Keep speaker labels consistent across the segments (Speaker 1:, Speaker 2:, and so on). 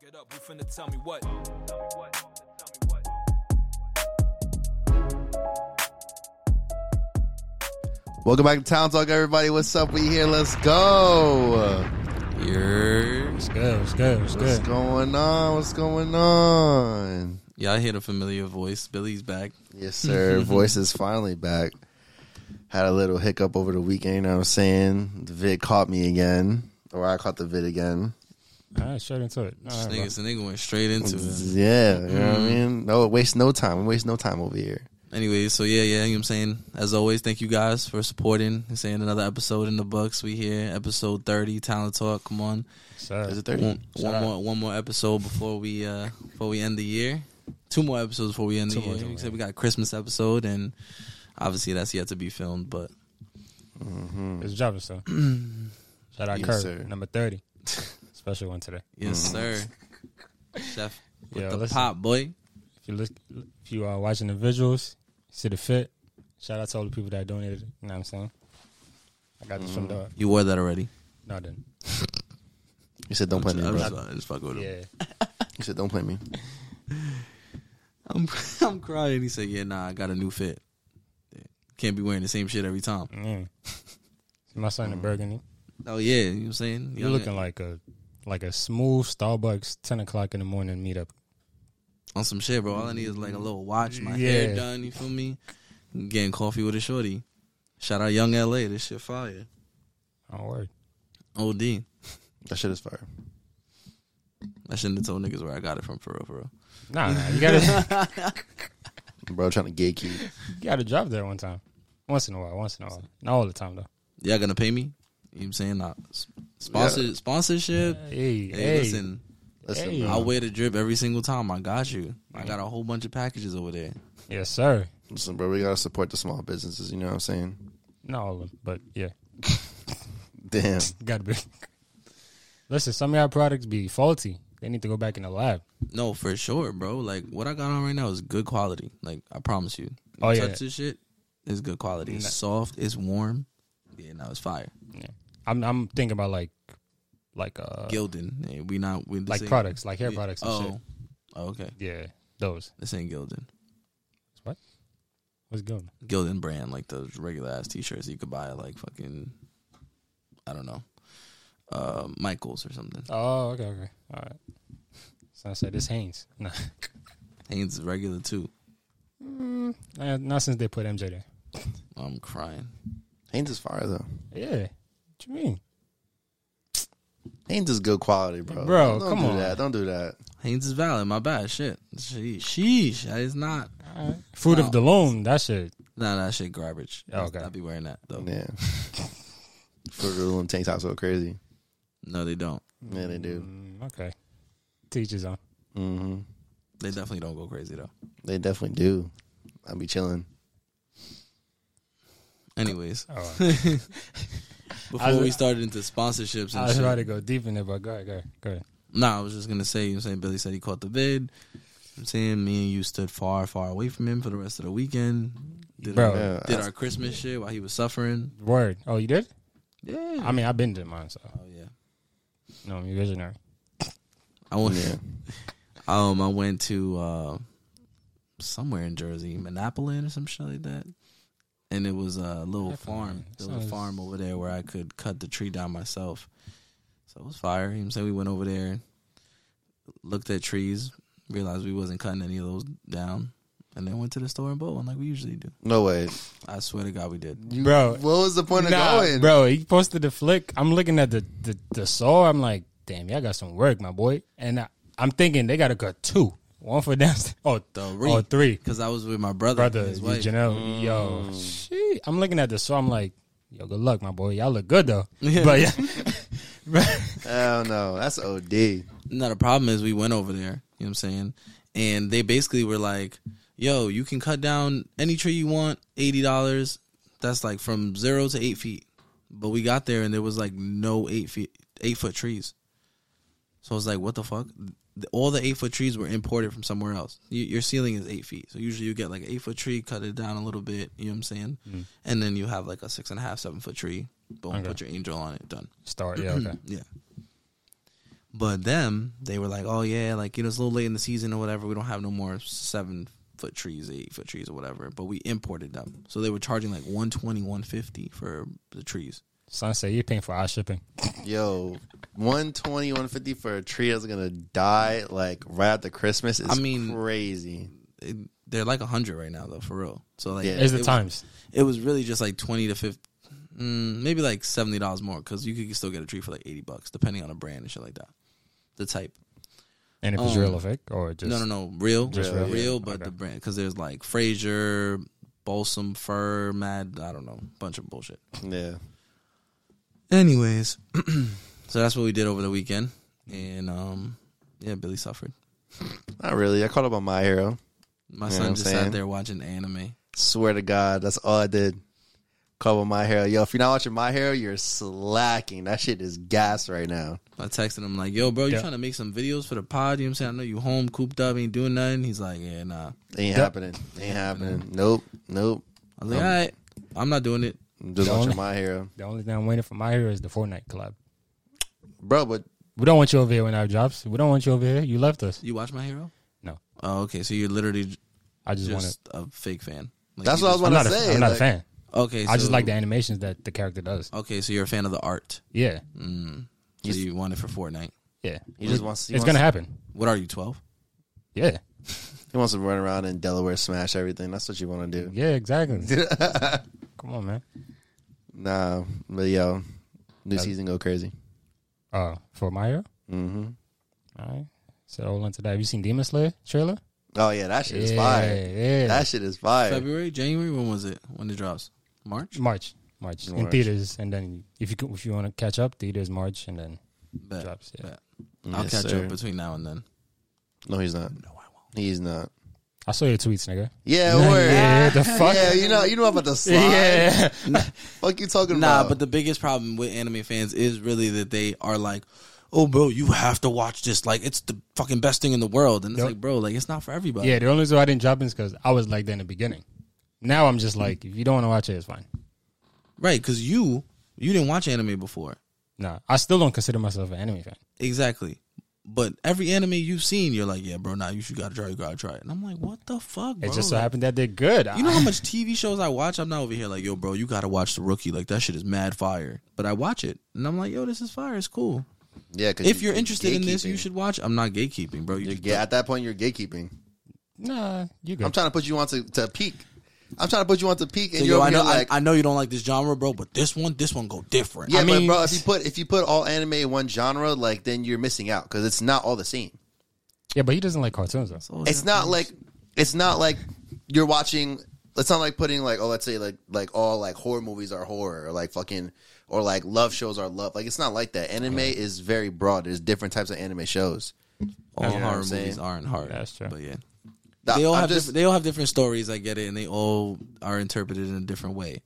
Speaker 1: Get up, you finna tell me what?
Speaker 2: Welcome back to Town Talk, everybody. What's up? We here. Let's go.
Speaker 3: Yours.
Speaker 4: Good, it's good, it's
Speaker 2: What's
Speaker 4: good.
Speaker 2: going on? What's going on?
Speaker 3: Yeah, I hear a familiar voice. Billy's back.
Speaker 2: Yes, sir. Voice is finally back. Had a little hiccup over the weekend. You know what I'm saying? The vid caught me again, or I caught the vid again.
Speaker 4: All right, straight into it. All
Speaker 3: This
Speaker 4: right, bro.
Speaker 3: nigga's a nigga went straight into it.
Speaker 2: Yeah, you know what I mean. No, waste no time. We waste no time over here.
Speaker 3: Anyway, so yeah, yeah, you know what I'm saying? As always, thank you guys for supporting and saying another episode in the books. We here, episode 30, Talent Talk. Come on.
Speaker 4: Sir.
Speaker 2: Is it thirty?
Speaker 3: One,
Speaker 4: Shout
Speaker 3: one
Speaker 4: out.
Speaker 3: more one more episode before we uh before we end the year. Two more episodes before we end
Speaker 4: Two
Speaker 3: the
Speaker 4: more,
Speaker 3: year.
Speaker 4: two more,
Speaker 3: Except we got Christmas episode and obviously that's yet to be filmed, but
Speaker 4: It's dropping so. Shout out
Speaker 2: Yes,
Speaker 4: Kurt,
Speaker 2: sir.
Speaker 4: number thirty. Special one today.
Speaker 3: yes sir. Chef with
Speaker 4: Yeah,
Speaker 3: the
Speaker 4: Mm. listen.
Speaker 3: pop boy.
Speaker 4: If you look, if you are watching the visuals, see the fit. Shout out to all the people that donated. You know what I'm saying? I got this from
Speaker 2: Mm-hmm.
Speaker 4: the
Speaker 3: You wore that already.
Speaker 4: no, I didn't.
Speaker 2: You said don't play
Speaker 3: I'm
Speaker 2: me,
Speaker 3: just, I'm
Speaker 2: bro.
Speaker 3: just, I'm just fucking with him.
Speaker 4: Yeah,
Speaker 2: You said don't play me.
Speaker 3: I'm I'm crying. He said, "Yeah, nah, I got a new fit. Can't be wearing the same shit every time."
Speaker 4: mm. See my son
Speaker 2: Mm-hmm.
Speaker 4: in Burgundy.
Speaker 3: Oh yeah, you know what I'm saying?
Speaker 4: You're looking like a like a smooth Starbucks ten o'clock in the morning meetup.
Speaker 3: on some shit, bro. All I need is like a little watch, my
Speaker 4: Yeah.
Speaker 3: hair done. You feel me? Getting coffee with a shorty. Shout out Young LA. This shit fire.
Speaker 4: Don't worry.
Speaker 3: Od. I
Speaker 2: That shit is fire.
Speaker 3: shouldn't have told niggas where I got it from for real, for real.
Speaker 4: Nah, nah. You gotta
Speaker 2: Bro, trying to gatekeep.
Speaker 4: you gotta drop that one time. Once in a while. Once in a while. Not all the time though.
Speaker 3: Y'all gonna pay me? You know what I'm saying? Nah. S- Sponsor sponsorship.
Speaker 4: Hey,
Speaker 3: Hey, listen.
Speaker 2: Listen,
Speaker 4: Hey.
Speaker 2: bro.
Speaker 3: I'll wear the drip every single time. I got you. I got a whole bunch of packages over there.
Speaker 4: Yes, sir.
Speaker 2: Listen, bro. We gotta support the small businesses. You know what I'm saying?
Speaker 4: Not all of them, but yeah,
Speaker 2: Damn.
Speaker 4: gotta be. Listen, some of y'all products be faulty. They need to go back in the lab.
Speaker 3: No, for sure, bro. Like what I got on right now is good quality. Like I promise you. You
Speaker 4: Oh, yeah.
Speaker 3: Touch this shit. It's good quality. It's
Speaker 4: Nah.
Speaker 3: soft. It's warm. Yeah, no, it's fire.
Speaker 4: I'm I'm thinking about like like uh
Speaker 3: Gildan. Hey, we not we this
Speaker 4: like
Speaker 3: ain't-
Speaker 4: products, like hair
Speaker 3: we-
Speaker 4: products and
Speaker 3: Oh. oh, okay.
Speaker 4: shit. Yeah, those.
Speaker 3: This ain't Gildan.
Speaker 4: What's good?
Speaker 3: Gildan brand, like those regular ass t shirts you could buy at, like fucking I don't know. Uh Michaels or something.
Speaker 4: Oh, okay, okay, all right. So I said this Hanes. Nah,
Speaker 3: Hanes is regular too.
Speaker 4: Nah, Uh, not since they put MJ there.
Speaker 3: I'm crying.
Speaker 2: Haynes is fire though.
Speaker 4: Yeah, what you mean?
Speaker 2: Ain't this good quality, bro?
Speaker 4: Bro,
Speaker 2: don't
Speaker 4: come
Speaker 2: do
Speaker 4: on.
Speaker 2: that. Don't do that.
Speaker 3: Hanes is valid, my bad. Shit. Sheesh. Sheesh. That is not
Speaker 4: All right. Fruit
Speaker 3: Wow.
Speaker 4: of the loom. That shit.
Speaker 3: nah that shit garbage.
Speaker 4: Oh, okay.
Speaker 3: I'll be wearing that though.
Speaker 2: Yeah. For the little tank tops go crazy.
Speaker 3: No, they don't.
Speaker 2: Yeah, they do.
Speaker 4: Mm, okay. Teachers on.
Speaker 2: hmm
Speaker 3: They definitely don't go crazy though.
Speaker 2: They definitely do. I'll be chilling.
Speaker 3: Anyways,
Speaker 4: All right.
Speaker 3: before
Speaker 4: I was-
Speaker 3: we started into sponsorships
Speaker 4: I
Speaker 3: and
Speaker 4: was
Speaker 3: shit,
Speaker 4: about to go deep in there, but go ahead, go ahead, go ahead.
Speaker 3: nah, I was just gonna say, you know, what I'm saying Billy said he caught the vid. I'm saying me and you stood far, far away from him for the rest of the weekend. Did
Speaker 4: Bro.
Speaker 3: our,
Speaker 2: Yeah,
Speaker 3: did
Speaker 2: I-
Speaker 3: our Christmas shit while he was suffering.
Speaker 4: Word. Oh, you did?
Speaker 3: Yeah.
Speaker 4: I mean, I've been to mine, so
Speaker 3: oh yeah.
Speaker 4: no, I'm visionary.
Speaker 3: I went.
Speaker 2: Yeah.
Speaker 3: Um, I went to uh, somewhere in Jersey, Monopoly or some shit like that. And it was a little
Speaker 4: Monopoly.
Speaker 3: farm. There was a
Speaker 4: Sounds-
Speaker 3: farm over there where I could cut the tree down myself. So it was fire. You know what I'm saying? We went over there, looked at trees, realized we wasn't cutting any of those down, and then went to the store and bought one like we usually do.
Speaker 2: No way.
Speaker 3: I swear to God, we did.
Speaker 4: Bro,
Speaker 2: What was the point of
Speaker 4: nah,
Speaker 2: going?
Speaker 4: bro, he posted the flick. I'm looking at the the, the saw. I'm like, damn, y'all got some work, my boy. And I, I'm thinking they got to cut two, one for downstairs, oh,
Speaker 3: Three.
Speaker 4: oh, three.
Speaker 3: Because I was with my brother. and
Speaker 4: Brother,
Speaker 3: his wife.
Speaker 4: Janelle, yo, shit. I'm looking at the saw. I'm like, yo, good luck, my boy. Y'all look good though.
Speaker 3: Yeah.
Speaker 4: But yeah,
Speaker 2: Hell no. That's OD.
Speaker 3: No, the problem is we went over there, you know what I'm saying? And they basically were like, yo, you can cut down any tree you want, $80. That's like from zero to eight feet. But we got there and there was like no eight feet, eight foot trees. So I was like, what the fuck? The- All the eight foot trees were imported from somewhere else. You, your ceiling is eight feet. So usually you get like an eight foot tree, cut it down a little bit, you know what I'm saying? And then you have like a six and a half, seven foot tree. Boom,
Speaker 4: Okay.
Speaker 3: put your angel on it, done.
Speaker 4: start. Yeah, okay.
Speaker 3: Yeah. But them, they were like, oh yeah, like you know, it's a little late in the season or whatever. We don't have no more seven foot trees, eight foot trees or whatever. But we imported them, so they were charging like 120, 150 for the trees.
Speaker 4: Sunset, you're paying for our shipping.
Speaker 2: Yo, 120, 150 for a tree that's gonna die like right after Christmas is
Speaker 3: I mean-
Speaker 2: crazy.
Speaker 3: It, they're like hundred right now though, for real. So like,
Speaker 2: Yeah.
Speaker 4: It's
Speaker 3: it
Speaker 4: the
Speaker 3: was-
Speaker 4: times.
Speaker 3: it was really just like twenty to fifty, mm, maybe like seventy dollars more because you could still get a tree for like eighty bucks, depending on a brand and shit like that. The type,
Speaker 4: And if it's
Speaker 3: Um,
Speaker 4: real or fake or just
Speaker 3: no, no, no, real,
Speaker 4: Just
Speaker 3: real,
Speaker 2: real, yeah.
Speaker 3: but
Speaker 4: Okay.
Speaker 3: the brand because there's like Fraser, Balsam Fir, Mad, I don't know, bunch of bullshit.
Speaker 2: Yeah.
Speaker 3: Anyways, so that's what we did over the weekend, and um, yeah, Billy suffered.
Speaker 2: Not really. I caught up on my hero.
Speaker 3: My
Speaker 2: You know what
Speaker 3: son
Speaker 2: I'm
Speaker 3: just
Speaker 2: saying?
Speaker 3: sat there watching anime.
Speaker 2: Swear to God, that's all I did. Caught up on my hero. Yo, if you're not watching my hero, you're slacking. That shit is gas right now.
Speaker 3: I texted him like, "Yo, bro, you
Speaker 4: Yeah.
Speaker 3: trying to make some videos for the pod? You know what I'm saying? I know you home cooped up, ain't doing nothing." He's like, "Yeah, nah."
Speaker 2: Ain't
Speaker 4: That-
Speaker 2: happening. Ain't happening. Nope. Nope.
Speaker 3: I was like,
Speaker 2: Um,
Speaker 3: "All right, I'm not doing it."
Speaker 2: I'm just
Speaker 4: Don't-
Speaker 2: watching my hero,
Speaker 4: The only thing I'm waiting for my hero is the Fortnite collab.
Speaker 2: bro. But
Speaker 4: We don't want you over here when our jobs. We don't want you over here. You left us.
Speaker 3: You watch My Hero?
Speaker 4: No.
Speaker 3: Oh, okay. So you're literally j-
Speaker 4: I just, want to.
Speaker 3: just a fake fan. Like,
Speaker 2: That's
Speaker 3: you
Speaker 2: what I
Speaker 3: just-
Speaker 2: was
Speaker 4: I'm
Speaker 2: gonna
Speaker 4: not, a,
Speaker 2: say,
Speaker 4: I'm not
Speaker 2: like-
Speaker 4: a fan.
Speaker 3: Okay.
Speaker 4: I just
Speaker 3: so-
Speaker 4: like the animations that the character does.
Speaker 3: Okay, so you're a fan of the art.
Speaker 4: Yeah,
Speaker 3: Mm. So
Speaker 2: He's-
Speaker 3: you want it for Fortnite?
Speaker 4: yeah.
Speaker 2: he just wants. He
Speaker 4: it's
Speaker 2: wants,
Speaker 4: gonna happen.
Speaker 3: What are you? Twelve?
Speaker 4: Yeah,
Speaker 2: He wants to run around in Delaware, smash everything. That's what you want to do.
Speaker 4: yeah. Exactly. Come on, man.
Speaker 2: Nah, but yo, new season go crazy.
Speaker 4: Uh, for my hero.
Speaker 2: hmm
Speaker 4: All right. So hold on to that. Have you seen Demon Slayer trailer?
Speaker 2: Oh yeah, that shit is
Speaker 4: yeah,
Speaker 2: fire.
Speaker 4: Yeah.
Speaker 2: That shit is fire.
Speaker 3: February, January? When was it? When it drops? March?
Speaker 4: March, March in
Speaker 2: March.
Speaker 4: theaters, and then if you can, if you want to catch up, theaters March, and then
Speaker 3: Bet.
Speaker 4: drops. Yeah.
Speaker 3: Bet. I'll
Speaker 2: Yes,
Speaker 3: catch
Speaker 2: sir.
Speaker 3: up between now and then.
Speaker 2: No, he's not.
Speaker 3: No, I won't.
Speaker 2: He's not.
Speaker 4: I saw your tweets, nigga.
Speaker 2: Yeah,
Speaker 4: Nah,
Speaker 2: word.
Speaker 4: yeah, the fuck?
Speaker 2: Yeah, you know, you know about the slide.
Speaker 4: Yeah.
Speaker 2: Fuck you talking
Speaker 3: Nah,
Speaker 2: about.
Speaker 3: but the biggest problem with anime fans is really that they are like, "Oh, bro, you have to watch this. Like, it's the fucking best thing in the world." And it's
Speaker 4: Yep.
Speaker 3: like, bro, like it's not for everybody.
Speaker 4: Yeah, the only reason why I didn't drop is because I was like that in the beginning. Now I'm just like, if you don't want to watch it, it's fine.
Speaker 3: Right? Because you you didn't watch anime before.
Speaker 4: Nah, I still don't consider myself an anime fan.
Speaker 3: Exactly. But every anime you've seen, you're like, yeah, bro, now nah, you should gotta try, you gotta try it. And I'm like, what the fuck, bro?
Speaker 4: It just so
Speaker 3: Like,
Speaker 4: happened that they're good.
Speaker 3: you know how much TV shows I watch? I'm not over here like, yo, bro, you gotta watch The Rookie. Like that shit is mad fire. But I watch it, and I'm like, yo, this is fire. It's cool.
Speaker 2: yeah, 'cause
Speaker 3: If
Speaker 2: you-
Speaker 3: you're interested in this, you
Speaker 2: gatekeeping.
Speaker 3: should watch. I'm not gatekeeping, bro. You
Speaker 2: You're
Speaker 3: just-
Speaker 2: ga- at that point, you're gatekeeping.
Speaker 4: nah, you good.
Speaker 2: I'm trying to put you onto to peak. I'm trying to put you onto peak, and
Speaker 3: Yo,
Speaker 2: you're over
Speaker 3: I know,
Speaker 2: here like,
Speaker 3: I, I know you don't like this genre, bro, but this one, this one go different.
Speaker 2: yeah,
Speaker 4: I
Speaker 2: but
Speaker 4: mean-
Speaker 2: bro, if you put if you put all anime in one genre, like then you're missing out because it's not all the same.
Speaker 4: yeah, but he doesn't like cartoons though.
Speaker 3: So
Speaker 2: It's not like it's not like you're watching. It's not like putting like oh, let's say like like all like horror movies are horror, or like fucking or like love shows are love. Like it's not like that. Anime is very broad. There's different types of anime shows.
Speaker 3: all
Speaker 2: You know what
Speaker 3: horror
Speaker 2: I'm saying?
Speaker 3: movies aren't horror.
Speaker 4: That's true.
Speaker 3: But yeah,
Speaker 2: I'm
Speaker 3: they all have
Speaker 2: just-
Speaker 3: different, they all have different stories. I get it, and they all are interpreted in a different way.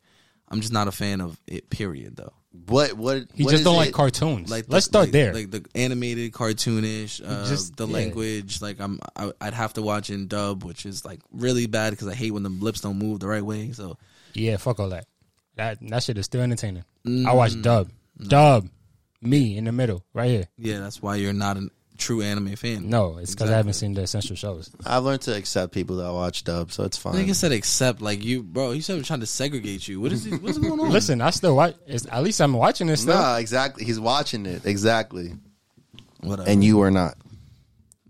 Speaker 3: I'm just not a fan of it. Period, though.
Speaker 2: what what
Speaker 4: He
Speaker 2: what
Speaker 4: just
Speaker 2: is
Speaker 4: don't
Speaker 2: it-
Speaker 4: like cartoons.
Speaker 3: Like,
Speaker 4: Like,
Speaker 3: the-
Speaker 4: let's start
Speaker 3: like-
Speaker 4: there.
Speaker 3: Like the animated, cartoonish, uh,
Speaker 4: Just-
Speaker 3: the
Speaker 4: yeah.
Speaker 3: language. Like I'm, I, I'd have to watch in dub, which is like really bad because I hate when the lips don't move the right way. So
Speaker 4: yeah, fuck all that. That that shit is still entertaining. I watch dub, dub, me in the middle, right here.
Speaker 3: yeah, that's why you're not a true anime fan.
Speaker 4: No, it's because I haven't seen the essential shows.
Speaker 2: I've learned to accept people that watch dub, so it's fine.
Speaker 3: I think it said except like you, bro. He said we're trying to segregate you. What is this, what's going on?
Speaker 4: Listen, I still watch. It's, at least I'm watching this stuff.
Speaker 2: Nah, exactly. He's watching it exactly,
Speaker 3: Whatever.
Speaker 2: and you are not,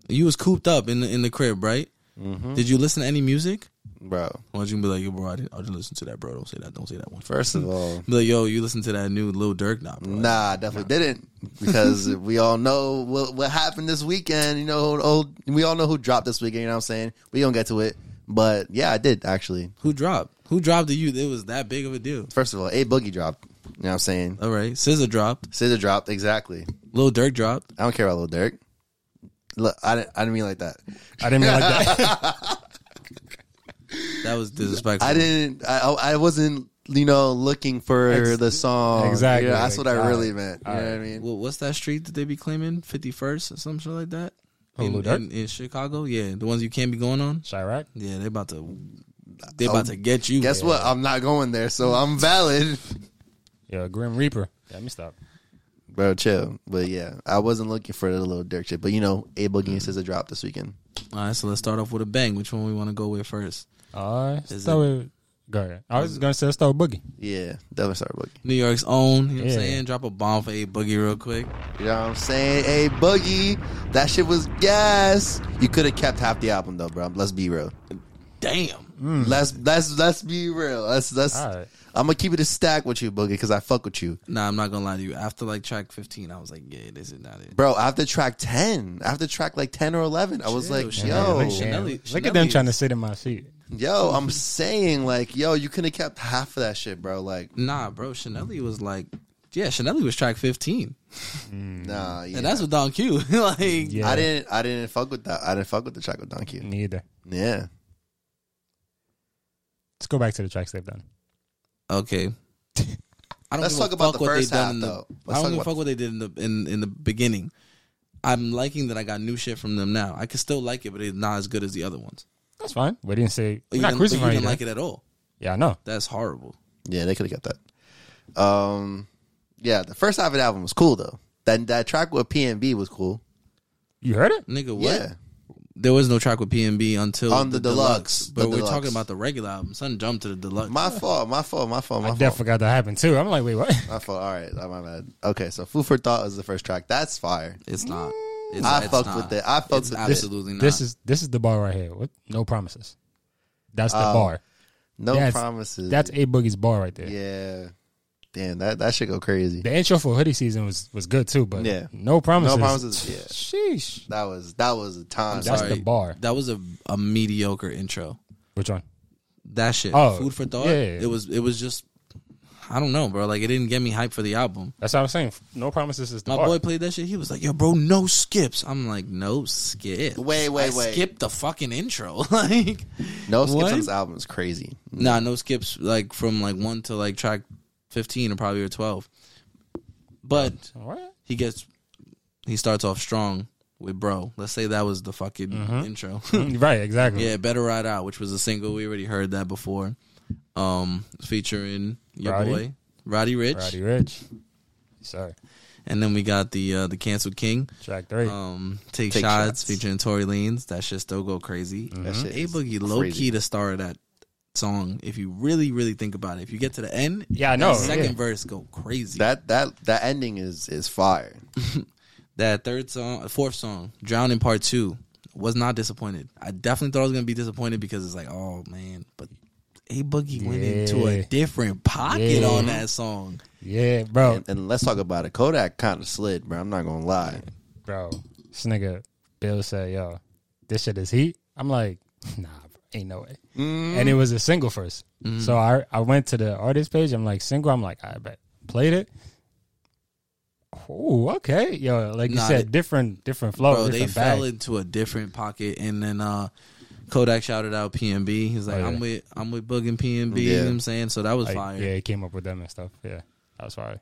Speaker 3: you was cooped up in the, in the crib, right?
Speaker 2: Mm-hmm.
Speaker 3: Did you listen to any music?
Speaker 2: bro.
Speaker 3: Or did you be like, yo, bro, I didn't, I didn't listen to that, bro. Don't say that. Don't say that one.
Speaker 2: First of all, Mm-hmm.
Speaker 3: Be like, yo, you listen to that new Lil Durk now, bro.
Speaker 2: Nah, I definitely didn't because we all know what, what happened this weekend. You know, old, we all know who dropped this weekend. You know what I'm saying? We don't get to it, but yeah, I did actually.
Speaker 3: Who dropped? Who dropped to you? It was that big of a deal.
Speaker 2: First of all, a boogie dropped. You know what I'm saying?
Speaker 3: All right, SZA dropped.
Speaker 2: Scissor dropped exactly.
Speaker 3: Lil Durk dropped.
Speaker 2: I don't care about Lil Durk. Look, I didn't, I didn't mean like that.
Speaker 4: I didn't mean like that.
Speaker 3: That was disrespectful.
Speaker 2: I didn't. I, I I wasn't. You know, looking for
Speaker 4: Ex-
Speaker 2: the song.
Speaker 4: Exactly.
Speaker 2: You know, that's what I
Speaker 4: All
Speaker 2: really
Speaker 4: right.
Speaker 2: meant. You
Speaker 4: All
Speaker 2: know what I
Speaker 4: right.
Speaker 2: mean?
Speaker 3: Well, what's that street that they be claiming? Fifty first or some shit like that.
Speaker 4: Oh, Lil
Speaker 3: in,
Speaker 4: Durk?
Speaker 3: in, in Chicago, yeah, the ones you can't be going on.
Speaker 4: Chirac.
Speaker 3: Yeah, they about to. They about to get you.
Speaker 2: Oh, Guess what? I'm not going there, so I'm valid.
Speaker 4: Yeah, Grim Reaper. Let me stop.
Speaker 2: Bro, chill. But yeah, I wasn't looking for the little Dirk shit. But you know, A Boogie says it dropped this weekend.
Speaker 3: All right, so let's start off with a bang. Which one we want to go with first?
Speaker 4: All right.
Speaker 3: Is
Speaker 4: Start with, go ahead. I was gonna say let's start with Boogie.
Speaker 2: Yeah, definitely start Boogie.
Speaker 3: New York's own. You know what
Speaker 4: Yeah.
Speaker 3: I'm saying? Drop a bomb for a boogie real quick.
Speaker 2: You know what I'm saying? A Boogie, that shit was gas. You could have kept half the album though, bro. Let's be real.
Speaker 3: Damn.
Speaker 2: Let's let's let's be real. Let's let's.
Speaker 4: All right.
Speaker 2: I'm gonna keep it a stack with you, Boogie, because I fuck with you,
Speaker 3: Nah, I'm not gonna lie to you. After like track 15, I was like, yeah, this is not it.
Speaker 2: bro. After track ten, after track like ten or eleven, I was like,
Speaker 3: Chill,
Speaker 2: yo,
Speaker 3: chill. Chanel-
Speaker 4: look
Speaker 3: Chanel
Speaker 4: at them
Speaker 3: is-
Speaker 4: trying to sit in my seat.
Speaker 2: yo, I'm saying like, yo, you could have kept half of that shit, bro. Like,
Speaker 3: Nah, bro. Chanelli was like, yeah, Chanelli was track 15,
Speaker 2: nah, yeah.
Speaker 3: Mm. and that's with Don Q. like,
Speaker 4: Yeah,
Speaker 2: I didn't, I didn't fuck with that. I didn't fuck with the track with Don
Speaker 3: Mm.
Speaker 2: Q.
Speaker 4: neither.
Speaker 2: Yeah,
Speaker 4: Let's go back to the tracks they've done.
Speaker 3: okay. I don't
Speaker 2: Let's
Speaker 3: give a
Speaker 2: talk about
Speaker 3: fuck
Speaker 2: the
Speaker 3: what they
Speaker 2: first
Speaker 3: done
Speaker 2: half,
Speaker 3: in the-
Speaker 2: though. Let's
Speaker 3: I
Speaker 2: talk
Speaker 3: don't give
Speaker 2: about-
Speaker 3: a fuck what they did in the in, in the beginning. I'm liking that I got new shit from them now. I can still like it, but it's not as good as the other ones.
Speaker 4: That's fine. We didn't say
Speaker 3: But
Speaker 4: we're
Speaker 3: you
Speaker 4: not
Speaker 3: didn't, but you
Speaker 4: crucifying
Speaker 3: didn't
Speaker 4: you.
Speaker 3: like it at all.
Speaker 4: Yeah, I know.
Speaker 3: That's horrible.
Speaker 2: yeah, they could have kept that. Um, yeah, the first half of the album was cool though. That that track with PNB was cool.
Speaker 4: You heard it?
Speaker 3: Nigga, what?
Speaker 2: Yeah,
Speaker 3: There was no track with PNB until
Speaker 2: On the deluxe,
Speaker 3: But
Speaker 2: the
Speaker 3: we're
Speaker 2: deluxe.
Speaker 3: talking about the regular album. Son jumped to the deluxe.
Speaker 2: my fault, my fault, my fault, my
Speaker 4: I
Speaker 2: fault.
Speaker 4: definitely forgot that happened too. I'm like, wait, what?
Speaker 2: My fault. All right, my bad. Okay, so Food for Thought is the first track. That's fire.
Speaker 3: it's not. It's,
Speaker 2: I
Speaker 3: it's
Speaker 2: fucked
Speaker 3: not.
Speaker 2: with it. I fucked
Speaker 3: It's
Speaker 2: with it.
Speaker 3: absolutely not.
Speaker 4: This is this is the bar right here. What? No promises. That's
Speaker 3: Oh.
Speaker 4: the bar.
Speaker 2: No
Speaker 4: That's-
Speaker 2: promises.
Speaker 4: That's a boogie's bar right there.
Speaker 2: yeah. Damn, that that should go crazy.
Speaker 4: The intro for hoodie season was was good too, but
Speaker 2: Yeah.
Speaker 4: no promises.
Speaker 2: No promises. Yeah,
Speaker 4: Sheesh.
Speaker 2: that was that was a time.
Speaker 4: That's
Speaker 3: Sorry.
Speaker 4: the bar.
Speaker 3: That was a, a mediocre intro.
Speaker 4: Which one?
Speaker 3: That shit.
Speaker 4: Oh,
Speaker 3: Food for thought.
Speaker 4: yeah, yeah, yeah.
Speaker 3: It was. It was just. I don't know, bro. Like it didn't get me hype for the album.
Speaker 4: That's what I'm saying. No promises is the
Speaker 3: My
Speaker 4: bar.
Speaker 3: boy played that shit. He was like, "Yo, bro, no skips." I'm like, "No skips."
Speaker 2: Wait, wait,
Speaker 3: I
Speaker 2: wait.
Speaker 3: Skip the fucking intro. like,
Speaker 2: No skips
Speaker 3: What?
Speaker 2: on this album is crazy.
Speaker 3: nah, no skips. Like from like one to like track fifteen or probably or twelve. But
Speaker 4: What?
Speaker 3: he gets he starts off strong with bro. Let's say that was the fucking
Speaker 4: Mm-hmm.
Speaker 3: intro.
Speaker 4: right, exactly.
Speaker 3: yeah, better ride out, which was a single we already heard that before. Um, featuring your
Speaker 4: Roddy.
Speaker 3: boy Roddy Rich,
Speaker 4: Roddy Rich. Sorry.
Speaker 3: and then we got the uh, the canceled king.
Speaker 4: Track three.
Speaker 3: Um, take,
Speaker 2: Take
Speaker 3: shots,
Speaker 2: Shots.
Speaker 3: featuring Tory Lanez. That shit still go crazy.
Speaker 4: Mm-hmm.
Speaker 2: That shit
Speaker 3: A
Speaker 2: is
Speaker 3: Mm-hmm. boogie low key
Speaker 2: crazy.
Speaker 3: the star of that song. If you really really think about it, if you get to the end,
Speaker 4: Yeah, I
Speaker 3: that
Speaker 4: know,
Speaker 3: second
Speaker 4: yeah.
Speaker 3: verse go crazy.
Speaker 2: That that that ending is is fire.
Speaker 3: That third song, fourth song, Drowning Part Two, was not disappointed. I definitely thought I was gonna be disappointed because it's like, oh man, but A Boogie went into a
Speaker 4: Yeah.
Speaker 3: different pocket
Speaker 4: Yeah.
Speaker 3: on that song.
Speaker 4: yeah,
Speaker 3: Oh.
Speaker 4: bro.
Speaker 2: And, and let's talk about it. Kodak kind of slid, bro. I'm not gonna lie.
Speaker 4: bro, this nigga Bill said, yo, this shit is heat. I'm like, nah, bro, ain't no way.
Speaker 3: Mm-hmm.
Speaker 4: And it was a single first. So I I went to the artist page. I'm like, single. I'm like, I bet. Played it. Oh, okay. Yo, like you
Speaker 3: Nah,
Speaker 4: said,
Speaker 3: they-
Speaker 4: different different flow.
Speaker 3: Bro, they
Speaker 4: different
Speaker 3: fell
Speaker 4: bag.
Speaker 3: into a different pocket, and then uh, Kodak shouted out PNB. He's like,
Speaker 4: Oh, yeah.
Speaker 3: I'm with I'm with Boog and PNB. You
Speaker 2: Yeah.
Speaker 3: know what I'm saying? So that was
Speaker 4: Like,
Speaker 3: fire.
Speaker 4: yeah, he came up with them and stuff. Yeah, that was fire.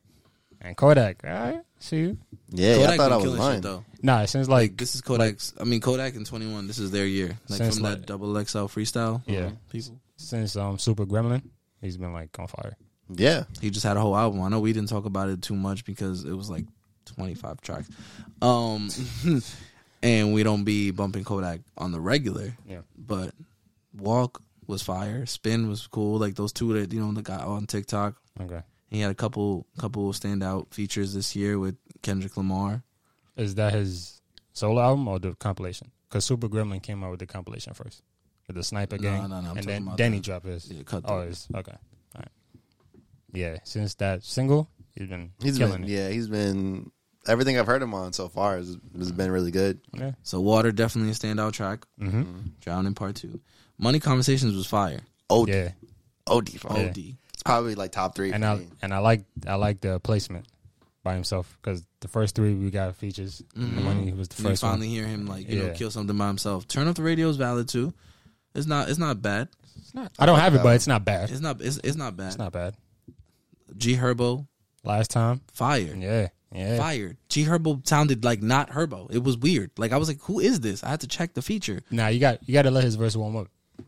Speaker 4: And Kodak, all right, see you.
Speaker 2: Yeah,
Speaker 3: Kodak
Speaker 2: I thought
Speaker 3: been
Speaker 2: I was
Speaker 3: killing
Speaker 2: lying.
Speaker 3: shit though.
Speaker 4: Nah, it seems
Speaker 3: Like
Speaker 4: like
Speaker 3: this is Kodak's. I mean, Kodak and 21. This is their year. Like
Speaker 4: Since
Speaker 3: from
Speaker 4: like-
Speaker 3: that double XL freestyle.
Speaker 4: Yeah.
Speaker 3: people.
Speaker 4: since um Super Gremlin, he's been like on fire.
Speaker 2: Yeah,
Speaker 3: He just had a whole album. I know we didn't talk about it too much because it was like 25 tracks. Um and we don't be bumping Kodak on the regular.
Speaker 4: Yeah.
Speaker 3: But Walk was fire, Spin was cool, like those two that you know that got on TikTok.
Speaker 4: Okay,
Speaker 3: He had a couple couple standout features this year with Kendrick Lamar.
Speaker 4: is that his solo album or the compilation? Because Super Gremlin came out with the compilation first, with the Sniper
Speaker 3: No,
Speaker 4: Gang,
Speaker 3: no, no, I'm
Speaker 4: and
Speaker 3: talking
Speaker 4: then
Speaker 3: about
Speaker 4: Danny
Speaker 3: the-
Speaker 4: dropped his.
Speaker 3: Yeah, cut
Speaker 4: Oh,
Speaker 3: that.
Speaker 4: it's okay. All right. Yeah, since that single, he's been
Speaker 2: he's
Speaker 4: killing
Speaker 2: been
Speaker 4: it.
Speaker 2: yeah he's been everything I've heard him on so far has, has been really good.
Speaker 4: Yeah.
Speaker 3: So Water definitely a standout track.
Speaker 4: Mm-hmm.
Speaker 3: Drowning Part Two. Money Conversations was fire.
Speaker 2: OD,
Speaker 4: yeah,
Speaker 2: OD, bro.
Speaker 3: OD.
Speaker 2: It's probably like top three.
Speaker 4: and
Speaker 2: for
Speaker 4: I
Speaker 2: me.
Speaker 4: and I like I like the placement by himself because the first three we got features. The one he was the
Speaker 3: And you
Speaker 4: first one.
Speaker 3: finally hear him like you know
Speaker 4: Yeah.
Speaker 3: kill something by himself. Turn off the radio is valid too. It's not. It's not bad.
Speaker 4: I don't have it, but it's not bad.
Speaker 3: It's not. It's, it's not bad.
Speaker 4: It's not bad.
Speaker 3: G Herbo
Speaker 4: Last time,
Speaker 3: fire.
Speaker 4: yeah, yeah.
Speaker 3: Fire. G Herbo sounded like not Herbo. It was weird. Like I was like, who is this? I had to check the feature.
Speaker 4: Nah, you got you got to let his verse warm up.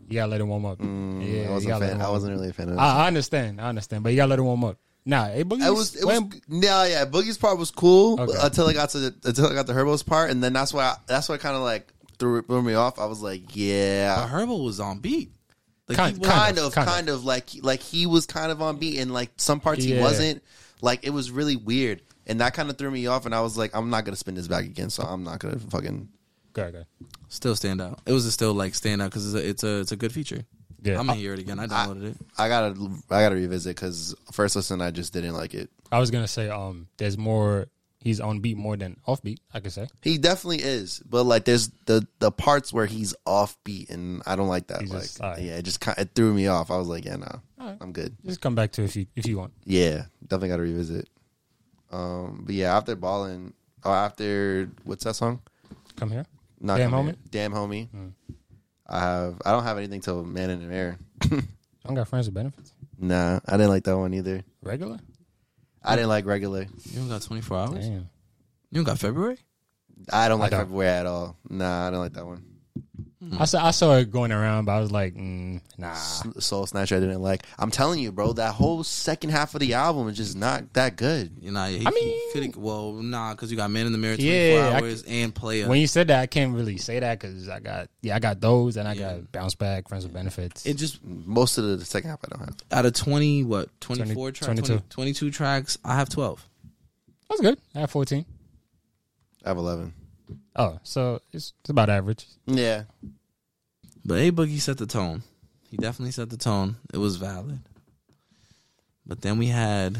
Speaker 4: You gotta let it warm up. yeah,
Speaker 2: I
Speaker 4: you
Speaker 2: wasn't
Speaker 4: gotta
Speaker 2: a fan.
Speaker 4: let
Speaker 2: I
Speaker 4: it warm up.
Speaker 2: wasn't really a fan of. that.
Speaker 4: I, I understand, I understand, but you gotta let it warm up. Nah, A Boogie.
Speaker 2: It was, it was yeah, yeah. Boogie's part was cool
Speaker 4: Okay.
Speaker 2: until I got to the, until I got to Herbo's part, and then that's why I, that's what kind of like threw threw me off. I was like, yeah,
Speaker 4: Uh,
Speaker 3: But Herbal Uh, was on beat. Like,
Speaker 4: Kind-
Speaker 3: he was-
Speaker 2: kind,
Speaker 4: kind
Speaker 2: of,
Speaker 4: of,
Speaker 2: kind,
Speaker 4: kind
Speaker 2: of. like like he was kind of on beat, and like some parts he
Speaker 4: Yeah.
Speaker 2: wasn't. Like it was really weird, and that kind of threw me off. And I was like, I'm not gonna spin this back again, so I'm not gonna fucking.
Speaker 4: Go, go.
Speaker 3: still stand out. It was a still like stand out because it's a, it's a it's a good feature.
Speaker 4: Yeah.
Speaker 3: I'm gonna hear it again. I downloaded it.
Speaker 2: I gotta I gotta revisit because first listen, I just didn't like it.
Speaker 4: I was gonna say, um, there's more. He's on beat more than off beat. I could say
Speaker 2: He definitely is, but like there's the the parts where he's offbeat, and I don't like that.
Speaker 4: He's
Speaker 2: like,
Speaker 4: just, uh,
Speaker 2: yeah, it just kind it threw me off. I was like, yeah, nah, I'm good.
Speaker 4: just come back to it if you if you want.
Speaker 2: Yeah, definitely got to revisit. Um, but yeah, after balling, or after what's that song?
Speaker 4: Come here.
Speaker 2: Not
Speaker 4: Damn
Speaker 2: Come
Speaker 4: Homie? Hmm.
Speaker 2: Here. Damn homie. I have. I don't have anything till Man in the Mirror.
Speaker 4: I don't got friends with benefits.
Speaker 2: nah, I didn't like that one either.
Speaker 4: Regular. Hmm.
Speaker 2: I didn't like regular.
Speaker 3: You don't got 24 hours.
Speaker 4: Damn.
Speaker 3: You don't got February.
Speaker 2: I don't like
Speaker 4: don't.
Speaker 2: February at all. Nah, I don't like that one.
Speaker 4: I saw I saw it going around, but I was like, mm, nah.
Speaker 2: S- Soul Snatcher, I didn't like. I'm telling you, bro, that whole second half of the album is just not that good.
Speaker 3: You know, he,
Speaker 4: I
Speaker 3: I mean,
Speaker 4: mean-
Speaker 3: well, nah, because you got Man in the Mirror, 24
Speaker 4: Yeah, I
Speaker 3: hours, and Player.
Speaker 4: When you said that, I can't really say that because I got yeah, I got those, and I
Speaker 3: Yeah.
Speaker 4: got bounce back, friends with benefits.
Speaker 3: it just
Speaker 2: Most of the second half, I don't have.
Speaker 3: out of 20 what 24 tracks
Speaker 4: 22.
Speaker 3: 20 22 tracks i have 12
Speaker 4: That's good. I had fourteen.
Speaker 2: I have 11.
Speaker 4: Oh, so it's, it's about average.
Speaker 2: Yeah,
Speaker 3: but a boogie set the tone he definitely set the tone it was valid but then we had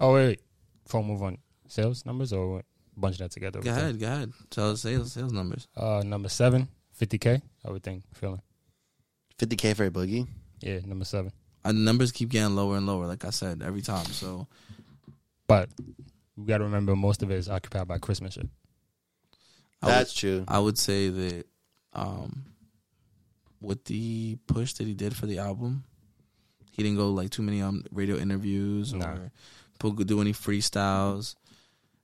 Speaker 4: Oh wait, wait. before we move on, sales numbers or bunch that together.
Speaker 3: go ahead go ahead tell us sales sales numbers
Speaker 4: Uh, number seven, 50k. I would think feeling.
Speaker 2: 50k for a boogie.
Speaker 4: Yeah, number seven.
Speaker 3: our Uh, numbers keep getting lower and lower like i said every time so
Speaker 4: But you got to remember, most of it is occupied by Christmas shit.
Speaker 3: I would-
Speaker 2: That's true.
Speaker 3: I would say that um with the push that he did for the album, he didn't go like too many um radio interviews
Speaker 4: Nah.
Speaker 3: or people could do any freestyles.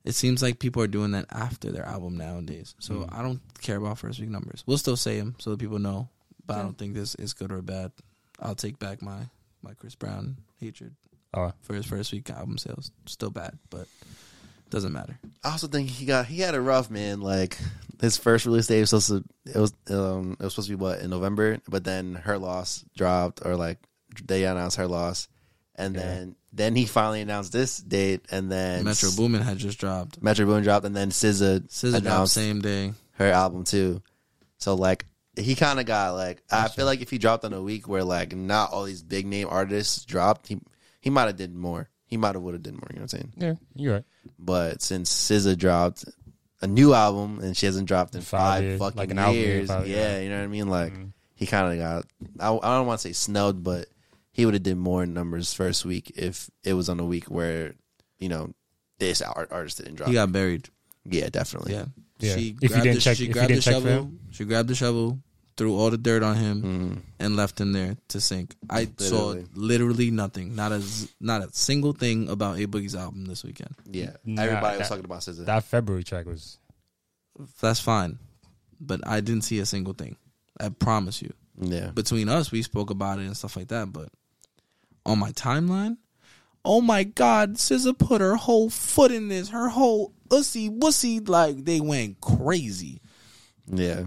Speaker 3: It seems like people are doing that after their album nowadays. So
Speaker 4: Mm.
Speaker 3: I don't care about first week numbers. We'll still say them so that people know, but I don't think this is good or bad. I'll take back my my Chris Brown hatred
Speaker 4: Oh,
Speaker 3: for his first week album sales. Still bad, but doesn't matter.
Speaker 2: I also think he got he had a rough man. Like his first release date was supposed to it was um it was supposed to be what in November, but then her loss dropped or like they announced her loss, and then then he finally announced this date, and then
Speaker 3: Metro Boomin had just dropped.
Speaker 2: Metro Boomin dropped, and then SZA,
Speaker 3: SZA dropped
Speaker 2: announced
Speaker 3: same day.
Speaker 2: her album too. So like he kind of got like I feel like if he dropped on a week where like not all these big name artists dropped, he he might have did more. He might have would have did more. You know what I'm saying?
Speaker 4: yeah, you're right.
Speaker 2: But since SZA dropped a new album and she hasn't dropped in
Speaker 4: Five
Speaker 2: five,
Speaker 4: years,
Speaker 2: fucking
Speaker 4: like an album in
Speaker 2: years,
Speaker 4: five Mm-hmm. years.
Speaker 2: yeah, you know what I mean. Like he kind of got. I, I don't want to say snubbed, but he would have did more numbers first week if it was on a week where you know this art, artist didn't drop.
Speaker 3: He got buried.
Speaker 2: yeah, definitely.
Speaker 3: Yeah.
Speaker 4: Yeah.
Speaker 3: She
Speaker 4: If you
Speaker 3: grabbed
Speaker 4: didn't
Speaker 3: the,
Speaker 4: check-
Speaker 3: she
Speaker 4: if you
Speaker 3: grabbed the
Speaker 4: didn't check for
Speaker 3: shovel. She grabbed the shovel, threw all the dirt on him, and left him there to sink. I
Speaker 2: Mm. Literally.
Speaker 3: saw literally nothing, not a z- not a single thing about A Boogie's album this weekend.
Speaker 2: yeah.
Speaker 4: Nah,
Speaker 2: Everybody was
Speaker 4: that-
Speaker 2: talking about SZA.
Speaker 4: That February track was
Speaker 3: That's fine, but I didn't see a single thing. I promise you.
Speaker 2: yeah.
Speaker 3: Between us, we spoke about it and stuff like that, but on my timeline. Oh my God! SZA put her whole foot in this. Her whole ussy wussy, like they went crazy.
Speaker 2: Yeah.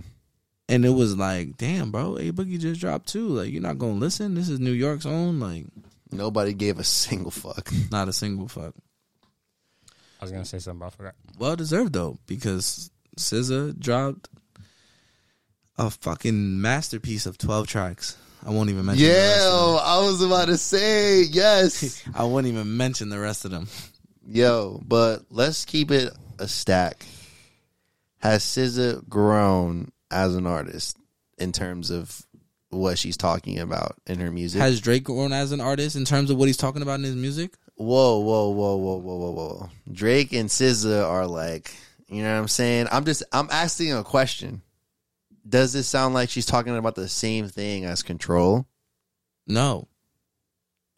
Speaker 3: And it was like, damn, bro, A Boogie just dropped too. Like, you're not gonna listen. This is New York's own. Like,
Speaker 2: Nobody gave a single fuck.
Speaker 3: not a single fuck.
Speaker 4: I was gonna say something, but I forgot.
Speaker 3: Well deserved though, because SZA dropped a fucking masterpiece of twelve tracks. I won't even mention. the
Speaker 2: Yeah,
Speaker 3: rest of them.
Speaker 2: I was about to say yes.
Speaker 3: I won't even mention the rest of them.
Speaker 2: Yo, but let's keep it a stack. Has SZA grown as an artist in terms of what she's talking about in her music?
Speaker 3: Has Drake grown as an artist in terms of what he's talking about in his music?
Speaker 2: whoa, whoa, whoa, whoa, whoa, whoa, whoa. Drake and SZA are like, you know what I'm saying? I'm just, I'm asking a question. Does this sound like she's talking about the same thing as Control?
Speaker 3: No,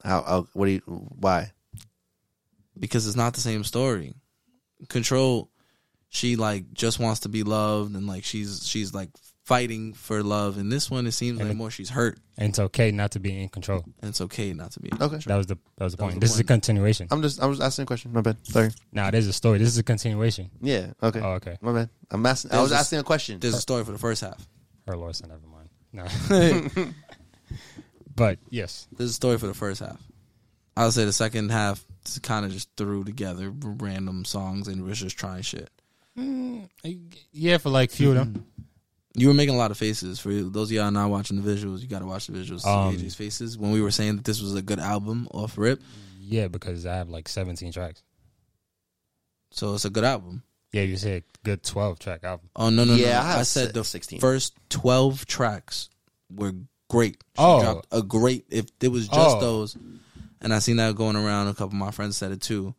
Speaker 2: How? how what do you? Why?
Speaker 3: because it's not the same story. Control. she like just wants to be loved and like she's she's like fighting for love. And this one, it seems like more she's hurt
Speaker 4: And it's okay not to be in control.
Speaker 3: and it's okay not to be.
Speaker 2: Okay.
Speaker 4: That was the that was the point.
Speaker 3: the
Speaker 4: this is a
Speaker 3: point.
Speaker 4: continuation.
Speaker 2: I'm just I was asking a question. My bad. Sorry.
Speaker 4: Nah, there's a story. This is a continuation.
Speaker 2: Yeah. Okay.
Speaker 4: Oh, okay.
Speaker 2: My bad. I'm asking. I
Speaker 3: There's
Speaker 2: was
Speaker 3: a s-
Speaker 2: asking a question.
Speaker 3: There's a story for the first half.
Speaker 4: Her Larson, never mind. No.
Speaker 3: There's
Speaker 4: But yes.
Speaker 3: a story for the first half. I would say the second half kind of just threw together random songs and was just trying shit.
Speaker 4: Yeah, for like few of them.
Speaker 3: You were making a lot of faces for those of y'all not watching the visuals. You got to watch the visuals. to see
Speaker 4: Um,
Speaker 3: AJ's faces when we were saying that this was a good album off rip,
Speaker 4: Yeah, because I have like 17 tracks.
Speaker 3: so it's a good album.
Speaker 4: Yeah, you said good 12 track album.
Speaker 3: Oh no no
Speaker 2: Yeah, I
Speaker 3: no!
Speaker 2: have
Speaker 3: I, said
Speaker 2: si-
Speaker 3: the
Speaker 2: 16.
Speaker 3: first twelve tracks were great. She
Speaker 4: Oh.
Speaker 3: dropped a great if it was just
Speaker 4: Oh.
Speaker 3: those, and I seen that going around. A couple of my friends said it too.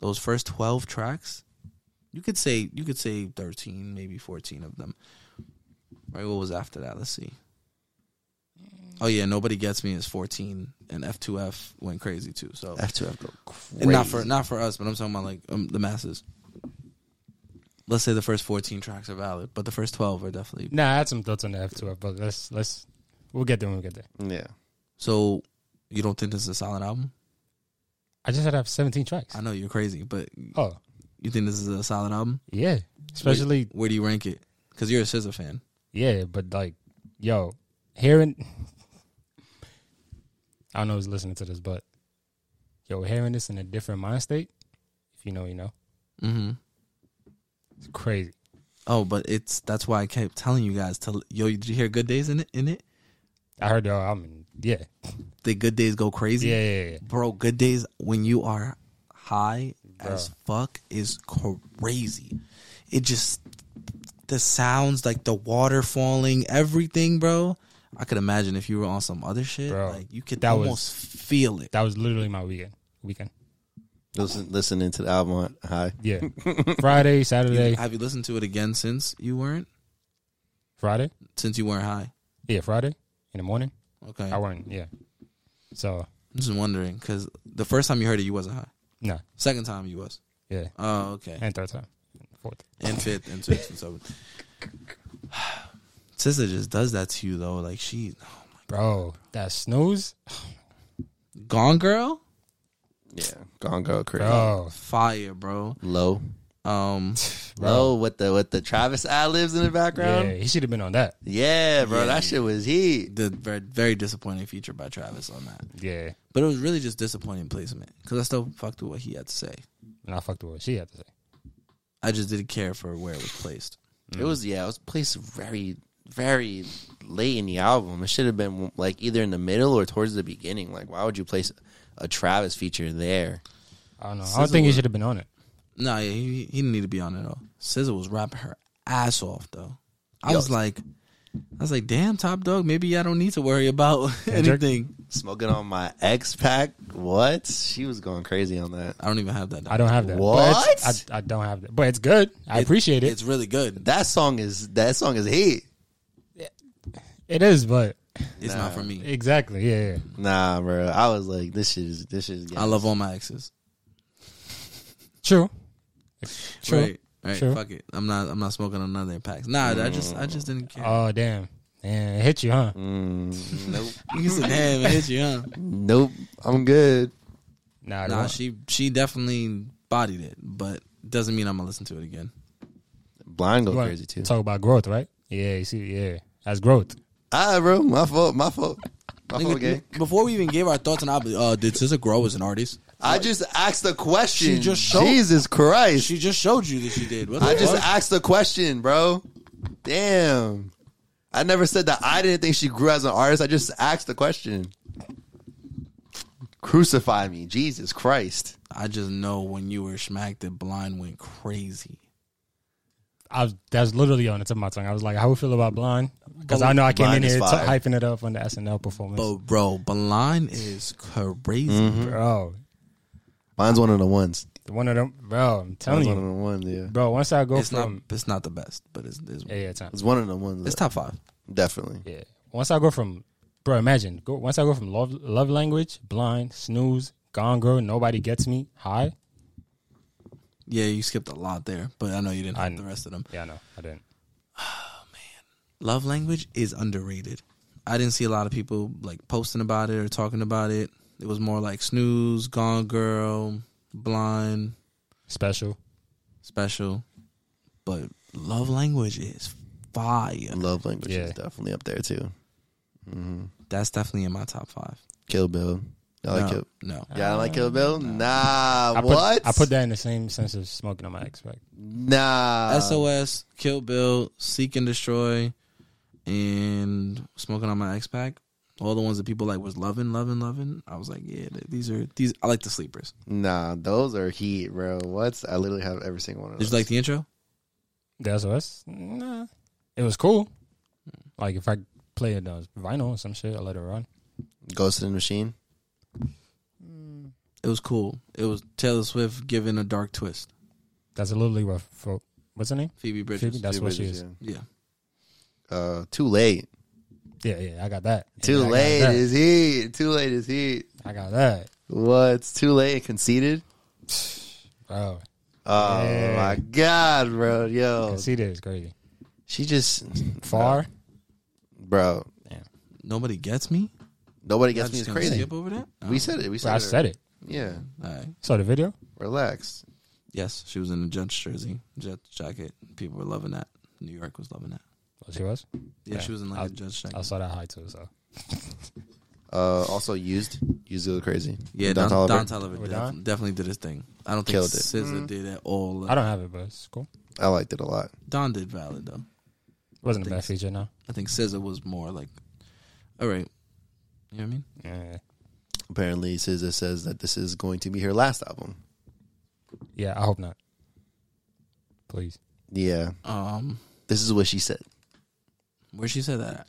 Speaker 3: Those first twelve tracks, you could say you could say thirteen, maybe fourteen of them. Right, what was after that? Let's see. Oh yeah, nobody gets me is fourteen, and F two F went crazy too. So
Speaker 2: F two F go crazy.
Speaker 3: and not for not for us, but I'm talking about like um, the masses. Let's say the first 14 tracks are valid, but the first 12 are definitely.
Speaker 4: Nah, I had some thoughts on the F2F, but let's let's we'll get there when we get there.
Speaker 2: yeah.
Speaker 3: So you don't think this is a solid album?
Speaker 4: I just had to have 17 tracks.
Speaker 3: I know you're crazy, but
Speaker 4: Oh,
Speaker 3: you think this is a solid album?
Speaker 4: yeah. Especially
Speaker 3: Where do you rank it? Because you're a SZA fan.
Speaker 4: yeah, but like yo, hearing I don't know who's listening to this, but yo, hearing this in a different mind state, if you know, you know.
Speaker 3: Mm-hmm.
Speaker 4: It's crazy.
Speaker 3: Oh, but it's that's why I kept telling you guys to yo. Did you hear Good Days in it? In it,
Speaker 4: I heard the I mean, yeah.
Speaker 3: the Good Days go crazy.
Speaker 4: Yeah, yeah, yeah.
Speaker 3: bro. Good Days when you are high as
Speaker 4: Bruh.
Speaker 3: fuck is crazy. It just the sounds like the water falling, everything, bro. I could imagine if you were on some other shit,
Speaker 4: Bro,
Speaker 3: like you could
Speaker 4: that was-
Speaker 3: almost feel it.
Speaker 4: That was literally my weekend. Weekend.
Speaker 2: Listen, listening to the album. Hi.
Speaker 4: Yeah. Friday, Saturday,
Speaker 3: Have you listened to it again since you weren't
Speaker 4: Friday.
Speaker 3: since you weren't high?
Speaker 4: Yeah, Friday in the morning.
Speaker 3: Okay,
Speaker 4: I weren't. Yeah. So
Speaker 3: I'm just wondering because the first time you heard it, you wasn't high.
Speaker 4: no.
Speaker 3: Second time you was.
Speaker 4: Yeah.
Speaker 3: Oh, okay.
Speaker 4: And third time, fourth.
Speaker 3: and fifth and sixth and seventh. Sister just does that to you though. Like she
Speaker 4: Bro, that snooze.
Speaker 3: Gone Girl,
Speaker 2: Yeah. Gone girl crazy.
Speaker 4: Bro,
Speaker 3: fire, bro.
Speaker 2: Low.
Speaker 3: Um,
Speaker 2: Low with the with the Travis ad libs in the
Speaker 4: yeah,
Speaker 2: background.
Speaker 4: he should have been on that.
Speaker 2: Yeah, bro.
Speaker 3: Yeah.
Speaker 2: That shit was heat.
Speaker 3: the very, very disappointing feature by Travis on that,
Speaker 4: Yeah,
Speaker 3: but it was really just disappointing placement because I still fucked with what he had to say.
Speaker 4: and I fucked with what she had to say.
Speaker 3: I just didn't care for where it was placed.
Speaker 4: Mm.
Speaker 2: It was yeah, it was placed very very late in the album. It should have been like either in the middle or towards the beginning. Like why would you place a Travis feature there?
Speaker 4: I don't know. I don't think he
Speaker 3: SZA.
Speaker 4: should have been on it.
Speaker 3: No, yeah, he, he didn't need to be on it at all. SZA was rapping her ass off though. I
Speaker 2: Yo.
Speaker 3: was like, I was like, damn, top dog. Maybe I don't need to worry about
Speaker 4: Kendrick?
Speaker 3: anything.
Speaker 2: Smoking on my X pack. What? She was going crazy on that.
Speaker 3: I don't even have that.
Speaker 4: I don't have that. But
Speaker 2: What?
Speaker 4: it's- I, I don't have that. But it's good. I appreciate it.
Speaker 3: It's really good.
Speaker 2: That song is that song is heat.
Speaker 4: It is, but
Speaker 3: It's not for me.
Speaker 4: exactly. Yeah, yeah.
Speaker 2: Nah, bro. I was like, this shit is this shit is
Speaker 3: I love all my exes.
Speaker 4: True. True.
Speaker 3: Right. Right,
Speaker 4: Sure.
Speaker 3: fuck it. I'm not. I'm not smoking on none of their packs. Nah, I just, I just didn't care.
Speaker 4: Oh damn. Man, it hit you, huh?
Speaker 2: Mm, nope.
Speaker 3: you said, "Damn, it hit you, huh?"
Speaker 2: Nope. I'm good.
Speaker 4: Nah,
Speaker 3: Nah,
Speaker 4: nah
Speaker 3: she, she definitely bodied it, but doesn't mean I'm gonna listen to it again.
Speaker 2: Blind go crazy too.
Speaker 4: Talk about growth, right? Yeah, you see, yeah, that's growth.
Speaker 2: Ah, bro. My fault. My fault. My fault,
Speaker 3: Nigga,
Speaker 2: gang.
Speaker 3: Before we even gave our thoughts on, Ob- uh, did SZA grow as an artist?
Speaker 2: I just asked a question.
Speaker 3: She just showed-
Speaker 2: Jesus Christ.
Speaker 3: She just showed you that she did. What the
Speaker 2: I just
Speaker 3: fuck?
Speaker 2: asked a question, bro. Damn. I never said that I didn't think she grew as an artist. I just asked the question. Crucify me, Jesus Christ.
Speaker 3: I just know when you were smacked, that blind went crazy.
Speaker 4: I was that's literally on the tip of my tongue. I was like, how we feel about Blonde? Because I know I came
Speaker 2: Blonde
Speaker 4: in
Speaker 2: is
Speaker 4: here t-
Speaker 2: fire.
Speaker 4: hyping it up on the SNL performance.
Speaker 3: But bro, blind is crazy.
Speaker 4: Bro,
Speaker 2: Mine's one of the ones.
Speaker 4: one of them, bro. I'm telling
Speaker 2: Mine's one of
Speaker 4: you,
Speaker 2: the ones, yeah.
Speaker 4: bro. Once I go
Speaker 3: It's not.
Speaker 4: from
Speaker 3: It's not the best, but it's. It's,
Speaker 4: yeah, yeah, time.
Speaker 2: It's one of the ones.
Speaker 3: it's
Speaker 2: It's
Speaker 3: top five.
Speaker 2: definitely.
Speaker 4: Yeah. Once I go from, bro, imagine. Go, once I go from love, love language, blind, snooze, gone girl, nobody gets me, high.
Speaker 3: Yeah, you skipped a lot there, but I know you didn't
Speaker 4: I
Speaker 3: have
Speaker 4: kn-
Speaker 3: the rest of them.
Speaker 4: Yeah, I know. I didn't.
Speaker 3: Love language is underrated. I didn't see a lot of people like posting about it or talking about it. It was more like snooze, gone girl, blind,
Speaker 4: Special.
Speaker 3: special. But love language is fire.
Speaker 2: Love language
Speaker 4: Yeah.
Speaker 2: is definitely up there too. hmm
Speaker 3: That's definitely in my top five.
Speaker 2: Kill Bill. I like
Speaker 3: no,
Speaker 2: Kill.
Speaker 3: no.
Speaker 2: Yeah, I like Kill Bill. Nah,
Speaker 4: I put,
Speaker 2: Uh, what?
Speaker 4: I put that in the same sense as smoking on my ex back.
Speaker 2: Nah.
Speaker 3: SOS, Kill Bill, Seek and Destroy, and Smoking on My X Pack. All the ones that people like was loving, loving, loving. I was like, yeah, th- these are these. I like the sleepers.
Speaker 2: Nah, those are heat, bro. What's I literally have every single one of
Speaker 3: Did
Speaker 2: those.
Speaker 3: you like the intro?
Speaker 4: That's us. Nah, it was cool. Like if I play it on vinyl or some shit, I let it run.
Speaker 2: Ghost in the Machine.
Speaker 3: It was cool. It was Taylor Swift giving a dark twist.
Speaker 4: That's literally what. For, what's her name?
Speaker 3: Phoebe Bridges.
Speaker 4: Phoebe? That's
Speaker 2: Two
Speaker 4: what she
Speaker 2: Bridges,
Speaker 4: is.
Speaker 3: Yeah,
Speaker 2: yeah. Uh, too late.
Speaker 4: Yeah, yeah. I got that.
Speaker 2: Too
Speaker 4: Yeah, I got
Speaker 2: late
Speaker 4: that.
Speaker 2: is heat. Too late is heat.
Speaker 4: I got that.
Speaker 2: What's too late and conceited?
Speaker 4: Bro,
Speaker 2: Oh
Speaker 4: Yeah.
Speaker 2: my god, bro. Yo.
Speaker 4: conceded is crazy.
Speaker 2: She just uh,
Speaker 4: Far.
Speaker 2: bro.
Speaker 3: nobody gets me.
Speaker 2: Nobody
Speaker 3: Y'all
Speaker 2: gets me
Speaker 3: just
Speaker 2: it's
Speaker 3: gonna
Speaker 2: crazy.
Speaker 3: Skip over that. Oh.
Speaker 2: We said it. We said
Speaker 4: Bro, I
Speaker 2: it.
Speaker 4: said it.
Speaker 2: Yeah.
Speaker 3: All right.
Speaker 4: So the video.
Speaker 2: Relax.
Speaker 3: Yes, she was in a Jets jersey, Jets jacket. People were loving that. New York was loving that.
Speaker 4: Oh, she was.
Speaker 3: Yeah,
Speaker 4: Yeah.
Speaker 3: she was in like
Speaker 4: I-
Speaker 3: a Jets jacket.
Speaker 4: I saw that high too. So
Speaker 2: Uh also used. Used to go crazy.
Speaker 3: yeah, Don,
Speaker 2: Don
Speaker 3: Don,
Speaker 2: Toliver.
Speaker 3: Toliver
Speaker 4: With
Speaker 3: def-
Speaker 4: Don? Mm.
Speaker 3: definitely did his thing. I don't think
Speaker 2: Killed it.
Speaker 3: SZA did at all. uh,
Speaker 4: I don't have it, but it's cool.
Speaker 2: I liked it a lot.
Speaker 3: Don did valid though.
Speaker 4: It wasn't a
Speaker 3: Think
Speaker 4: bad
Speaker 3: so.
Speaker 4: feature, no.
Speaker 3: I think SZA was more like, all right, you know what I mean?
Speaker 4: Yeah,
Speaker 2: Apparently SZA says that this is going to be her last album.
Speaker 4: yeah. I hope not. Please.
Speaker 2: Yeah.
Speaker 3: Um,
Speaker 2: This is what she said.
Speaker 3: where she said that? At?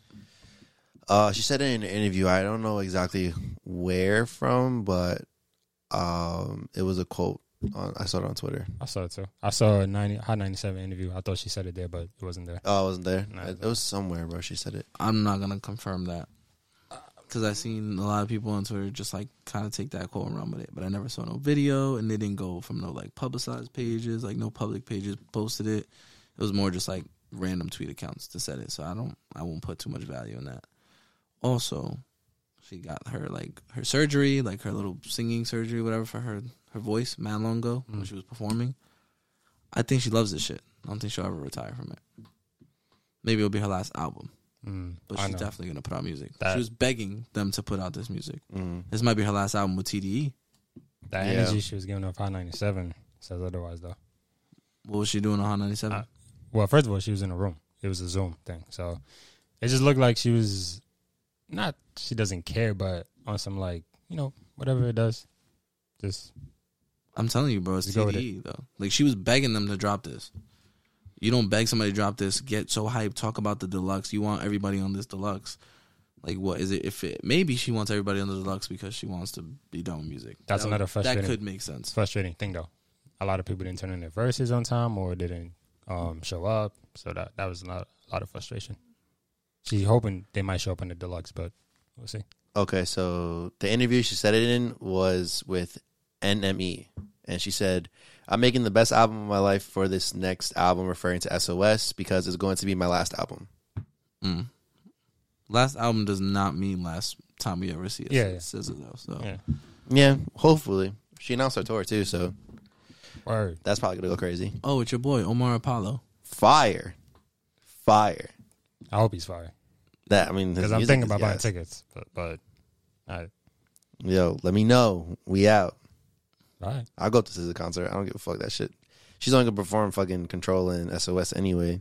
Speaker 2: Uh, she said in an interview, I don't know exactly where from, but um, it was a quote. On, I saw it on Twitter.
Speaker 4: I saw it too. I saw a ninety high ninety seven interview. I thought she said it there, but it wasn't there.
Speaker 2: Oh, I wasn't there.
Speaker 4: No,
Speaker 2: it,
Speaker 4: it's
Speaker 2: it was somewhere, bro. She said it.
Speaker 3: I'm not gonna confirm that because I've seen a lot of people on Twitter just like kind of take that quote and run with it, but I never saw no video and they didn't go from no like publicized pages, like no public pages posted it. It was more just like random tweet accounts that said it, so I don't, I won't put too much value in that. Also, she got her like her surgery, like her little singing surgery, whatever for her her voice, man long ago when
Speaker 4: Mm.
Speaker 3: she was performing. I think she loves this shit. I don't think she'll ever retire from it. Maybe it'll be her last album
Speaker 4: Mm,
Speaker 3: but
Speaker 4: I
Speaker 3: she's
Speaker 4: know.
Speaker 3: definitely gonna put out music.
Speaker 4: That-
Speaker 3: She was begging them to put out this music.
Speaker 2: Mm.
Speaker 4: Mm-hmm.
Speaker 3: This might be her last album with E. TDE.
Speaker 4: that
Speaker 2: Yeah.
Speaker 4: energy she was giving off high ninety seven says otherwise though.
Speaker 3: What was she doing on Hot 97?
Speaker 4: Uh, Well, first of all, she was in a room. It was a Zoom thing, so it just looked like she was not. She doesn't care, but on some like you know whatever it does, just
Speaker 3: I'm telling you, bro, it's
Speaker 4: You go with
Speaker 3: TDE though. Like she was begging them to drop this. You don't beg somebody to drop this. Get so hyped. Talk about the deluxe. You want everybody on this deluxe. Like what is it? If it maybe she wants everybody on the deluxe because she wants to be done with music.
Speaker 4: That's
Speaker 3: That would-
Speaker 4: another frustrating-
Speaker 3: That could make sense.
Speaker 4: it's a frustrating thing though. A lot of people didn't turn in their verses on time or didn't um, show up, so that that was a lot, a lot of frustration. She's hoping they might show up in the deluxe, but we'll see.
Speaker 2: Okay, so the interview she said it in was with NME, and she said, "I'm making the best album of my life for this next album, referring to SOS because it's going to be my last album."
Speaker 3: Mm. Last album does not mean last time we ever see it.
Speaker 4: Yeah, yeah.
Speaker 3: Scissor though. So
Speaker 4: Yeah,
Speaker 2: Yeah, hopefully. She announced her tour too, so
Speaker 4: word.
Speaker 2: that's probably gonna go crazy.
Speaker 3: oh, it's your boy Omar Apollo.
Speaker 2: Fire, fire.
Speaker 4: I hope he's fire
Speaker 2: That I mean, his
Speaker 4: because I'm
Speaker 2: music
Speaker 4: thinking
Speaker 2: is
Speaker 4: about buying
Speaker 2: gas.
Speaker 4: tickets, but but all right,
Speaker 2: Yo, let me know. We out.
Speaker 4: all right.
Speaker 2: I'll go up to SZA concert. I don't give a fuck that shit. She's only gonna perform fucking Control and SOS anyway.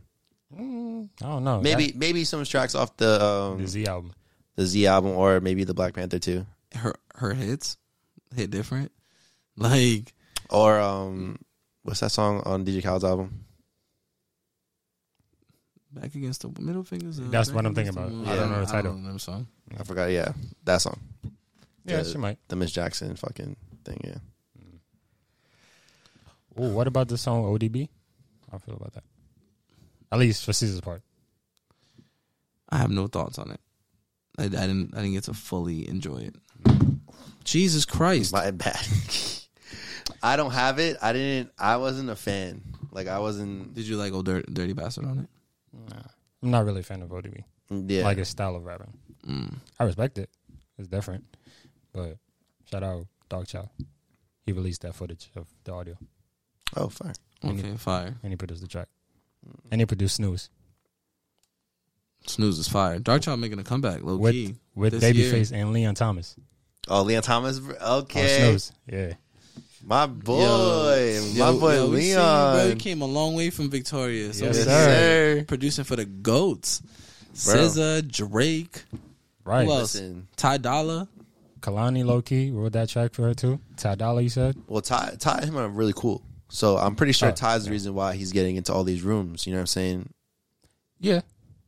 Speaker 4: Mm, I don't know.
Speaker 2: Maybe maybe some tracks off the
Speaker 4: That-
Speaker 2: um,
Speaker 4: the Z album.
Speaker 2: the Z album or maybe the Black Panther too.
Speaker 3: her her hits hit different. Like
Speaker 2: Or um, what's that song on DJ Khaled's album?
Speaker 3: back against the middle fingers. uh,
Speaker 4: That's
Speaker 3: back
Speaker 4: what I'm
Speaker 3: against the
Speaker 4: thinking about.
Speaker 2: I don't know
Speaker 4: the title.
Speaker 3: know the song.
Speaker 2: I forgot. Yeah, that song,
Speaker 4: Yeah,
Speaker 2: The-
Speaker 4: she might.
Speaker 2: the Miss Jackson fucking thing. Yeah,
Speaker 4: Ooh, what about the song ODB? How I feel about that. At least for Caesar's part.
Speaker 3: I have no thoughts on it. I, I didn't I didn't get to fully enjoy it. Jesus Christ!
Speaker 2: my bad. I don't have it. I didn't. I wasn't a fan. Like I wasn't.
Speaker 3: Did you like old dirty, dirty bastard on it?
Speaker 4: I'm not really a fan of ODB.
Speaker 2: Yeah.
Speaker 4: Like his style of rapping.
Speaker 3: Mm.
Speaker 4: I respect it. It's different. But shout out Dog Chow. He released that footage of the audio
Speaker 2: oh, fine.
Speaker 3: Okay, fire.
Speaker 4: and he produced the track.
Speaker 2: Mm.
Speaker 4: And he produced Snooze
Speaker 3: Snooze is fire. Dark Child making a comeback, low
Speaker 4: With-
Speaker 3: key.
Speaker 4: with
Speaker 3: This year.
Speaker 4: Babyface and Leon Thomas
Speaker 2: Oh, Leon Thomas.
Speaker 4: on
Speaker 2: Okay,
Speaker 4: Snooze. Yeah.
Speaker 2: my boy, my
Speaker 3: yo,
Speaker 2: boy
Speaker 3: yo, we seen you, bro.
Speaker 2: Leon.
Speaker 3: You came a long way from Victoria. So
Speaker 4: Yes,
Speaker 3: we-
Speaker 4: sir.
Speaker 3: Producing for the goats, SZA, Drake,
Speaker 4: Right.
Speaker 3: Who else?
Speaker 2: Listen,
Speaker 3: Ty Dolla.
Speaker 4: Kalani low key wrote that track for her too. Ty Dolla, you said?
Speaker 2: well, Ty, Ty, and him are really cool. So I'm pretty sure
Speaker 4: Oh,
Speaker 2: Ty's the reason why he's getting into all these rooms. You know what I'm saying?
Speaker 4: Yeah.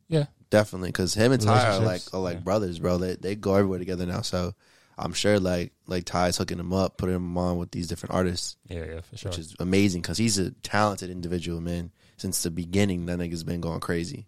Speaker 4: Yeah.
Speaker 2: Definitely, because him and Ty are like
Speaker 4: Relationships,
Speaker 2: are like
Speaker 4: yeah.
Speaker 2: brothers, bro. They they go everywhere together now. So I'm sure like like Ty's hooking him up, putting him on with these different artists,
Speaker 4: Yeah, yeah, for sure.
Speaker 2: which is amazing because he's a talented individual, man. Since the beginning, that nigga's been going crazy.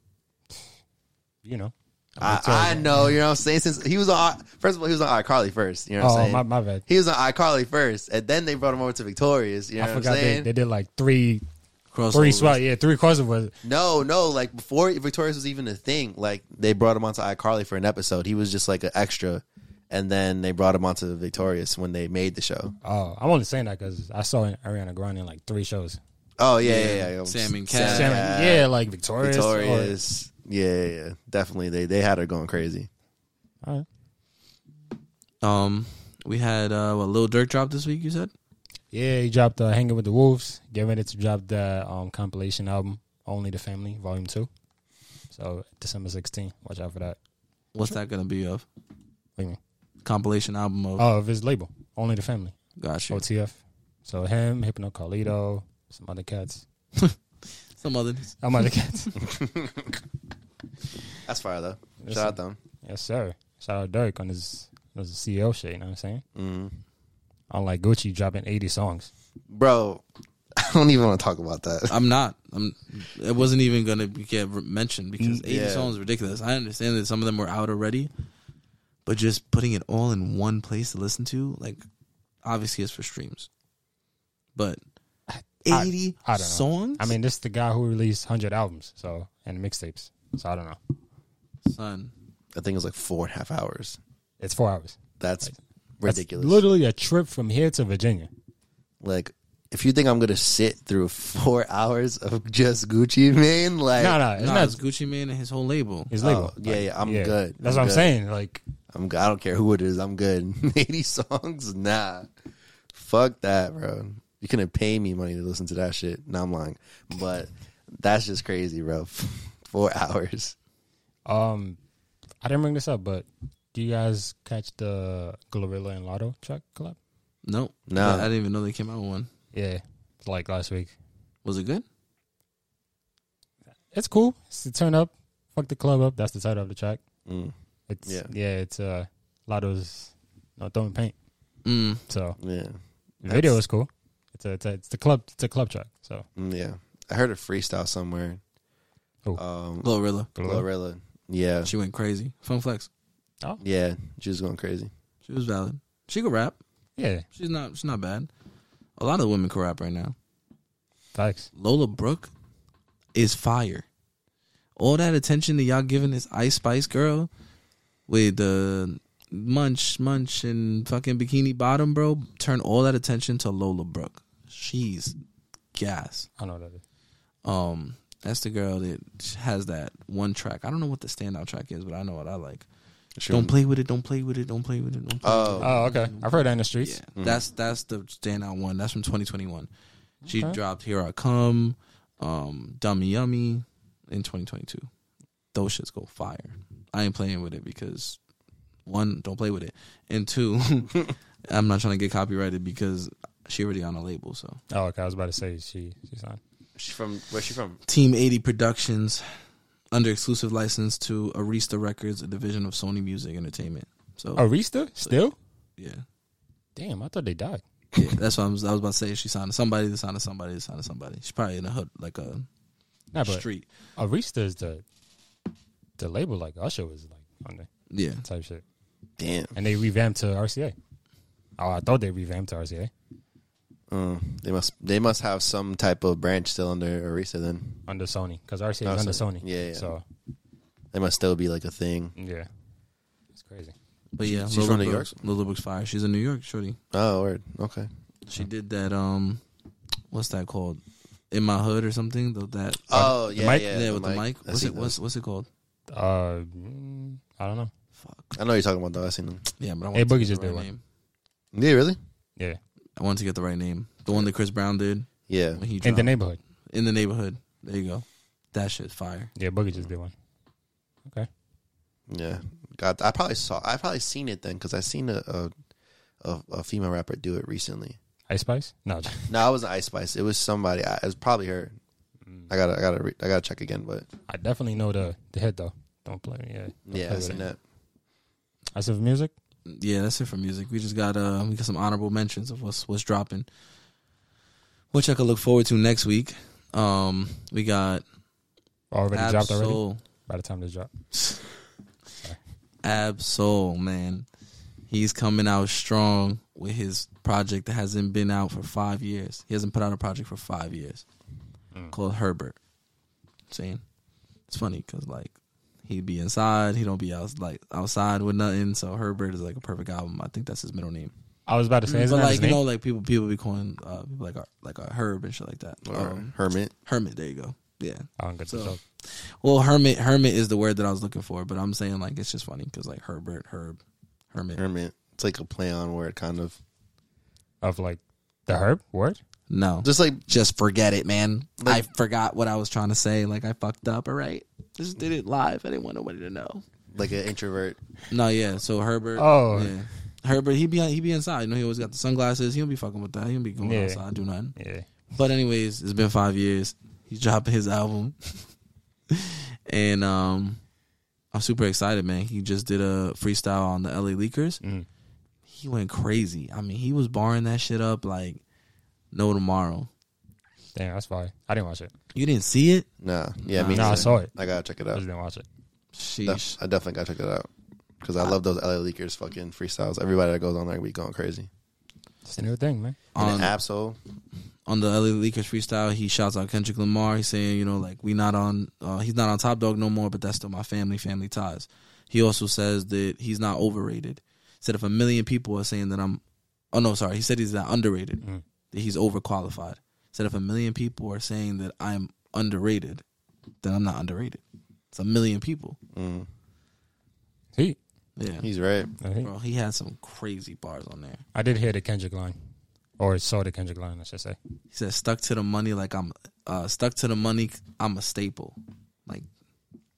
Speaker 4: you know.
Speaker 2: I, I know, you know what I'm saying? Since he was on, first of all, he was on iCarly first. You know what I'm
Speaker 4: Oh,
Speaker 2: saying?
Speaker 4: my, my bad.
Speaker 2: he was on iCarly first, and then they brought him over to Victorious. You know
Speaker 4: I
Speaker 2: what I'm
Speaker 4: forgot they,
Speaker 2: saying?
Speaker 4: they did like three three
Speaker 3: Crossover.
Speaker 4: swell. Yeah, three crossovers.
Speaker 2: no, no, like before Victorious was even a thing, like they brought him onto iCarly for an episode. He was just like an extra, and then they brought him onto Victorious when they made the show.
Speaker 4: Oh, I'm only saying that because I saw Ariana Grande in like three shows.
Speaker 2: Oh yeah, yeah,
Speaker 3: Yeah,
Speaker 2: yeah. yeah.
Speaker 3: Sam and Cat.
Speaker 4: Sam-
Speaker 2: Cat,
Speaker 4: yeah, like Victorious. or-
Speaker 2: Victorious. Yeah, yeah, yeah, definitely. They they had her going crazy.
Speaker 4: all right.
Speaker 3: Um, we had uh, what Lil Durk drop this week. You said
Speaker 4: Yeah, he dropped uh, Hanging with the Wolves, getting ready to drop the um, compilation album, Only the Family, Volume 2. So December 16th. Watch out for that.
Speaker 3: what's that gonna be of?
Speaker 4: What do you mean?
Speaker 3: Compilation album of.
Speaker 4: Oh, of his label, Only the Family,
Speaker 3: Gotcha.
Speaker 4: OTF. So him, Hypno Carlito, some other cats.
Speaker 3: Some other.
Speaker 4: Some other cats.
Speaker 2: That's fire though.
Speaker 4: Yes,
Speaker 2: Shout out
Speaker 4: sir.
Speaker 2: them.
Speaker 4: Yes, sir. Shout out Dirk on his, his CEO shit, you know what I'm saying?
Speaker 2: Mm.
Speaker 4: Unlike Gucci dropping 80 songs.
Speaker 2: Bro, I don't even want to talk about that.
Speaker 3: I'm not. I'm. It wasn't even gonna be- get re- mentioned because eighty
Speaker 2: Yeah.
Speaker 3: songs is ridiculous. I understand that some of them were out already, but just putting it all in one place to listen to, like, obviously it's for streams, but
Speaker 4: I-
Speaker 3: eighty
Speaker 4: I don't know.
Speaker 3: songs.
Speaker 4: I mean, this is the guy who released 100 albums, so, and mixtapes. So I don't know.
Speaker 3: son,
Speaker 2: I think it was like four and a half hours.
Speaker 4: It's four hours.
Speaker 2: That's
Speaker 4: That's
Speaker 2: ridiculous.
Speaker 4: literally a trip from here to Virginia.
Speaker 2: like, if you think I'm gonna sit through four hours of just Gucci Mane, like,
Speaker 4: No, no, it's
Speaker 3: nah,
Speaker 4: not
Speaker 3: it's Gucci Mane and his whole label.
Speaker 4: his
Speaker 2: oh,
Speaker 4: label.
Speaker 2: yeah, yeah, I'm
Speaker 4: Yeah.
Speaker 2: good.
Speaker 4: That's what I'm
Speaker 2: good.
Speaker 4: saying. Like,
Speaker 2: I'm good. I don't care who it is. I'm good. 80 songs? Nah. Fuck that, bro. You couldn't pay me money to listen to that shit. No, I'm lying. But that's just crazy, bro. Four hours.
Speaker 4: um, I didn't bring this up, but do you guys catch the Glorilla and Lotto track collab?
Speaker 3: No,
Speaker 2: No.
Speaker 3: I didn't even know they came out with one.
Speaker 4: Yeah, it's like last week.
Speaker 3: Was it good?
Speaker 4: It's cool. It's the turn up. Fuck the club up. That's the title of the track.
Speaker 2: Mm,
Speaker 4: It's yeah,
Speaker 2: Yeah.
Speaker 4: it's uh, Lotto's no throwing paint.
Speaker 3: Mm.
Speaker 4: So
Speaker 2: yeah.
Speaker 4: the video is cool. It's a, it's a it's the club it's a club track. So
Speaker 2: Mm, yeah. I heard a freestyle somewhere.
Speaker 3: Oh.
Speaker 4: Who?
Speaker 2: Um,
Speaker 3: Glorilla.
Speaker 4: Glorilla.
Speaker 2: Glorilla. Yeah.
Speaker 3: She went crazy. Fun flex.
Speaker 4: Oh,
Speaker 2: Yeah. She was going crazy.
Speaker 3: She was valid. She could rap.
Speaker 4: yeah,
Speaker 3: She's not. She's not bad. A lot of women can rap right now.
Speaker 4: facts.
Speaker 3: Lola Brooke is fire. All that attention that y'all giving this Ice Spice girl with the munch, munch, and fucking bikini bottom, bro. Turn all that attention to Lola Brooke. She's gas.
Speaker 4: I know that. Is.
Speaker 3: Um, that's the girl that has that one track. I don't know what the standout track is, but I know what I like.
Speaker 2: She
Speaker 3: Don't play with it. Don't play with it. Don't play with it. Don't play
Speaker 2: Oh.
Speaker 3: with it.
Speaker 4: Oh, okay. I've heard that in the streets.
Speaker 3: Yeah, that's that's the standout one. That's from 2021. She
Speaker 4: Okay.
Speaker 3: dropped "Here I Come," um, "Dummy Yummy" in 2022. Those shits go fire. I ain't playing with it because one, don't play with it, and two, I'm not trying to get copyrighted because she already on a label. So
Speaker 4: Oh, okay. I was about to say she she's on.
Speaker 2: She from, where's she from?
Speaker 3: Team 80 Productions under exclusive license to Arista Records, a division of Sony Music Entertainment.
Speaker 2: Oh.
Speaker 3: So
Speaker 4: Arista Oh, still?
Speaker 3: yeah,
Speaker 4: Damn, I thought they died.
Speaker 3: Yeah, that's what I was, I was about to say. She signed to somebody, to signed to somebody, to signed to somebody. She's probably in a hood, like a
Speaker 4: Nah, but
Speaker 3: street.
Speaker 4: Arista is the the label like Usher was like on the
Speaker 3: Yeah.
Speaker 4: type shit,
Speaker 2: Damn.
Speaker 4: and they revamped to RCA. Oh, I thought they revamped to RCA.
Speaker 2: Uh, they must they must have some type of branch still under Arisa then.
Speaker 4: under Sony because RCA
Speaker 2: Oh,
Speaker 4: is under
Speaker 2: so-
Speaker 4: Sony.
Speaker 2: yeah, yeah.
Speaker 4: So
Speaker 2: They must still be like a thing.
Speaker 4: yeah, it's crazy.
Speaker 3: But yeah,
Speaker 2: she's
Speaker 3: Lil
Speaker 2: from New
Speaker 3: Brooks- Lil Brooks fire. She's a New York shorty.
Speaker 2: Oh, word. Okay.
Speaker 3: She did that. Um, what's that called? In my hood or something. Though that.
Speaker 2: Oh yeah,
Speaker 4: mic?
Speaker 2: yeah.
Speaker 3: yeah, with the mic.
Speaker 2: I
Speaker 3: What's
Speaker 2: see
Speaker 3: it? What's what's it called?
Speaker 4: Uh, mm, I don't know.
Speaker 3: Fuck.
Speaker 2: those. I know what you're talking about though. I seen them.
Speaker 3: Yeah, but I want
Speaker 4: Hey,
Speaker 3: to
Speaker 4: Boogie
Speaker 3: get
Speaker 4: just
Speaker 3: the
Speaker 4: did
Speaker 3: right
Speaker 4: one.
Speaker 3: name.
Speaker 2: Yeah, really?
Speaker 4: Yeah,
Speaker 3: I wanted to get the right name. The one that Chris Brown did
Speaker 2: Yeah.
Speaker 3: when he dropped.
Speaker 4: in the neighborhood.
Speaker 3: in the neighborhood. There you go. That shit fire.
Speaker 4: Yeah, Boogie just did one.
Speaker 2: Yeah. God, I probably saw. I probably seen it then because I seen a, a a a female rapper do it recently.
Speaker 4: Ice Spice? No,
Speaker 2: No, it wasn't Ice Spice. It was somebody. I, it was probably her. I gotta, I gotta, re- I gotta check again. But
Speaker 4: I definitely know the the hit though. Don't play me. Yeah, don't
Speaker 2: yeah,
Speaker 4: play
Speaker 2: I
Speaker 4: with
Speaker 2: seen
Speaker 4: it.
Speaker 2: that.
Speaker 4: I said for music.
Speaker 3: Yeah, that's it for music. We just got uh we got some honorable mentions of what's what's dropping. Which I could look forward to next week. Um we got
Speaker 4: Already dropped already.
Speaker 3: Absol
Speaker 4: By the time this dropped,
Speaker 3: Absol, man. He's coming out strong with his project that hasn't been out for five years. He hasn't put out a project for five years. Called Herbert. Saying it's funny because like he'd be inside, he don't be out like outside with nothing. So Herbert is like a perfect album. I think that's his middle name.
Speaker 4: I was about to say,
Speaker 3: Mm, Mm-hmm.
Speaker 4: isn't
Speaker 3: but
Speaker 4: that
Speaker 3: like
Speaker 4: his
Speaker 3: you
Speaker 4: name?
Speaker 3: know, like people people be calling uh, like a, like a herb and shit like that.
Speaker 2: Or
Speaker 3: Um,
Speaker 2: Hermit.
Speaker 3: hermit, there you go. Yeah.
Speaker 4: I don't get the
Speaker 3: so-
Speaker 4: joke.
Speaker 3: Well, hermit hermit is the word that I was looking for, but I'm saying like it's just funny because like Herbert, herb, hermit.
Speaker 2: Hermit. It's like a play on word, kind of.
Speaker 4: of like the herb word.
Speaker 3: No, just,
Speaker 2: Just like
Speaker 3: forget it, man.
Speaker 2: Like-
Speaker 3: I forgot what I was trying to say. Like I fucked up. All right, just did it live. I didn't want nobody to know.
Speaker 2: like an introvert.
Speaker 3: No, yeah. So Herbert.
Speaker 4: Oh.
Speaker 3: yeah. Herbert, he be he be inside. You know, he always got the sunglasses. He don't be fucking with that. He don't be going
Speaker 4: Yeah.
Speaker 3: outside do nothing.
Speaker 4: Yeah,
Speaker 3: But anyways, it's been five years. He's dropping his album, and um, I'm super excited, man. He just did a freestyle on the LA Leakers.
Speaker 4: Mm.
Speaker 3: He went crazy. I mean, he was barring that shit up like no tomorrow.
Speaker 4: damn, that's fine. I didn't watch it.
Speaker 3: You didn't see it?
Speaker 2: Nah. Yeah, me.
Speaker 3: Nah,
Speaker 4: No, I
Speaker 2: neither.
Speaker 4: saw it.
Speaker 2: I gotta check it
Speaker 4: I
Speaker 2: out.
Speaker 4: just didn't watch it.
Speaker 3: Sheesh.
Speaker 2: Def- I definitely gotta check it out because I love those LA leakers fucking freestyles. Everybody that goes on there, we going crazy.
Speaker 4: It's a new thing, man.
Speaker 2: And
Speaker 3: On,
Speaker 2: Absol,
Speaker 3: on the LA Leakers freestyle, he shouts out Kendrick Lamar. He's saying, you know, like we not on, uh, he's not on Top Dog no more, but that's still my family, family ties. He also says that he's not overrated. Said if a million people are saying that I'm, oh no, sorry, he said he's not underrated, that he's overqualified. Said if a million people are saying that I'm underrated, then I'm not underrated. It's a million people.
Speaker 2: mm,
Speaker 4: He,
Speaker 3: Yeah,
Speaker 2: he's right.
Speaker 4: I think.
Speaker 3: bro, he had some crazy bars on there.
Speaker 4: I did hear the Kendrick line, or saw the Kendrick line. I should say.
Speaker 3: He said, "Stuck to the money, like I'm uh, stuck to the money. I'm a staple. Like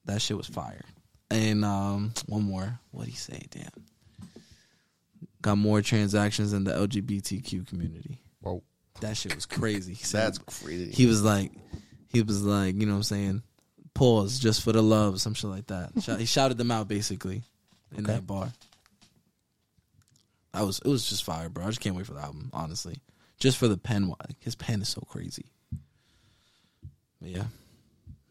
Speaker 3: that shit was fire." And um, one more, what would he say? Damn, got more transactions in the LGBTQ community.
Speaker 4: Whoa,
Speaker 3: That shit was crazy. He said,
Speaker 2: That's crazy.
Speaker 3: he was like, he was like, you know what I'm saying? Pause just for the love, some shit like that. Shout- he shouted them out basically in
Speaker 4: Okay.
Speaker 3: that bar. I was, it was just fire, bro. I just can't wait for the album, honestly. Just for the pen, like, his pen is so crazy. But yeah,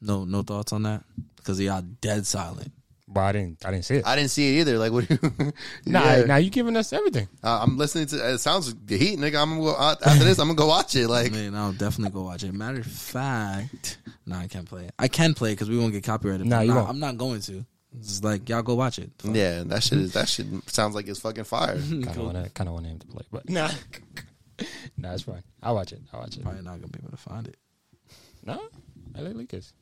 Speaker 3: no, no thoughts on that because he got dead silent.
Speaker 4: but I didn't. I didn't see it.
Speaker 2: I didn't see it either. Like, what? do you,
Speaker 4: Nah,
Speaker 2: Yeah.
Speaker 4: now you giving us everything.
Speaker 2: Uh, I'm listening to. It sounds the heat, nigga. I'm gonna go, uh, after this. I'm gonna go watch it. Like,
Speaker 3: Man, I'll definitely go watch it. Matter of fact, no, I can't play it. I can play it because we won't get copyrighted. but
Speaker 4: Nah,
Speaker 3: I'm
Speaker 4: you
Speaker 3: not-
Speaker 4: won't.
Speaker 3: I'm not going to. It's like y'all go watch it.
Speaker 2: yeah, that shit is. That shit sounds like it's fucking fire.
Speaker 4: Kind of want to. Kind of want him to play, but nah. nah, it's fine. I will watch it. I will watch it.
Speaker 3: Probably not gonna be able to find it.
Speaker 4: No, I like Lucas.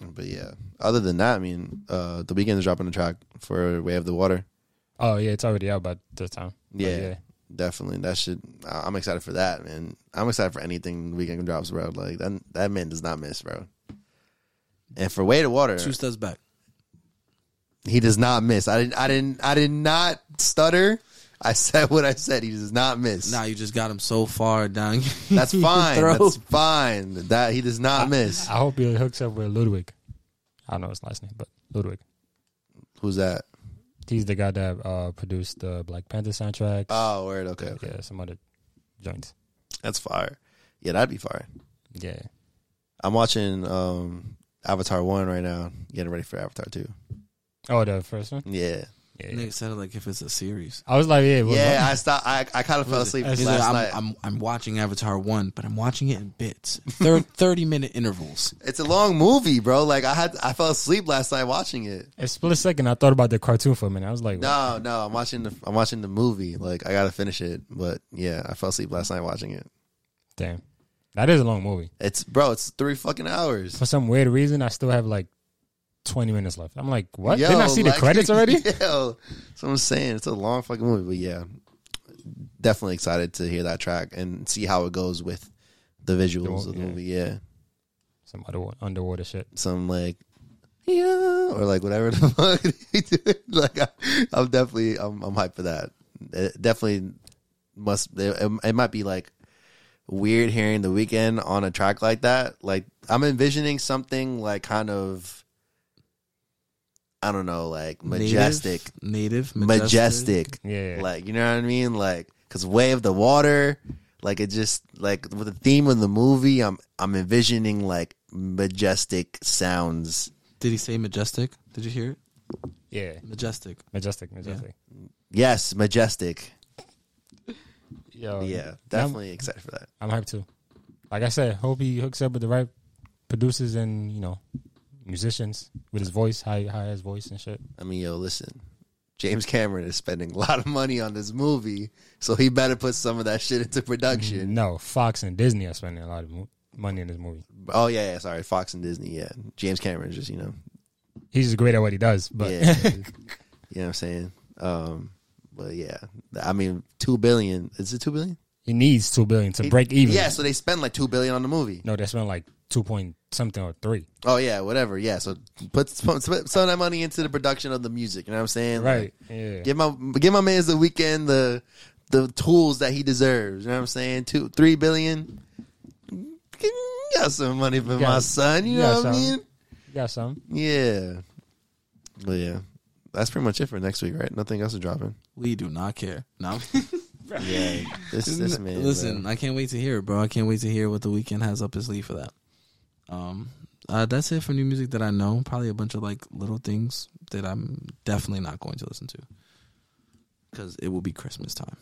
Speaker 2: But yeah, other than that, I mean, uh, the weekend is dropping a track for Way of the Water.
Speaker 4: Oh yeah, it's already out by this time. But
Speaker 2: Yeah, definitely. That should. I- I'm excited for that, man. I'm excited for anything the weekend drops, bro. Like that. That man does not miss, bro. And for Way to Water,
Speaker 3: Two steps back.
Speaker 2: he does not miss. I didn't. I didn't. I did not stutter. I said what I said. He does not miss.
Speaker 3: Now you just got him so far down.
Speaker 2: That's
Speaker 3: your
Speaker 2: fine.
Speaker 3: throat.
Speaker 2: That's fine. That he does not miss.
Speaker 4: I hope he hooks up with Ludwig. I don't know his last name, but Ludwig.
Speaker 2: Who's that?
Speaker 4: He's the guy that uh, produced the Black Panther soundtrack.
Speaker 2: Oh, word. Okay, okay.
Speaker 4: Yeah, some other joints.
Speaker 2: That's fire. Yeah, that'd be fire.
Speaker 4: Yeah.
Speaker 2: I'm watching um Avatar One right now, getting ready for Avatar Two.
Speaker 4: Oh, the first one.
Speaker 2: Yeah,
Speaker 4: Yeah, yeah.
Speaker 3: Nigga said it like if it's a series.
Speaker 4: I was like, yeah, well,
Speaker 2: yeah, I stopped. I, I kind of fell asleep
Speaker 4: As
Speaker 2: last
Speaker 4: in,
Speaker 3: He's like, I'm,
Speaker 2: night.
Speaker 3: I'm I'm watching Avatar one, but I'm watching it in bits, Thir- thirty minute intervals.
Speaker 2: it's a long movie, bro. Like I had, I fell asleep last night watching it.
Speaker 4: a split second. I thought about the cartoon for a minute. I was like,
Speaker 2: No, no, I'm watching the, I'm watching the movie. Like I gotta finish it, but yeah, I fell asleep last night watching it.
Speaker 4: damn, that is a long movie.
Speaker 2: It's bro, it's three fucking hours.
Speaker 4: For some weird reason, I still have like twenty minutes left. I'm like, what?
Speaker 2: Yo,
Speaker 4: Didn't I see
Speaker 2: like-
Speaker 4: the credits already?
Speaker 2: Yo, so I'm saying it's a long fucking movie, but yeah, definitely excited to hear that track and see how it goes with the visuals of the
Speaker 4: yeah.
Speaker 2: movie. Yeah,
Speaker 4: Some other underwater shit.
Speaker 2: some like yeah, or like whatever the fuck they do. Like I, I'm definitely I'm I'm hyped for that. It definitely must. It, it might be like weird hearing the weekend on a track like that. Like I'm envisioning something like kind of. I don't know, like majestic,
Speaker 3: native, native
Speaker 2: majestic.
Speaker 4: Yeah, yeah.
Speaker 2: Like, you know what I mean? Like, cause way of the water, like it just like with the theme of the movie, I'm I'm envisioning like majestic sounds.
Speaker 3: Did he say majestic? Did you hear it?
Speaker 4: yeah,
Speaker 3: Majestic.
Speaker 4: majestic, majestic.
Speaker 2: Yes, majestic.
Speaker 4: Yo,
Speaker 2: Yeah, definitely excited for that.
Speaker 4: I'm hyped too. Like I said, hope he hooks up with the right producers and you know musicians with his voice, how he- how his voice and shit.
Speaker 2: I mean, yo, listen. James Cameron is spending a lot of money on this movie, so he better put some of that shit into production.
Speaker 4: No, Fox and Disney are spending a lot of mo- money in this movie.
Speaker 2: Oh yeah, yeah, sorry, Fox and Disney. Yeah, James Cameron just you know,
Speaker 4: He's just great at what he does, but
Speaker 2: yeah, you know what I'm saying. Um, but yeah, I mean, two billion. Is it two billion?
Speaker 4: he needs two billion to break even.
Speaker 2: Yeah, so they spend like two billion on the movie.
Speaker 4: No, they spent like two point something or three.
Speaker 2: Oh yeah, whatever. Yeah, so put put- put some of that money into the production of the music. You know what I'm saying?
Speaker 4: Right.
Speaker 2: Like,
Speaker 4: Yeah.
Speaker 2: give my give my man's the weekend the the tools that he deserves. You know what I'm saying? Two three billion. Got some money for
Speaker 4: Yeah.
Speaker 2: my son. You
Speaker 4: Yeah,
Speaker 2: know what I
Speaker 4: son.
Speaker 2: mean?
Speaker 4: You got some.
Speaker 2: Yeah. But yeah, that's pretty much it for next week, right? Nothing else is dropping.
Speaker 3: We do not care. No.
Speaker 2: Yeah, this this man.
Speaker 3: Listen,
Speaker 2: bro.
Speaker 3: I can't wait to hear it, bro. I can't wait to hear what the weekend has up his sleeve for that. Um, uh, that's it for new music that I know. Probably a bunch of like little things that I'm definitely not going to listen to because it will be Christmas time.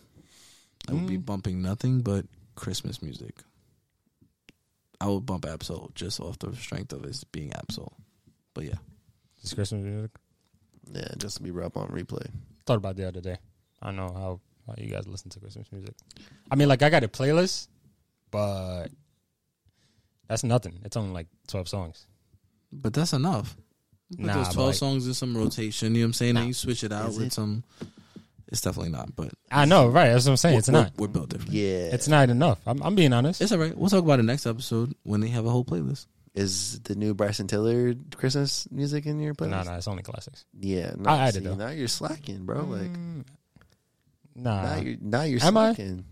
Speaker 3: I will be
Speaker 2: Mm.
Speaker 3: bumping nothing but Christmas music. I will bump Absol just off the strength of it being Absol. But yeah,
Speaker 4: Just Christmas music.
Speaker 2: yeah, just be up on replay.
Speaker 4: Thought about it the other day. I don't know how, how you guys listen to Christmas music. I mean, like I got a playlist, but that's nothing. It's only like twelve songs.
Speaker 3: but that's enough. You Put
Speaker 4: Nah,
Speaker 3: those
Speaker 4: but,
Speaker 3: twelve
Speaker 4: like-
Speaker 3: songs in some rotation. You know what I'm saying? And you switch it out
Speaker 2: Is
Speaker 3: with
Speaker 2: it?
Speaker 3: some. It's definitely not, but
Speaker 4: I know, right? That's what I'm saying.
Speaker 3: we're-
Speaker 4: It's
Speaker 3: we're-
Speaker 4: not.
Speaker 3: We're built different.
Speaker 2: Yeah,
Speaker 4: It's not enough. I'm, I'm being honest.
Speaker 3: It's all right. We'll talk about it next episode when they have a whole playlist.
Speaker 2: is the new Bryson Tiller Christmas music in your playlist?
Speaker 4: No, no, it's only classics.
Speaker 2: Yeah, no,
Speaker 4: I added
Speaker 2: see,
Speaker 4: though.
Speaker 2: Now you're slacking, bro. Like
Speaker 4: Mm.
Speaker 2: now
Speaker 4: Nah,
Speaker 2: you're now you're
Speaker 4: Uh, Am I?
Speaker 2: slacking.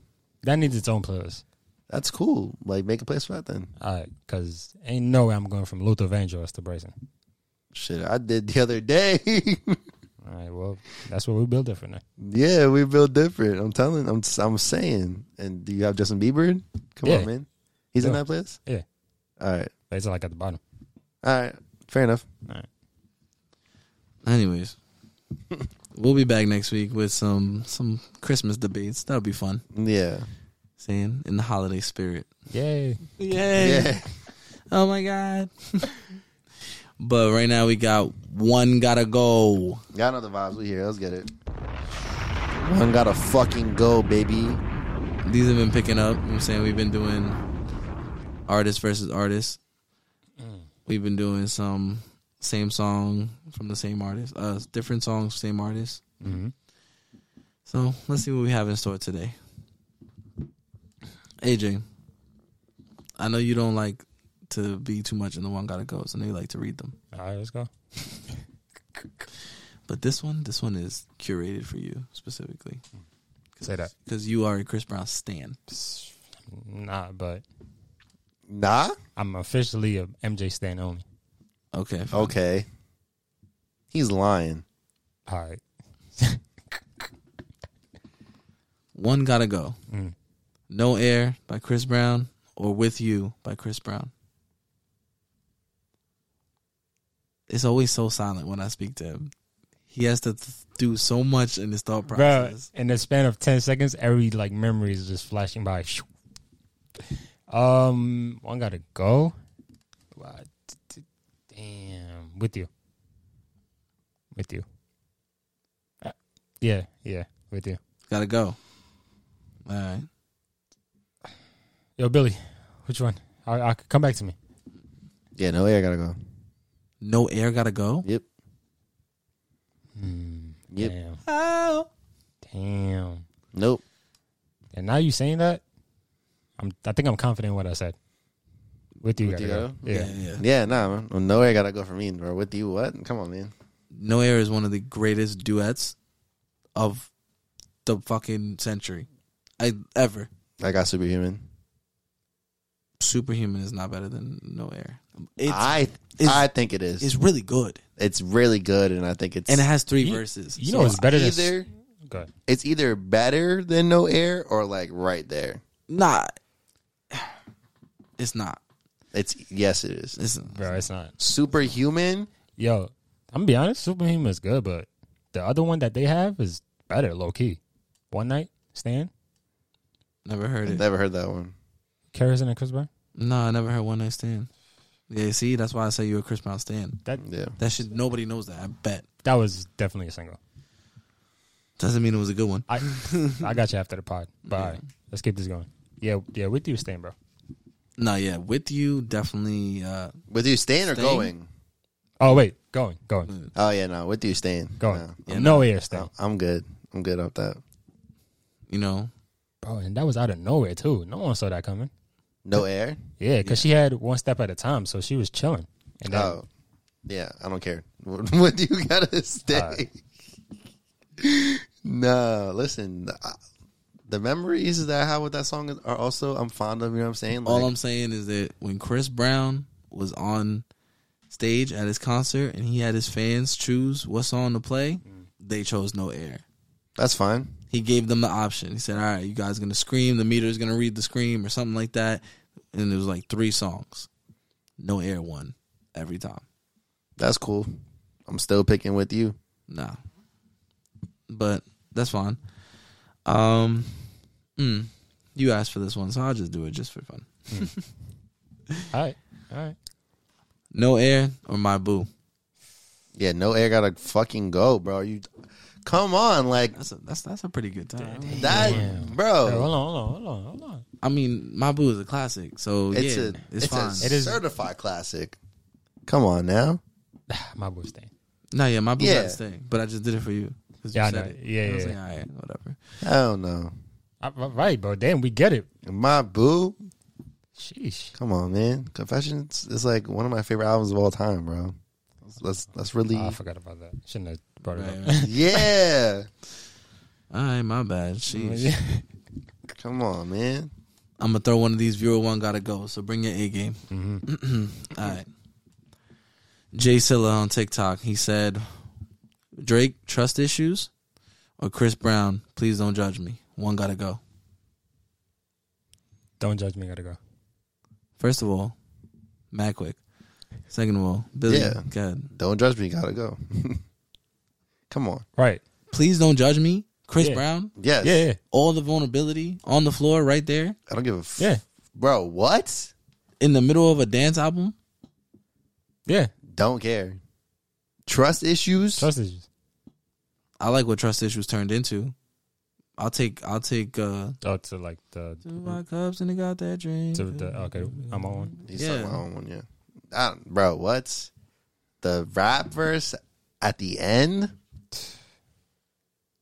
Speaker 4: that needs its own playlist.
Speaker 2: That's cool. Like make a place for that then.
Speaker 4: All right, because ain't no way I'm going from Luther Vandross to Bryson.
Speaker 2: Shit, I did the other day.
Speaker 4: All right, well, that's what we build it for now.
Speaker 2: yeah, we built different. I'm telling. I'm I'm saying. And do you have Justin Bieber? Come
Speaker 4: Yeah.
Speaker 2: on, man. He's in
Speaker 4: Yeah.
Speaker 2: that playlist.
Speaker 4: Yeah.
Speaker 2: All right.
Speaker 4: But It's like at the bottom.
Speaker 2: All right. Fair enough.
Speaker 4: All right.
Speaker 3: Anyways, we'll be back next week with some some Christmas debates. That'll be fun.
Speaker 2: Yeah.
Speaker 3: Saying in the holiday spirit.
Speaker 4: Yay.
Speaker 3: Yay!
Speaker 2: Yeah.
Speaker 3: Oh my god. but right now we got one gotta go.
Speaker 2: Y'all know the vibes. We here. Let's get it. One gotta fucking go, baby.
Speaker 3: These have been picking up. You know what I'm saying we've been doing artist versus artist. We've been doing some same song from the same artist. Uh different songs, same artist.
Speaker 4: Mm-hmm.
Speaker 3: So let's see what we have in store today. AJ, I know you don't like to be too much in the one gotta go, so I know you like to read them.
Speaker 4: All right, let's go.
Speaker 3: But this one, this one is curated for you specifically.
Speaker 4: Say that.
Speaker 3: Because you are a Chris Brown stan.
Speaker 4: Nah, but
Speaker 2: Nah.
Speaker 4: I'm officially a MJ Stan only.
Speaker 3: Okay. fine.
Speaker 2: Okay. He's lying.
Speaker 4: All right.
Speaker 3: One gotta go.
Speaker 4: Mm.
Speaker 3: No Air by Chris Brown or With You by Chris Brown. It's always so silent when I speak to him. he has to th- do so much in his thought
Speaker 4: bro.
Speaker 3: process.
Speaker 4: In the span of ten seconds, every like memory is just flashing by. Um, one gotta go. Wow, t- t- Damn, with you, with you. Uh, Yeah, yeah, with you.
Speaker 3: Gotta go. All right.
Speaker 4: Yo, Billy, which one? I, I come back to me.
Speaker 2: Yeah, no air gotta go.
Speaker 3: No air. Gotta go.
Speaker 2: Yep.
Speaker 4: Hmm,
Speaker 2: Yep.
Speaker 4: Damn,
Speaker 3: Oh.
Speaker 4: damn.
Speaker 2: Nope.
Speaker 4: And now you saying that, I'm. I think I'm confident in what I said. With you,
Speaker 2: With
Speaker 4: gotta
Speaker 2: you,
Speaker 4: go.
Speaker 3: Yeah.
Speaker 4: Yeah.
Speaker 3: yeah.
Speaker 2: Yeah, nah, man. No air gotta go for me, bro. With you, what? Come on, man.
Speaker 3: No air is one of the greatest duets of the fucking century, I ever.
Speaker 2: I got superhuman.
Speaker 3: Superhuman is not better than No Air. It's
Speaker 2: I
Speaker 3: it's-
Speaker 2: I think it is. It's,
Speaker 3: it's really good,
Speaker 2: really good, and I think it's
Speaker 3: and it has three
Speaker 4: You-
Speaker 3: verses.
Speaker 4: You know, it's better than.
Speaker 2: either
Speaker 4: Go ahead.
Speaker 2: it's either better than no air or like right there.
Speaker 3: not. It's not.
Speaker 2: It's yes, it is.
Speaker 3: It's
Speaker 4: Bro, it's not.
Speaker 2: Superhuman.
Speaker 4: Yo, I'm gonna be honest, Superhuman is good, but the other one that they have is better, low key. One night stand,
Speaker 3: never heard it.
Speaker 2: Never heard that one.
Speaker 4: Harrison and Chris Brown.
Speaker 3: No, I never heard One Night Stand. Yeah, see, that's why I say you're a Chris Brown stand.
Speaker 2: Yeah.
Speaker 3: That shit, nobody knows that. I bet
Speaker 4: That was definitely a single.
Speaker 3: doesn't mean it was a good one.
Speaker 4: I I got you after the pod. But all right, let's keep this going. Yeah, yeah, with you stand, bro.
Speaker 3: No, yeah, with you definitely. Uh,
Speaker 2: With you staying or
Speaker 3: Staying?
Speaker 2: going?
Speaker 4: Oh wait, going, going,
Speaker 2: Oh yeah, no. With you staying.
Speaker 4: going.
Speaker 2: No.
Speaker 3: Yeah,
Speaker 4: no air stand.
Speaker 2: No, I'm good. I'm good off that.
Speaker 3: you know,
Speaker 4: Bro, and that was out of nowhere too. No one saw that coming.
Speaker 2: No air.
Speaker 4: Yeah, because she had one step at a time, so she was chilling. And then,
Speaker 2: Oh, yeah. I don't care. What do you gotta stay? no, listen. I, the memories that I have with that song is- are also I'm fond of. You know what I'm saying?
Speaker 3: all
Speaker 2: Like,
Speaker 3: I'm saying is that when Chris Brown was on stage at his concert and he had his fans choose what song to play, they chose No Air.
Speaker 2: that's fine.
Speaker 3: He gave them the option. He said, "All right, you guys gonna scream. The meter's gonna read the scream or something like that." And it was like three songs. No Air won every time.
Speaker 2: That's cool. I'm still picking with you.
Speaker 3: Nah. But that's fine. Um mm, you asked for this one, so I'll just do it just for fun.
Speaker 4: all right, all right.
Speaker 3: No air or my boo.
Speaker 2: Yeah, no air gotta fucking go, bro. You come on, like
Speaker 3: That's a that's that's a pretty good time.
Speaker 2: that,
Speaker 4: Damn. Yo,
Speaker 2: bro.
Speaker 4: hold on, hold on, hold on, hold on.
Speaker 3: I mean, my boo is a classic, so
Speaker 2: It's
Speaker 3: yeah,
Speaker 2: a
Speaker 3: it's,
Speaker 2: it's,
Speaker 3: fine.
Speaker 2: a
Speaker 4: It is-
Speaker 2: certified classic. Come on now.
Speaker 4: Ah, My boy stand.
Speaker 3: no, yeah, my boo
Speaker 2: Yeah.
Speaker 3: got to stay, but I just did it for you. 'cause you
Speaker 4: Yeah, I
Speaker 3: said
Speaker 4: know.
Speaker 3: it.
Speaker 4: Yeah,
Speaker 3: I was
Speaker 4: yeah,
Speaker 3: like, all right, whatever.
Speaker 2: I don't know.
Speaker 4: I, right, bro. Damn, we get it.
Speaker 2: My boo.
Speaker 4: Sheesh. Oh,
Speaker 2: Come on, man. Confessions is like one of my favorite albums of all time, bro. That's that's really
Speaker 4: Oh, I forgot about that. Shouldn't have brought it
Speaker 3: Right,
Speaker 4: up.
Speaker 3: right.
Speaker 2: yeah.
Speaker 3: all right, my bad. Sheesh.
Speaker 2: Come on, man.
Speaker 3: I'm gonna throw one of these. Viewer one gotta go. So bring your A game.
Speaker 4: Mm-hmm.
Speaker 3: All right. Jay Silla on TikTok. He said, "Drake trust issues, or Chris Brown. Please don't judge me. One gotta go.
Speaker 4: Don't judge me. Gotta go.
Speaker 3: First of all, Matt Quick. Second of all, Billy.
Speaker 2: Yeah.
Speaker 3: God,
Speaker 2: Don't judge me. Gotta go. Come on.
Speaker 4: Right.
Speaker 3: please don't judge me. Chris
Speaker 4: Yeah.
Speaker 3: Brown.
Speaker 2: Yes.
Speaker 4: Yeah. Yeah.
Speaker 3: All the vulnerability on the floor, right there,
Speaker 2: I don't give a f-
Speaker 4: Yeah.
Speaker 2: bro. What?
Speaker 3: in the middle of a dance album.
Speaker 4: yeah.
Speaker 2: Don't care. Trust issues.
Speaker 4: Trust issues.
Speaker 3: I like what trust issues turned into. I'll take. I'll take. uh
Speaker 4: Oh, to like the
Speaker 3: Two white cups and they got that drink.
Speaker 4: to the okay. I'm on one.
Speaker 2: He's
Speaker 3: Yeah.
Speaker 2: talking about own one, yeah. I don't- bro, what's the rap verse at the end?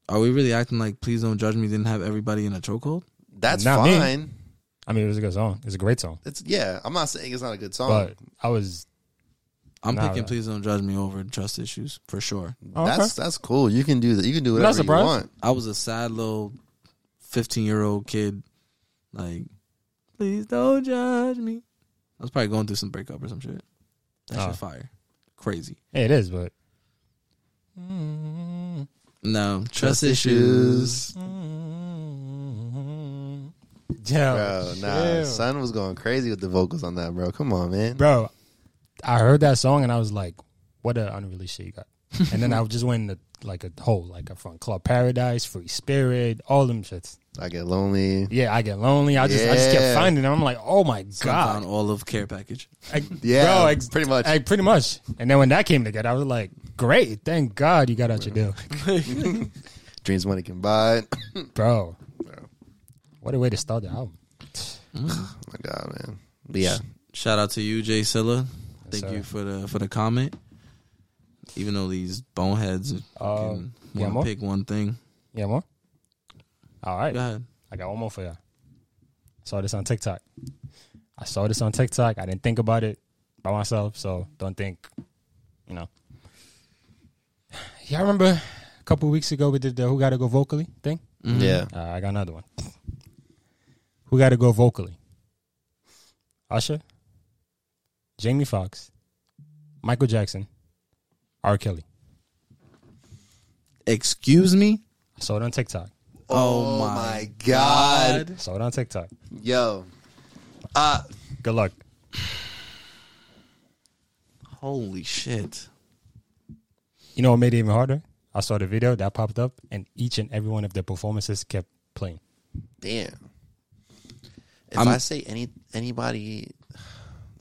Speaker 3: Are we really acting like please don't judge me? Didn't have everybody in a chokehold?
Speaker 2: That's
Speaker 4: Not me.
Speaker 2: fine.
Speaker 4: I mean, it was a good song. It's a great song.
Speaker 2: It's yeah. I'm not saying it's not a good song.
Speaker 4: But I was
Speaker 3: I'm
Speaker 4: Nah,
Speaker 3: picking
Speaker 4: bro.
Speaker 3: please don't judge me over trust issues for sure.
Speaker 4: oh, okay.
Speaker 2: That's that's cool. You can do that. You can do
Speaker 4: I'm not
Speaker 2: whatever you
Speaker 4: surprised.
Speaker 2: want.
Speaker 3: I was a sad little 15 year old kid, like please don't judge me. I was probably going through some breakup or some shit. That
Speaker 4: Oh.
Speaker 3: shit fire, crazy.
Speaker 4: Yeah, it is. But
Speaker 2: Mm-hmm.
Speaker 3: No trust, issues.
Speaker 4: yeah,
Speaker 3: Oh,
Speaker 2: Bro, nah. Son was going crazy with the vocals on that, bro. Come on, man.
Speaker 4: bro. I heard that song and I was like, "What an unreleased shit you got." and then I just went into like a whole like a front club paradise, free spirit, all them shits.
Speaker 2: I get lonely.
Speaker 4: Yeah, I get lonely. I just I just kept
Speaker 2: Yeah.
Speaker 4: finding them. I'm like, oh my
Speaker 3: God.
Speaker 4: god,
Speaker 3: found all of care package.
Speaker 4: I,
Speaker 2: Yeah,
Speaker 4: bro,
Speaker 2: pretty much.
Speaker 4: I, pretty much. And then when that came together, I was like, great, thank God you got out your deal,
Speaker 2: Dreams money can buy. it.
Speaker 4: bro. What a way to start the album.
Speaker 2: oh my god, man. But yeah,
Speaker 3: Shout out to you, Jay Silla. Thank
Speaker 4: sir.
Speaker 3: you for the for the comment. Even though these boneheads
Speaker 4: Um, yeah,
Speaker 3: want to
Speaker 4: more?
Speaker 3: pick one thing,
Speaker 4: Yeah, more. All right.
Speaker 3: go ahead.
Speaker 4: I got one more for y'all. Saw this on TikTok. I saw this on TikTok. I didn't think about it by myself, so don't think, you know. Y'all remember a couple weeks ago we did the "Who Got to Go Vocally" thing?
Speaker 3: Mm-hmm.
Speaker 2: yeah.
Speaker 4: Uh, I got another one. Who Got to Go Vocally? Usher, Jamie Foxx, Michael Jackson, R. Kelly.
Speaker 3: Excuse me.
Speaker 4: I saw it on TikTok.
Speaker 3: Oh my
Speaker 2: god.
Speaker 4: I saw it on TikTok.
Speaker 2: yo. Uh
Speaker 4: Good luck.
Speaker 3: Holy shit.
Speaker 4: You know what made it even harder? I saw the video that popped up, and each and every one of the performances kept playing.
Speaker 2: damn. If
Speaker 3: I'm-
Speaker 2: i say any anybody,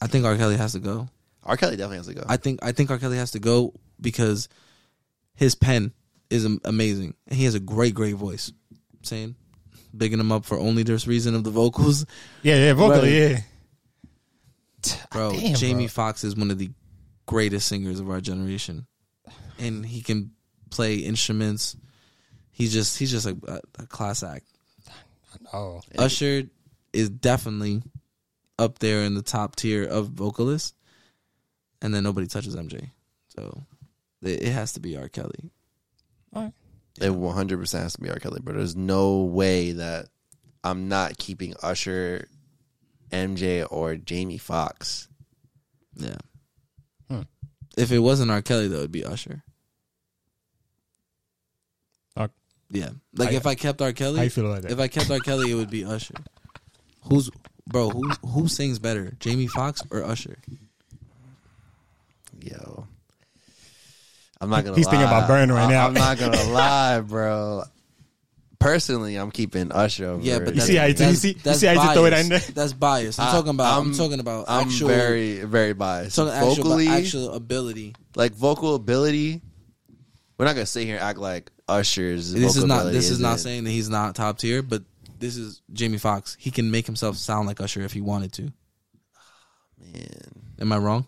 Speaker 3: I think R. Kelly has to go.
Speaker 2: R. Kelly definitely has to go.
Speaker 3: I think I think R. Kelly has to go because his pen is am- amazing and he has a great, great voice. Saying, bigging him up for only this reason of the vocals,
Speaker 4: Yeah, yeah, vocally, yeah.
Speaker 3: bro.
Speaker 4: Damn,
Speaker 3: Jamie
Speaker 4: bro.
Speaker 3: Foxx is one of the greatest singers of our generation, and he can play instruments. He's just he's just a, a, a class act.
Speaker 4: Oh,
Speaker 3: Usher is definitely up there in the top tier of vocalists, and then nobody touches MJ. So it, it has to be R. Kelly.
Speaker 4: all right.
Speaker 2: It 100 percent has to be R. Kelly, but there's no way that I'm not keeping Usher, MJ, or Jamie Foxx.
Speaker 3: Yeah.
Speaker 4: Hmm.
Speaker 3: If it wasn't R. Kelly, though, it'd be Usher.
Speaker 4: Doc,
Speaker 3: Yeah. Like
Speaker 4: I-
Speaker 3: if I kept R. Kelly,
Speaker 4: How you feel about that?
Speaker 3: if I kept R. Kelly, it would be Usher. Who's bro? Who who sings better, Jamie Foxx or Usher?
Speaker 2: Yo, I'm not gonna.
Speaker 4: He's
Speaker 2: lie.
Speaker 4: thinking about burning right
Speaker 2: I-
Speaker 4: now.
Speaker 2: I'm not gonna lie, bro. Personally, I'm keeping Usher. Over
Speaker 3: Yeah, but
Speaker 4: You
Speaker 3: that's,
Speaker 4: see how he- you
Speaker 3: that's-
Speaker 4: see- you
Speaker 3: that's
Speaker 4: see how he just throw it
Speaker 3: biased.
Speaker 4: in there?
Speaker 3: That's biased. I'm
Speaker 2: I-
Speaker 3: talking about. I'm, talking about
Speaker 2: I'm
Speaker 3: actual.
Speaker 2: very very biased.
Speaker 3: talking actual,
Speaker 2: vocally,
Speaker 3: actual ability.
Speaker 2: like vocal ability. We're not gonna sit here and act like Usher's.
Speaker 3: This is
Speaker 2: vocal
Speaker 3: not.
Speaker 2: ability
Speaker 3: This is not
Speaker 2: it.
Speaker 3: saying that he's not top tier, but this is Jamie Foxx. He can make himself sound like Usher if he wanted to.
Speaker 2: Man.
Speaker 3: Am I wrong?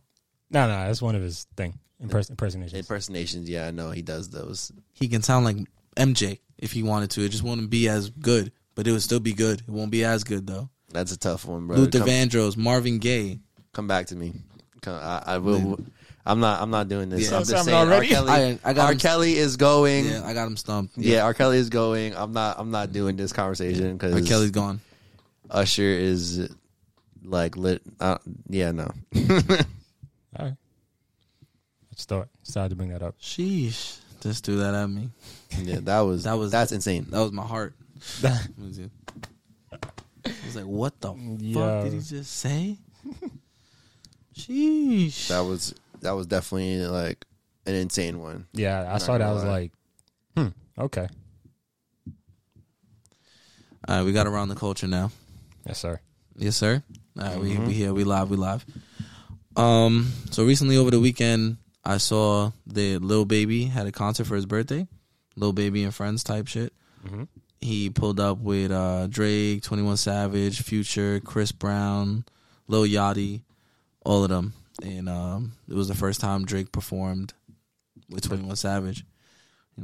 Speaker 4: no, no, that's one of his thing. Imperson- impersonations.
Speaker 2: impersonations. Yeah, I know he does those.
Speaker 3: He can sound like MJ if he wanted to. It just wouldn't be as good, but it would still be good. It won't be as good though.
Speaker 2: That's a tough one, bro.
Speaker 3: Luther
Speaker 2: Come-
Speaker 3: Vandross, Marvin Gaye.
Speaker 2: come back to me. Come, I, I will. I'm not. I'm not doing this.
Speaker 3: Yeah.
Speaker 2: I'm just
Speaker 4: Something
Speaker 2: saying. R.
Speaker 4: already?
Speaker 2: Kelly,
Speaker 3: I- I got
Speaker 2: R.
Speaker 3: him.
Speaker 2: Kelly is going.
Speaker 3: Yeah,
Speaker 2: Yeah.
Speaker 3: I got him stumped.
Speaker 2: R. Kelly is going. I'm not. I'm not doing this conversation
Speaker 3: R.
Speaker 2: because
Speaker 3: Kelly's gone.
Speaker 2: Usher is like lit. Uh, yeah, no.
Speaker 4: All right. Let's do it. Sorry to bring that up.
Speaker 3: Sheesh. Just threw that at me.
Speaker 2: yeah, that was
Speaker 3: That was-
Speaker 2: that's insane.
Speaker 3: That was my heart. Let me see. I was like, what the
Speaker 4: Yeah.
Speaker 3: fuck did he just say? Sheesh.
Speaker 2: That was that was definitely like an insane one.
Speaker 4: yeah, I saw that. I was like, hmm, okay.
Speaker 3: All right, we got around the culture now.
Speaker 4: Yes, sir.
Speaker 3: Yes, sir. All right, we we here, we live, we live. Um, so recently over the weekend, I saw the Lil Baby had a concert for his birthday. Lil Baby and friends type shit. He pulled up with uh, Drake, Twenty One Savage, Future, Chris Brown, Lil Yachty, all of them, and um, it was the first time Drake performed with Twenty One Savage. You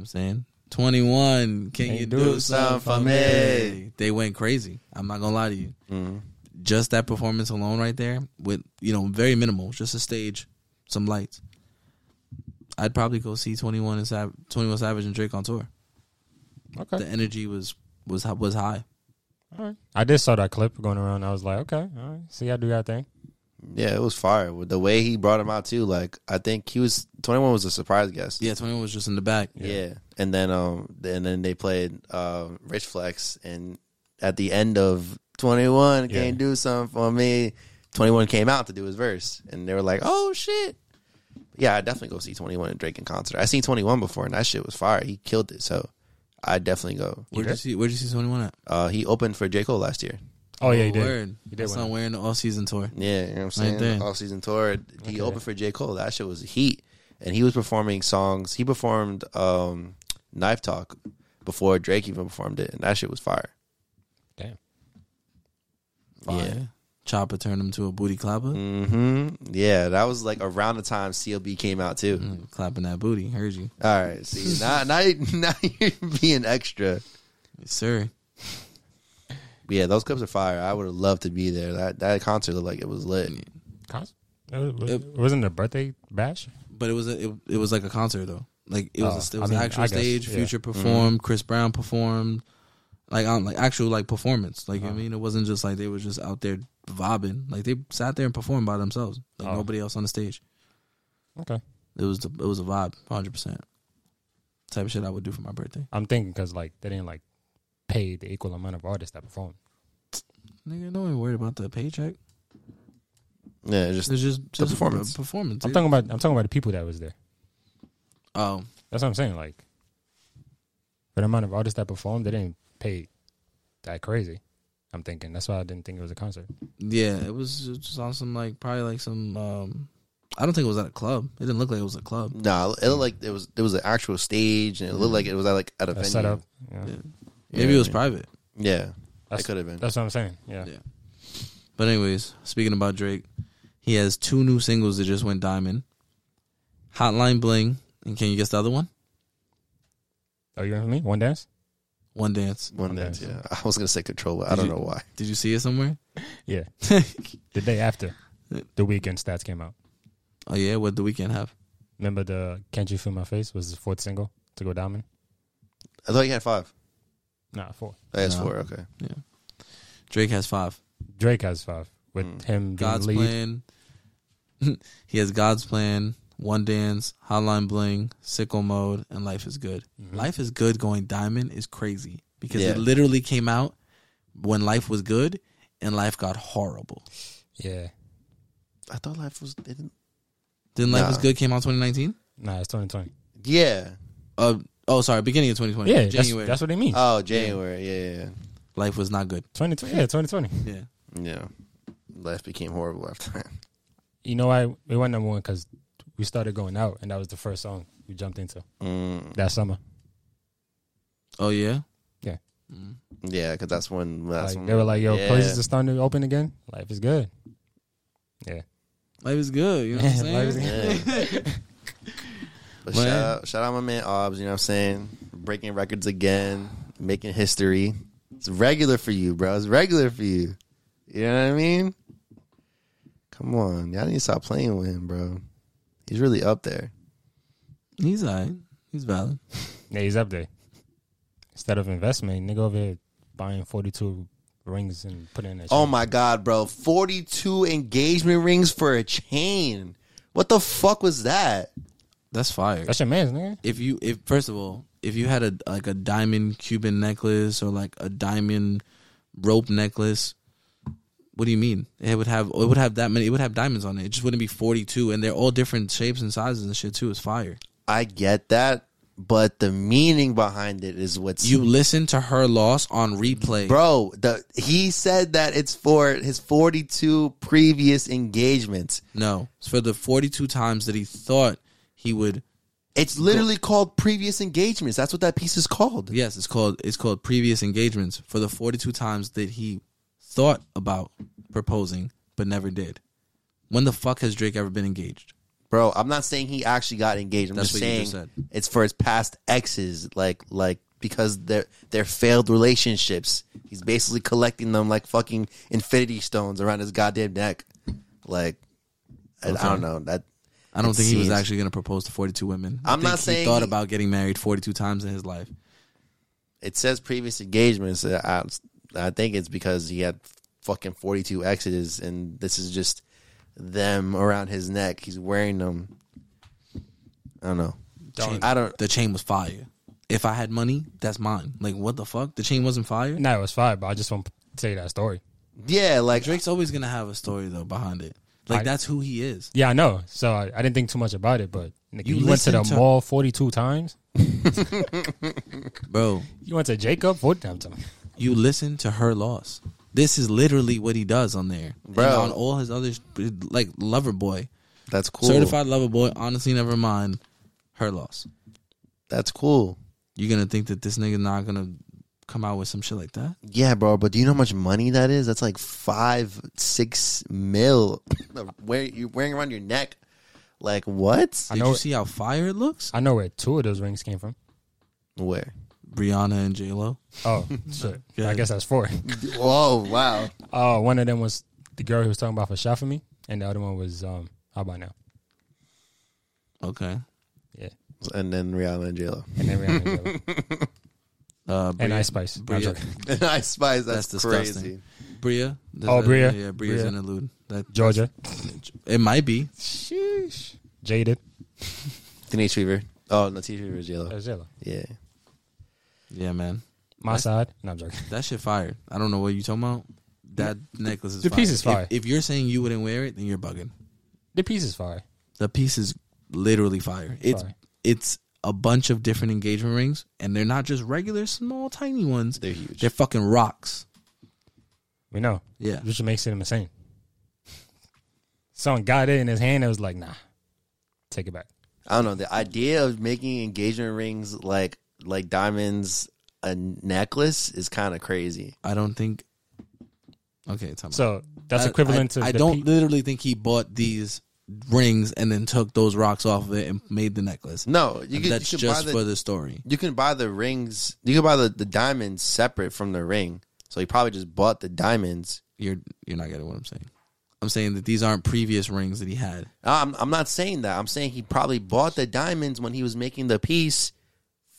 Speaker 3: know what I'm saying? 21, can you do, something for me? They went crazy. I'm not gonna lie to you just that performance alone right there with you know very minimal just a stage some lights i'd probably go see 21 and Sav- 21 savage and drake on tour
Speaker 4: Okay.
Speaker 3: the energy was was hi- was high
Speaker 4: All right. I did saw that clip going around. I was like, okay, all right. See, I do that thing.
Speaker 2: Yeah, it was fire with the way he brought him out too. Like I think he was 21 was a surprise guest.
Speaker 3: yeah 21 was just in the back
Speaker 2: Yeah. And then um and then they played uh, Rich Flex and at the end of 21
Speaker 4: Yeah.
Speaker 2: can't do something for me. 21 came out to do his verse and they were like, "Oh shit." But yeah, I definitely go see Twenty One and Drake in concert. I seen Twenty One before, and that shit was fire. He killed it, so I definitely go.
Speaker 3: Where'd you see Where'd you see Twenty One at?
Speaker 2: Uh, he opened for J Cole last year.
Speaker 4: Oh yeah, you
Speaker 3: Oh,
Speaker 4: did.
Speaker 3: Word.
Speaker 4: You did
Speaker 3: That's
Speaker 4: win.
Speaker 3: not wearing the all season tour.
Speaker 2: Yeah, you know what I'm saying.
Speaker 3: Same thing.
Speaker 2: Off season tour. He opened for J Cole. That shit was heat, and he was performing songs. He performed um, Knife Talk before Drake even performed it, and that shit was fire.
Speaker 4: Damn.
Speaker 2: Yeah.
Speaker 3: Chopper turned him to a booty clapper.
Speaker 4: Mm.
Speaker 2: hmm Yeah, that was like around the time CLB came out too.
Speaker 3: Mm, Clapping that booty. Heard you.
Speaker 2: All right, see now, now, you- now you're being extra.
Speaker 3: Yes, sir.
Speaker 2: But yeah, those clips are fire. I would have loved to be there. That that concert looked like it was lit.
Speaker 4: Cons- uh, was- wasn't it a birthday bash?
Speaker 3: But it was a, it, it was like a concert though. Like it was a,
Speaker 4: Oh,
Speaker 3: it
Speaker 4: I
Speaker 3: was
Speaker 4: mean,
Speaker 3: an actual
Speaker 4: I guess,
Speaker 3: stage.
Speaker 4: yeah. Mm-hmm.
Speaker 3: Future performed. Chris Brown performed. Like um, like actual like performance. Like you know
Speaker 4: Uh-huh.
Speaker 3: what I mean, it wasn't just like they were just out there vibing. Like they sat there and performed by themselves. Like
Speaker 4: Oh.
Speaker 3: nobody else on the stage.
Speaker 4: Okay.
Speaker 3: It was the, it was a vibe, hundred percent. Type of shit I would do for my birthday.
Speaker 4: I'm thinking because like they didn't like pay the equal amount of artists that performed.
Speaker 3: Nigga, don't even worry about the paycheck.
Speaker 2: Yeah, just
Speaker 3: It's just, just
Speaker 2: performance.
Speaker 3: a performance.
Speaker 4: I'm
Speaker 3: dude.
Speaker 4: talking about I'm talking about the people that was there.
Speaker 3: oh,
Speaker 4: That's what I'm saying. Like for the amount of artists that performed, they didn't pay that crazy. I'm thinking that's why I didn't think it was a concert.
Speaker 3: Yeah, it was just on some like probably like some. um I don't think it was at a club. It didn't look like it was a club.
Speaker 4: Mm-hmm.
Speaker 2: no, it looked like it was it was an actual stage, and it looked like it was at like at a
Speaker 4: That
Speaker 2: venue.
Speaker 4: setup. Yeah.
Speaker 3: Yeah.
Speaker 2: Yeah,
Speaker 3: Maybe it was
Speaker 2: man.
Speaker 3: private.
Speaker 2: Yeah,
Speaker 4: That's-
Speaker 2: it could have been.
Speaker 4: That's what I'm saying. Yeah.
Speaker 3: Yeah. But anyways, speaking about Drake, he has two new singles that just went diamond. Hotline Bling, and can you guess the other one?
Speaker 4: Are you with me? One dance?
Speaker 3: One Dance.
Speaker 2: One
Speaker 4: Okay.
Speaker 2: dance, yeah. I was gonna say control, but I
Speaker 3: Did
Speaker 2: don't
Speaker 3: you-
Speaker 2: know why.
Speaker 3: Did you see it somewhere?
Speaker 4: Yeah.
Speaker 3: oh
Speaker 4: The day after the weekend stats came out.
Speaker 3: Oh, yeah, what the weekend have?
Speaker 4: Remember the Can't You Feel My Face was the fourth single to go diamond?
Speaker 2: I thought you had five.
Speaker 4: Nah, four.
Speaker 2: I asked
Speaker 3: No.
Speaker 2: four. Okay,
Speaker 3: Drake has five.
Speaker 4: Drake has five with
Speaker 2: Mm.
Speaker 4: him being
Speaker 3: God's
Speaker 4: lead.
Speaker 3: plan. he has God's plan, One Dance, Hotline Bling, Sickle Mode, and Life is Good. Life is Good going diamond is crazy because it
Speaker 2: Mm-hmm. Yeah.
Speaker 3: literally came out when life was good and life got horrible.
Speaker 4: Yeah.
Speaker 2: I thought life was. It didn't,
Speaker 3: Then Life
Speaker 2: Nah.
Speaker 3: is Good came out 2019.
Speaker 4: Nah, it's 2020.
Speaker 2: yeah.
Speaker 3: Uh, oh, sorry, beginning of 2020.
Speaker 4: Yeah, that's,
Speaker 3: January. Uh,
Speaker 4: that's what they mean.
Speaker 2: Oh, January. Yeah, yeah,
Speaker 3: life was not good.
Speaker 4: 2020. Yeah, 2020.
Speaker 3: Yeah,
Speaker 2: yeah. yeah. Life became horrible after that.
Speaker 4: You know why we went number one? Because we started going out, and that was the first song we jumped into
Speaker 2: Mm,
Speaker 4: that summer.
Speaker 3: Oh yeah.
Speaker 4: Yeah.
Speaker 3: Mm.
Speaker 2: yeah, because that's when that's
Speaker 4: like,
Speaker 2: when
Speaker 4: they were like, yo,
Speaker 2: yeah.
Speaker 4: places are starting to open again. Life is good. Yeah.
Speaker 3: Life is good. You know what I'm saying?
Speaker 4: Life is
Speaker 2: Yeah. but
Speaker 3: Well,
Speaker 2: shout
Speaker 3: yeah.
Speaker 2: out, shout out my man Obs. You know what I'm saying? Breaking records again, making history. It's regular for you, bro. It's regular for you. You know what I mean? Come on, y'all need to stop playing with him, bro. He's really up there.
Speaker 3: He's alright. He's valid.
Speaker 4: Yeah, he's up there. Instead of investment, nigga over here buying 42 rings and putting in that
Speaker 2: Oh
Speaker 4: shit.
Speaker 2: my god, bro! Forty-two engagement rings for a chain. What the fuck was that?
Speaker 3: That's fire.
Speaker 4: That's your man's, nigga.
Speaker 3: if you if first of all if you had a like a diamond cuban necklace or like a diamond rope necklace what do you mean it would have it would have that many it would have diamonds on it it just wouldn't be 42 and they're all different shapes and sizes and shit too it's fire
Speaker 2: I get that, but the meaning behind it is what's
Speaker 3: you listen to her loss on replay
Speaker 2: Bro, the he said that it's for his 42 previous engagements.
Speaker 3: no it's for the 42 times that he thought he would
Speaker 2: It's literally called previous engagements. That's what that piece is called.
Speaker 3: yes it's called it's called previous engagements for the 42 times that he thought about proposing but never did when the fuck has drake ever been engaged
Speaker 2: Bro, I'm not saying he actually got engaged. I'm
Speaker 3: That's
Speaker 2: just
Speaker 3: what you
Speaker 2: saying
Speaker 3: just
Speaker 2: it's for his past exes like like because they're they're failed relationships. He's basically collecting them like fucking infinity stones around his goddamn neck. Like I- I don't know. That
Speaker 3: I don't
Speaker 2: It
Speaker 3: think he was
Speaker 2: seems-
Speaker 3: actually going to propose to 42 women. I
Speaker 2: I'm
Speaker 3: think
Speaker 2: not
Speaker 3: he
Speaker 2: saying
Speaker 3: thought
Speaker 2: he-
Speaker 3: about getting married 42 times in his life.
Speaker 2: it says previous engagements. uh, I, I think it's because he had fucking 42 exes, and this is just them around his neck. He's wearing them. I don't know.
Speaker 4: Don't-
Speaker 2: I don't.
Speaker 3: The chain was fire. If I had money, that's mine. Like what the fuck? The chain wasn't fire.
Speaker 4: Nah, it was fire, but I just want to tell you that story.
Speaker 2: Yeah, like
Speaker 3: Drake's always going to have a story though behind it. Like
Speaker 4: I-
Speaker 3: that's who he is.
Speaker 4: Yeah, I know. So I, I didn't think too much about it, but nigga,
Speaker 3: You
Speaker 4: you, went to the
Speaker 3: listen to-
Speaker 4: mall forty two times.
Speaker 3: Bro,
Speaker 4: You went to Jacob forty times.
Speaker 3: you listen to her loss. This is literally what he does on there.
Speaker 2: Bro.
Speaker 3: And on all his other sh- like lover boy.
Speaker 2: That's cool.
Speaker 3: Certified lover boy, honestly never mind. Her loss.
Speaker 2: That's cool.
Speaker 3: You're gonna think that this nigga not gonna come out with some shit like that?
Speaker 2: Yeah, bro. But do you know how much money that is? That's like five, six mil. Where you're wearing around your neck. Like what?
Speaker 4: I
Speaker 3: Did
Speaker 4: know
Speaker 3: you
Speaker 4: it-
Speaker 3: see how fire it looks?
Speaker 4: I know where two of those rings came from.
Speaker 2: Where?
Speaker 3: Brianna and J Lo.
Speaker 4: Oh, shit.
Speaker 3: Yeah.
Speaker 4: I guess that's four.
Speaker 2: Whoa! Wow.
Speaker 4: Oh, one of them was the girl he was talking about for shot for me, and the other one was um, how about now?
Speaker 3: Okay.
Speaker 4: Yeah,
Speaker 2: And then Rihanna and J-Lo.
Speaker 4: and then Rihanna and J-Lo.
Speaker 3: Uh,
Speaker 4: and
Speaker 3: Bri-
Speaker 4: Ice Spice. No, I'm
Speaker 3: Bria.
Speaker 4: joking.
Speaker 2: And I Spice.
Speaker 3: That's
Speaker 2: That's,
Speaker 3: disgusting.
Speaker 2: crazy.
Speaker 3: Bria.
Speaker 4: Oh, Bria.
Speaker 3: Yeah, Bria's
Speaker 4: Bria.
Speaker 3: an interlude. That
Speaker 4: Georgia.
Speaker 3: it might be.
Speaker 4: Sheesh. Jaded.
Speaker 2: Teenage Fever. Oh, no, Teenage Fever is
Speaker 4: That
Speaker 2: J-Lo.
Speaker 4: was J-Lo.
Speaker 2: Yeah.
Speaker 3: Yeah, man.
Speaker 4: My side. No, I'm joking.
Speaker 3: That shit fired. I don't know what you talking about. That necklace is
Speaker 4: The
Speaker 3: fire.
Speaker 4: piece is
Speaker 3: If-
Speaker 4: fire.
Speaker 3: If, you're saying you wouldn't wear it, then you're bugging.
Speaker 4: The piece is fire.
Speaker 3: The piece is literally fire. It's
Speaker 4: Fire.
Speaker 3: it's a bunch of different engagement rings, and they're not just regular small tiny ones.
Speaker 2: They're huge.
Speaker 3: They're fucking rocks.
Speaker 4: We know.
Speaker 3: Yeah.
Speaker 4: Which makes it insane. Someone got it in his hand and was like, nah, take it back.
Speaker 2: I don't know. The idea of making engagement rings like like diamonds a necklace is kind of crazy.
Speaker 3: I don't think. Okay, time out.
Speaker 4: So that's
Speaker 3: I-
Speaker 4: equivalent
Speaker 3: I,
Speaker 4: to
Speaker 3: I
Speaker 4: the
Speaker 3: don't
Speaker 4: pe-
Speaker 3: literally think he bought these rings and then took those rocks off of it and made the necklace.
Speaker 2: No, you
Speaker 3: And
Speaker 2: can,
Speaker 3: that's
Speaker 2: you can buy
Speaker 3: just
Speaker 2: the
Speaker 3: for the story.
Speaker 2: you can buy the rings. You can buy the, the diamonds separate from the ring. So he probably just bought the diamonds.
Speaker 3: You're you're not getting what I'm saying. I'm saying that these aren't previous rings that he had.
Speaker 2: I'm I'm not saying that. I'm saying he probably bought the diamonds when he was making the piece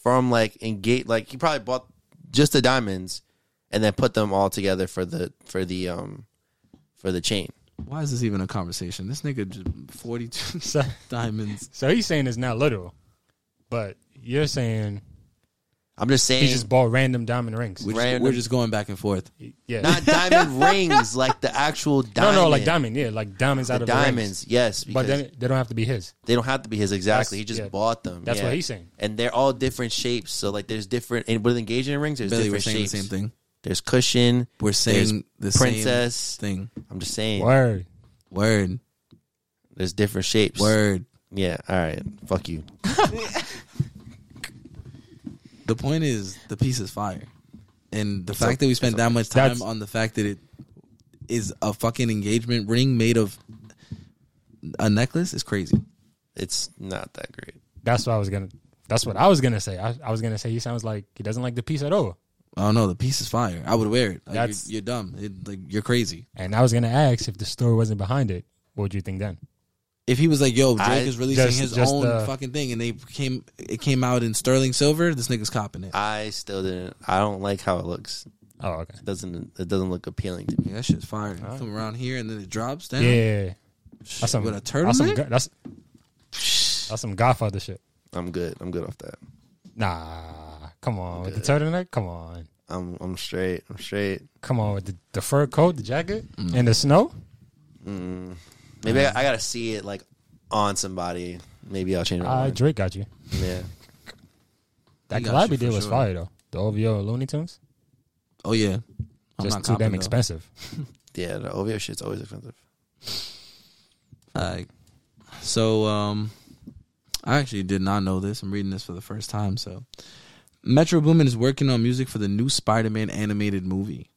Speaker 2: from like engage like he probably bought just the diamonds and then put them all together for the for the um for the chain.
Speaker 3: Why is this even a conversation? This nigga just 42
Speaker 4: So,
Speaker 3: diamonds.
Speaker 4: so he's saying it's not literal, but you're saying
Speaker 2: I'm just saying
Speaker 4: he just bought random diamond rings.
Speaker 3: We're just,
Speaker 2: Random.
Speaker 3: we're just going back and forth.
Speaker 4: yeah.
Speaker 2: not diamond rings like the actual
Speaker 4: no,
Speaker 2: diamond.
Speaker 4: no, like diamond. Yeah, like diamonds out
Speaker 2: The
Speaker 4: of The rings.
Speaker 2: diamonds, yes, because
Speaker 4: But then they don't have to be his.
Speaker 2: they don't have to be his exactly.
Speaker 4: That's-
Speaker 2: He just
Speaker 4: yeah.
Speaker 2: bought them.
Speaker 4: That's
Speaker 2: yeah.
Speaker 4: what he's saying.
Speaker 2: And they're all different shapes. So like, there's different and with engagement rings, there's
Speaker 3: Billy, we're
Speaker 2: different
Speaker 3: saying
Speaker 2: shapes.
Speaker 3: the same thing.
Speaker 2: There's cushion.
Speaker 3: We're saying
Speaker 2: there's
Speaker 3: the
Speaker 2: princess.
Speaker 3: same thing.
Speaker 2: I'm just saying.
Speaker 4: Word.
Speaker 3: Word.
Speaker 2: There's different shapes.
Speaker 3: Word.
Speaker 2: Yeah. All right. Fuck you.
Speaker 3: The point is, the piece is fire, and the fact that we spent that much time
Speaker 4: That's-
Speaker 3: on the fact that it is a fucking engagement ring made of a necklace is crazy.
Speaker 2: It's not that great.
Speaker 4: That's what I was gonna. That's what I was gonna say. I, I was gonna say he sounds like he doesn't like the piece at all.
Speaker 3: I don't know. The piece is fire. I would wear it. Like,
Speaker 4: That's-
Speaker 3: you're, you're dumb. It, like you're crazy.
Speaker 4: And I was gonna ask if the story wasn't behind it, what would you think then?
Speaker 3: If he was like, "Yo, Drake
Speaker 2: I-
Speaker 3: is releasing
Speaker 4: just-
Speaker 3: his
Speaker 4: just uh,
Speaker 3: own
Speaker 4: the-
Speaker 3: fucking thing," and they came, it came out in sterling silver. This nigga's copping it.
Speaker 2: I still didn't. I don't like how it looks.
Speaker 4: Oh, okay.
Speaker 2: It doesn't it doesn't look appealing to me?
Speaker 3: Yeah, that shit's fire. Come around here and then it drops down.
Speaker 4: Yeah, yeah, yeah. that's some
Speaker 3: with a
Speaker 4: That's some,
Speaker 3: turtleneck?
Speaker 4: go- that's that's some Godfather shit.
Speaker 2: I'm good. I'm good off that.
Speaker 4: Nah, come on with the turtleneck. Come on,
Speaker 2: I'm I'm straight. I'm straight.
Speaker 4: come on with the, the fur coat, the jacket,
Speaker 3: Mm.
Speaker 4: and the snow.
Speaker 2: Maybe I, I gotta see it like on somebody. Maybe I'll change my
Speaker 4: Uh,
Speaker 2: mind.
Speaker 4: Drake got you.
Speaker 2: Yeah.
Speaker 4: That
Speaker 3: He got
Speaker 4: collab
Speaker 3: you
Speaker 4: he
Speaker 3: for
Speaker 4: did was
Speaker 3: sure.
Speaker 4: fire though. The OVO Looney Tunes,
Speaker 3: Oh yeah. I'm
Speaker 4: just
Speaker 3: not
Speaker 4: too damn
Speaker 3: copping, though.
Speaker 4: expensive.
Speaker 2: Yeah, the OVO shit's always expensive.
Speaker 3: Like, so um, I actually did not know this. I'm reading this for the first time. So, Metro Boomin is working on music for the new Spider-Man animated movie,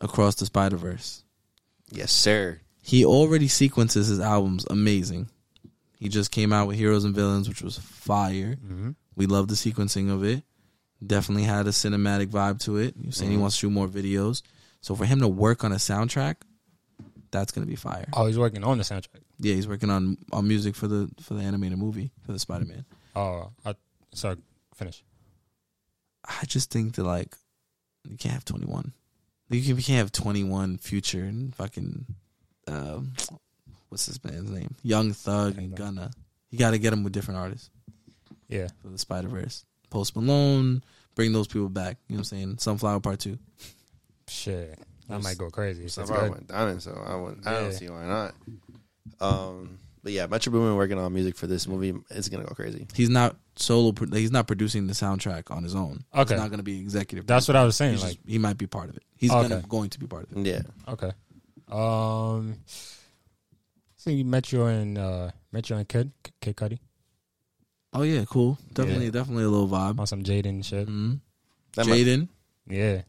Speaker 3: Across the Spider Verse.
Speaker 2: Yes, sir.
Speaker 3: He already sequences his albums amazing. He just came out with Heroes and Villains, which was fire. We love the sequencing of it. Definitely had a cinematic vibe to it. He was saying he wants to shoot more videos. So for him to work on a soundtrack, that's gonna be fire.
Speaker 4: Oh, he's working on the soundtrack.
Speaker 3: Yeah, he's working on on music for the for the animated movie for the Spider Man.
Speaker 4: Oh, I, sorry. Finish.
Speaker 3: I just think that like you can't have twenty one. You can, you can't have twenty one future and fucking um, what's this man's name? Young Thug and Gunna. You got to get him with different artists
Speaker 4: Yeah,
Speaker 3: for the Spider Verse. Post Malone, bring those people back. You know what I'm saying? Sunflower Part Two.
Speaker 4: shit. I might go crazy. if
Speaker 2: So
Speaker 4: it's
Speaker 2: far I
Speaker 4: good.
Speaker 2: went diamond, so I, went, I don't
Speaker 4: Yeah.
Speaker 2: see why not. Um, but yeah, Metro Boomin working on music for this movie is gonna go crazy.
Speaker 3: He's not solo. Pro- he's not producing the soundtrack on his own.
Speaker 4: Okay.
Speaker 3: he's not going to be executive.
Speaker 4: That's what I was saying.
Speaker 3: He's
Speaker 4: Like,
Speaker 3: just- he might be part of it. He's
Speaker 4: Okay.
Speaker 3: gonna, going to be part of it.
Speaker 2: Yeah,
Speaker 4: okay. Um, see, Metro and uh, Metro and Kid Kid Cudi
Speaker 3: Oh yeah, cool. Definitely,
Speaker 4: Yeah.
Speaker 3: definitely a little vibe.
Speaker 4: on some Jaden shit.
Speaker 3: hmm
Speaker 2: That might-
Speaker 3: Jaden,
Speaker 4: Yeah,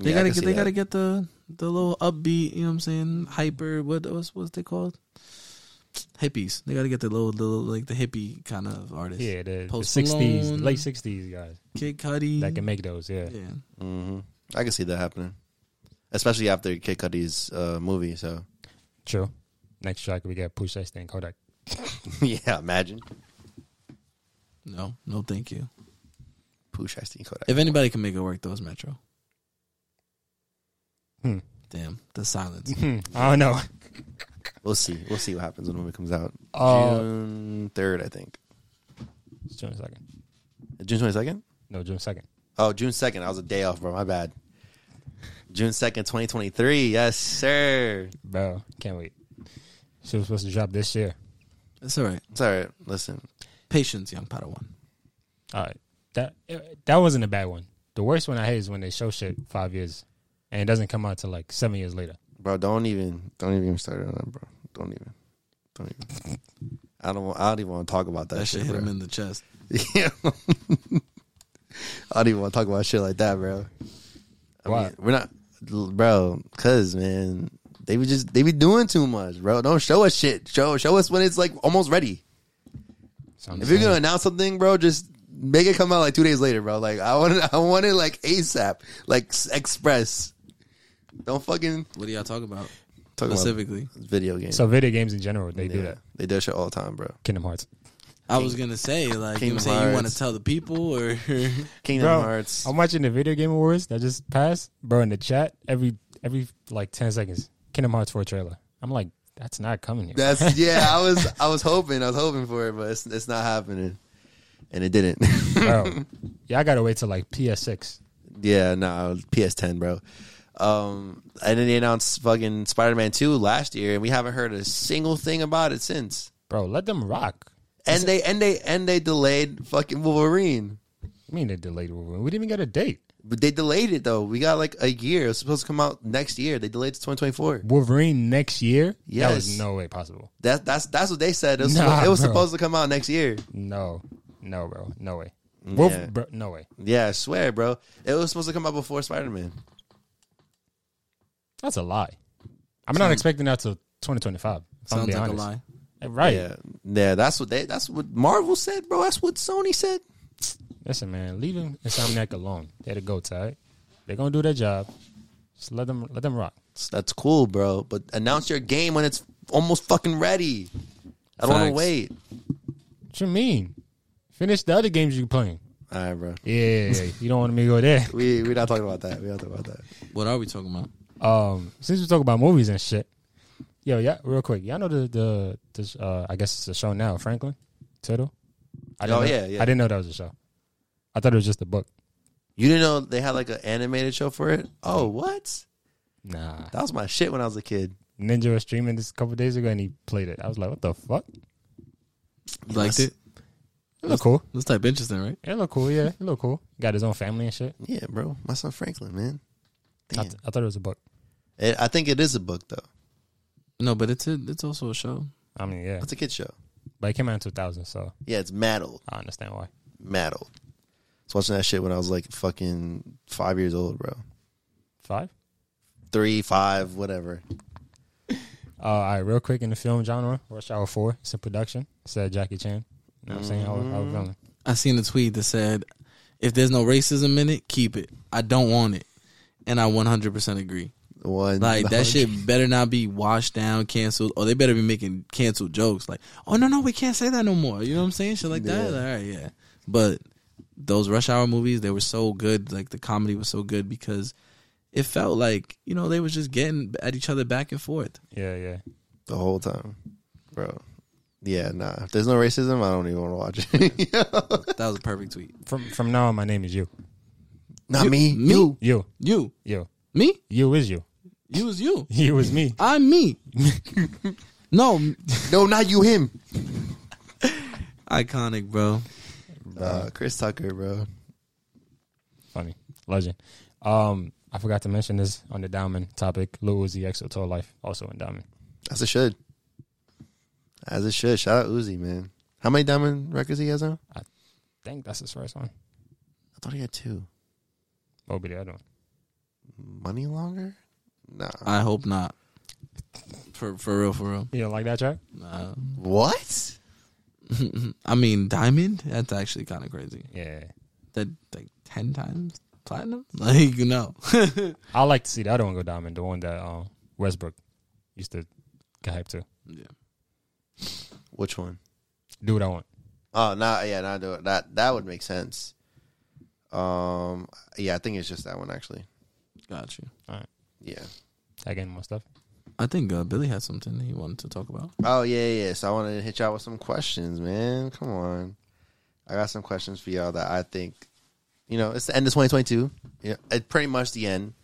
Speaker 2: yeah, I
Speaker 3: gotta
Speaker 2: can
Speaker 3: get
Speaker 2: see
Speaker 3: they
Speaker 2: that.
Speaker 3: gotta get the the little upbeat. You know what I'm saying? Hyper. What what's what's they called? Hippies. They gotta get the little the little, like the hippie kind of artist.
Speaker 4: yeah. The, the
Speaker 3: Post
Speaker 4: 60s,
Speaker 3: Malone.
Speaker 4: late 60s guys
Speaker 3: Kid Cudi.
Speaker 4: that can make those. Yeah.
Speaker 3: yeah.
Speaker 2: Mhm. I can see that happening, especially after Kid Cudi's uh, movie. So
Speaker 4: True. Next track we got Push Ice Thing Kodak.
Speaker 2: yeah, imagine
Speaker 3: No, no, thank you.
Speaker 2: Pooh Shiesty Kodak.
Speaker 3: If anybody can make it work, though, it's Metro.
Speaker 4: Hmm.
Speaker 3: Damn, the silence.
Speaker 4: Hmm. I don't know.
Speaker 2: We'll see. We'll see what happens when the movie comes out.
Speaker 4: Uh,
Speaker 2: June third, I think.
Speaker 4: it's June second.
Speaker 2: June twenty second.
Speaker 4: No, June second.
Speaker 2: Oh, June second. I was a day off, bro. My bad. June second, twenty twenty three. Yes, sir.
Speaker 4: Bro, can't wait. She was supposed to drop this year.
Speaker 3: It's all right.
Speaker 2: It's all right. Listen,
Speaker 3: Patience, young Padawan.
Speaker 4: All right, that it- that wasn't a bad one. The worst one I hate is when they show shit five years and it doesn't come out till like seven years later.
Speaker 2: bro. Don't even. Don't even get started on that, bro. Don't even. Don't even. I don't. want- I don't even want to talk about that,
Speaker 3: That
Speaker 2: shit,
Speaker 3: shit hit
Speaker 2: bro.
Speaker 3: him in the chest.
Speaker 2: Yeah. I don't even want to talk about shit like that, bro. I
Speaker 4: Why?
Speaker 2: mean, we're not, bro. Cause man, they be just they be doing too much, bro. Don't show us shit. Show show us when it's like almost ready.
Speaker 4: So I'm
Speaker 2: If you're
Speaker 4: saying-
Speaker 2: gonna announce something, bro, just make it come out like two days later, bro. Like I want it, I want it like ASAP, like s- express. Don't fucking
Speaker 3: What do y'all talk about
Speaker 2: talk about
Speaker 3: specifically?
Speaker 2: video games.
Speaker 4: so video games in general, they do
Speaker 2: Yeah.
Speaker 4: that.
Speaker 2: They do that shit all the time, bro.
Speaker 4: Kingdom Hearts.
Speaker 3: I was gonna say, like, you
Speaker 2: Kingdom
Speaker 3: know what I'm saying? You want to
Speaker 2: Hearts.
Speaker 3: tell the people, or
Speaker 2: Kingdom
Speaker 4: Bro,
Speaker 2: Hearts.
Speaker 4: I'm watching the video game awards that just passed, bro. In the chat, every every like ten seconds, Kingdom Hearts for a trailer. I'm like, that's not coming here.
Speaker 2: That's yeah. I was I was hoping I was hoping for it, but it's it's not happening, and it didn't.
Speaker 4: bro. Yeah, I gotta wait till like PS6.
Speaker 2: yeah, no. PS10, bro. Um, and then they announced fucking Spider Man Two last year, and we haven't heard a single thing about it since.
Speaker 4: Bro, let them rock.
Speaker 2: And they and they and they delayed fucking Wolverine.
Speaker 4: I mean, they delayed Wolverine. We didn't even get a date.
Speaker 2: But they delayed it though. We got like a year. It was supposed to come out next year. They delayed it to 2024.
Speaker 4: Wolverine next year? That was
Speaker 2: Yes.
Speaker 4: no way possible.
Speaker 2: That, that's that's what they said. It was,
Speaker 4: Nah,
Speaker 2: it was
Speaker 4: bro.
Speaker 2: supposed to come out next year.
Speaker 4: No, no, bro, no way. Wolf,
Speaker 2: Yeah.
Speaker 4: bro, no way.
Speaker 2: Yeah, I swear, bro. It was supposed to come out before Spider Man.
Speaker 4: That's a lie. I'm not expecting that till 2025. If I'm
Speaker 3: sounds like
Speaker 4: being
Speaker 3: a
Speaker 4: honest.
Speaker 3: lie.
Speaker 4: Right.
Speaker 2: Yeah, yeah. That's what they. That's what Marvel said, bro. That's what Sony said.
Speaker 4: Listen, man, leave him Insomniac alone. They're the goats, all right? They're gonna do their job. Just let them let them rock.
Speaker 2: So that's cool, bro. But announce your game when it's almost fucking ready. I don't want to
Speaker 3: Facts.
Speaker 2: wait.
Speaker 4: What you mean? Finish the other games you playing.
Speaker 2: All right, bro.
Speaker 4: Yeah, you don't want me to go there.
Speaker 2: We we not talking about that. We not talking about that.
Speaker 3: What are we talking about?
Speaker 4: Um, since we talk about movies and shit, yo, yeah, real quick, y'all know the the this, uh, I guess it's a show now, Franklin Turtle. I didn't
Speaker 2: Oh,
Speaker 4: know-
Speaker 2: yeah, yeah.
Speaker 4: I didn't know that was a show. I thought it was just a book.
Speaker 2: You didn't know they had like an animated show for it? Oh, what?
Speaker 4: Nah,
Speaker 2: That was my shit when I was a kid.
Speaker 4: Ninja was streaming this a couple days ago and he played it. I was like, what the fuck?
Speaker 3: You liked it?
Speaker 4: It looked cool.
Speaker 3: Let's type interesting, right?
Speaker 4: It looked cool. Yeah, it looked cool. Got his own family and shit.
Speaker 2: Yeah, bro. My son Franklin, man.
Speaker 4: I,
Speaker 2: Damn.
Speaker 4: th- I thought it was a book.
Speaker 2: It, I think it is a book though.
Speaker 3: No, but it's a, it's also a show.
Speaker 4: I mean, yeah,
Speaker 2: It's a kid show.
Speaker 4: but it came out in 2000, so
Speaker 2: Yeah, it's mad old.
Speaker 4: I understand why.
Speaker 2: Mad old. I was watching that shit when I was like fucking five years old, bro.
Speaker 4: Five.
Speaker 2: Three, five, whatever.
Speaker 4: Uh, all right, real quick in the film genre, Rush Hour Four. It's in production. It's uh, Jackie Chan. You know what I'm saying? How, how we feeling?
Speaker 3: I seen a tweet that said, "If there's no racism in it, keep it. I don't want it," and I 100% agree.
Speaker 2: One
Speaker 3: Like that shit better not be washed down, canceled, or they better be making canceled jokes. Like, oh no, no, we can't say that no more. You know what I'm saying? Shit like that.
Speaker 2: Yeah.
Speaker 3: Like, all right, yeah. But those rush hour movies, they were so good. Like the comedy was so good because it felt like you know they was just getting at each other back and forth.
Speaker 4: Yeah, yeah.
Speaker 2: the whole time, bro. Yeah, nah. If there's no racism, I don't even want to watch it.
Speaker 3: That was a perfect tweet.
Speaker 4: From from now on, my name is you.
Speaker 2: Not
Speaker 3: You-
Speaker 2: me.
Speaker 3: me.
Speaker 2: You.
Speaker 4: You,
Speaker 3: You,
Speaker 4: you,
Speaker 3: me,
Speaker 4: you is you.
Speaker 3: you is you.
Speaker 4: You is me.
Speaker 3: I'm me. No,
Speaker 2: No, not you, him.
Speaker 3: iconic, bro.
Speaker 2: Uh, Chris Tucker, bro.
Speaker 4: Funny. Legend. Um, I forgot to mention this on the Diamond topic. Lil Uzi Exo Total Life, also in Diamond.
Speaker 2: As it should. As it should. Shout out Uzi, man. How many diamond records he has now?
Speaker 4: I think that's his first one.
Speaker 2: I thought he had two.
Speaker 4: What would be the other one?
Speaker 2: Money longer? Nah.
Speaker 3: I hope not. For for real, for real.
Speaker 4: You don't like that track?
Speaker 3: Nah.
Speaker 2: what?
Speaker 3: I mean, diamond. That's actually kind of crazy.
Speaker 4: Yeah.
Speaker 3: That like ten times platinum. Like you know.
Speaker 4: I like to see the other one go diamond, the one that um, Westbrook used to get hyped to.
Speaker 3: yeah.
Speaker 2: Which one?
Speaker 4: Do what I want.
Speaker 2: Oh, nah, yeah, nah, do it. That that would make sense. Um, yeah, I think it's just that one actually.
Speaker 3: Got you.
Speaker 2: Yeah.
Speaker 4: I get more stuff.
Speaker 3: I think uh, Billy had something he wanted to talk about.
Speaker 2: Oh yeah, yeah. So I wanted to hit y'all with some questions, man. Come on, I got some questions for y'all that I think, you know, it's the end of 2022. Yeah, it's pretty much the end.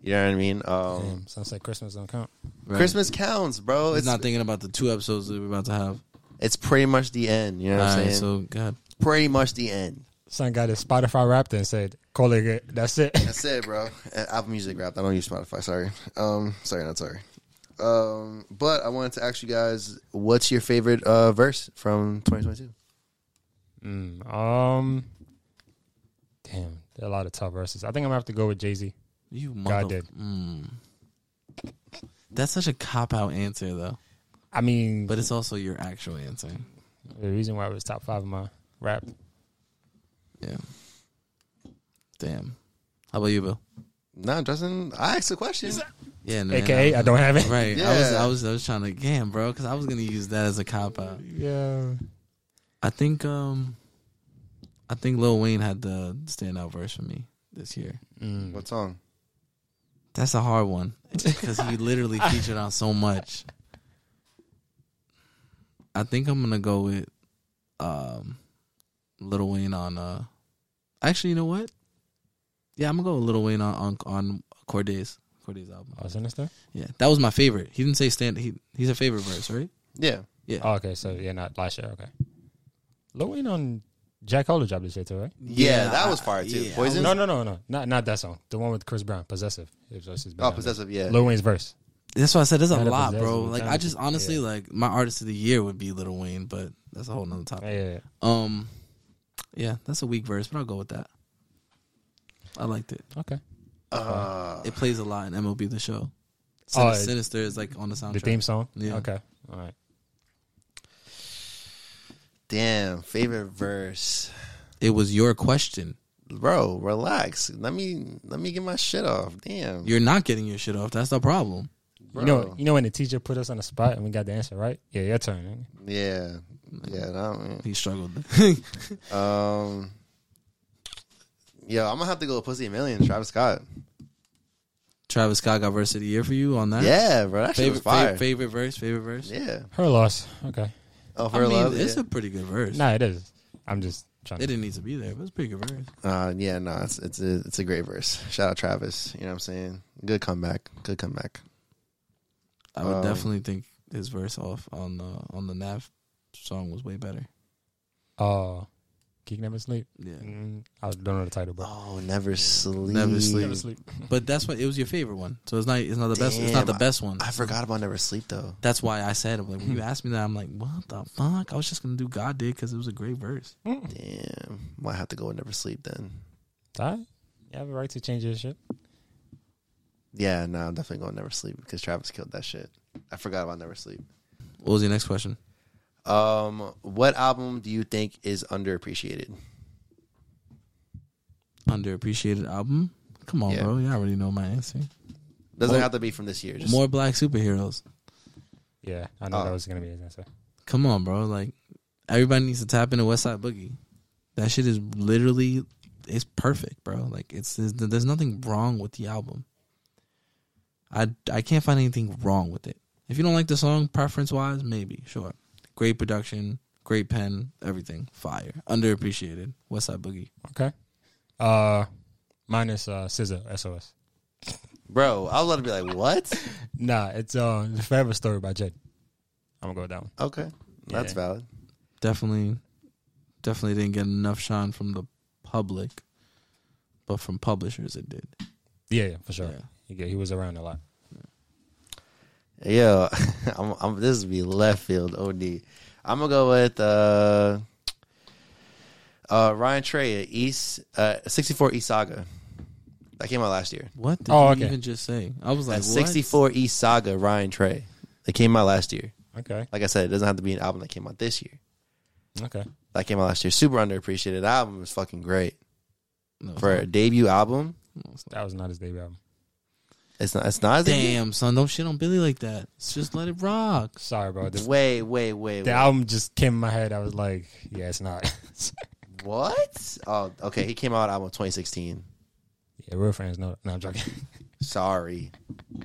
Speaker 2: You know what I mean? Um,
Speaker 4: Damn, sunset Christmas don't count.
Speaker 3: Right.
Speaker 2: Christmas counts, bro.
Speaker 3: He's
Speaker 2: It's
Speaker 3: not thinking about the two episodes that we're about to have.
Speaker 2: it's pretty much the end. You know what
Speaker 3: All
Speaker 2: I'm
Speaker 3: right,
Speaker 2: saying?
Speaker 3: so God,
Speaker 2: pretty much the end.
Speaker 4: Son got his Spotify wrapped and said, "Call it. good." That's it."
Speaker 2: That's it, bro. Uh, Apple Music wrapped. I don't use Spotify. Sorry. Um, sorry, not sorry. Um, but I wanted to ask you guys, what's your favorite uh verse from 2022?
Speaker 4: Mm, um, damn, there are a lot of tough verses. I think I'm gonna have to go with Jay Z.
Speaker 3: you
Speaker 4: God
Speaker 3: mother-
Speaker 4: did.
Speaker 3: Mm. That's such a cop out answer though,
Speaker 4: I mean,
Speaker 3: but it's also your actual answer.
Speaker 4: the reason why it was top five in my rap.
Speaker 3: Yeah. Damn. How about you, Bill?
Speaker 2: Nah, Justin, I asked a question.
Speaker 3: Yeah. No,
Speaker 4: AKA, I don't have it.
Speaker 3: Right. I was.
Speaker 2: Yeah.
Speaker 3: I was. I was trying to damn, bro, because I was gonna use that as a cop out.
Speaker 4: Yeah.
Speaker 3: I think. Um. I think Lil Wayne had the standout verse for me this year.
Speaker 4: Mm.
Speaker 2: What song?
Speaker 3: That's a hard one because he literally featured on so much. I think I'm gonna go with um, Little Wayne on. Uh, actually, you know what? Yeah, I'm gonna go with Little Wayne on on, on Corday's Corday's album.
Speaker 4: Oh, Sinister.
Speaker 3: Yeah, that was my favorite. He didn't say stand. He he's a favorite verse, right?
Speaker 2: Yeah.
Speaker 4: Oh, okay, so yeah, not last year. Okay. Lil Wayne on Jack Harlow dropped this year too, right?
Speaker 2: Yeah, that was fire too.
Speaker 3: yeah, I
Speaker 2: Poison.
Speaker 4: No, no, no, no, not not that song. The one with Chris Brown, Possessive. It was just his
Speaker 2: Oh,
Speaker 4: band.
Speaker 2: possessive. Yeah.
Speaker 4: Lil Wayne's verse.
Speaker 3: That's why I said there's a
Speaker 4: Kinda
Speaker 3: lot,
Speaker 4: possessive
Speaker 3: bro.
Speaker 4: and
Speaker 3: Like I
Speaker 4: talented.
Speaker 3: just honestly
Speaker 4: Yeah.
Speaker 3: like my artist of the year would be Little Wayne, but that's a whole nother topic.
Speaker 4: Yeah, yeah, yeah.
Speaker 3: Um, yeah, that's a weak verse, but I'll go with that. I liked it.
Speaker 4: Okay.
Speaker 2: Uh,
Speaker 3: It plays a lot in MLB the show. Sin-
Speaker 4: Oh, it-
Speaker 3: Sinister is like on the soundtrack.
Speaker 4: The theme song.
Speaker 3: Yeah.
Speaker 4: Okay. All right.
Speaker 2: damn, favorite verse,
Speaker 3: It was your question.
Speaker 2: bro. Relax. Let me let me get my shit off. Damn,
Speaker 3: You're not getting your shit off. That's the problem.
Speaker 2: bro.
Speaker 4: You know, you know when the teacher put us on the spot and we got the answer right. Yeah, your turn.
Speaker 2: yeah, yeah. That,
Speaker 3: He struggled.
Speaker 2: um, yo, I'm gonna have to go with Pussy a Million, Travis Scott.
Speaker 3: Travis Scott got verse of the year for you on that.
Speaker 2: Yeah, bro, that shit
Speaker 3: favorite
Speaker 2: was fire.
Speaker 3: favorite, favorite verse. Favorite verse.
Speaker 2: Yeah.
Speaker 4: Her loss. Okay.
Speaker 2: Oh, for
Speaker 3: I mean,
Speaker 2: love.
Speaker 3: it's
Speaker 2: yeah.
Speaker 3: a pretty good verse.
Speaker 4: Nah, it is. I'm just trying.
Speaker 3: It
Speaker 4: to
Speaker 3: didn't need to be there, but it's a pretty good verse.
Speaker 2: uh, yeah, no, it's it's a, it's a great verse. Shout out Travis. You know what I'm saying? Good comeback. Good comeback.
Speaker 3: I would
Speaker 2: Um,
Speaker 3: definitely think his verse off on the on the Nav song was way better.
Speaker 4: Oh, Geek Never Sleep.
Speaker 3: Yeah.
Speaker 2: Mm-hmm.
Speaker 4: Mm, I don't know the title, but
Speaker 2: Oh, never sleep.
Speaker 3: Never Sleep.
Speaker 4: Never Sleep.
Speaker 3: But that's what it was your favorite one. So it's not it's not the best it's not the
Speaker 2: Damn,
Speaker 3: best one.
Speaker 2: I forgot about never sleep though.
Speaker 3: That's why I said I'm like when you asked me that I'm like what the fuck I was just gonna do God did because it was a great verse.
Speaker 2: Damn, might have to go with never sleep then.
Speaker 4: Alright. You have a right to change your shit.
Speaker 2: Yeah, no, I'm definitely going never sleep because Travis killed that shit. I forgot about never sleep.
Speaker 3: What was your next question?
Speaker 2: Um, what album do you think is underappreciated?
Speaker 3: Underappreciated album? Come on,
Speaker 2: Yeah.
Speaker 3: bro. You already know my answer.
Speaker 2: Doesn't
Speaker 3: More-
Speaker 2: have to be from this year. Just
Speaker 3: More black superheroes.
Speaker 4: Yeah, I know
Speaker 2: Oh.
Speaker 4: that was gonna be his answer.
Speaker 3: Come on, bro. Like everybody needs to tap into West Side Boogie. That shit is literally it's perfect, bro. Like it's there's, there's nothing wrong with the album. I I can't find anything wrong with it. If you don't like the song, preference wise, maybe sure. Great production, great pen, everything fire. Underappreciated. West Side Boogie.
Speaker 4: Okay. Uh, minus uh, Scissor SOS.
Speaker 2: bro, I was about to be like, what?
Speaker 4: Nah, it's uh, the Forever Story by Jed. I'm gonna go with that one.
Speaker 2: Okay, that's
Speaker 4: Yeah.
Speaker 2: valid.
Speaker 3: Definitely, definitely didn't get enough shine from the public, but from publishers it did.
Speaker 4: Yeah, yeah for sure.
Speaker 3: Yeah.
Speaker 4: He get- he was around a lot.
Speaker 2: Yeah, I'm, I'm, this would be left field OD. I'm gonna go with uh, uh, Ryan Treya East uh, 64 East Saga. That came out last year.
Speaker 3: What did
Speaker 4: Oh,
Speaker 3: you
Speaker 4: okay.
Speaker 3: even just say? I was like,
Speaker 2: That's
Speaker 3: what?
Speaker 2: 64 East Saga Ryan Trey. It came out last year.
Speaker 4: Okay,
Speaker 2: Like I said, it doesn't have to be an album that came out this year.
Speaker 4: okay.
Speaker 2: That came out last year. Super underappreciated. That album is fucking great
Speaker 3: No, it's
Speaker 2: for a debut album.
Speaker 3: not. It's not.
Speaker 4: That was not his debut album.
Speaker 2: It's not. It's not. As debut.
Speaker 3: Damn, son, don't shit on Billy like that. It's just let it rock.
Speaker 4: Sorry, bro. This,
Speaker 2: Wait, wait, wait.
Speaker 4: the
Speaker 2: wait.
Speaker 4: album just came in my head. I was like, yeah, it's not.
Speaker 2: What? Oh, okay. He came out album 2016.
Speaker 4: yeah, real friends. No, no, I'm joking.
Speaker 2: Sorry,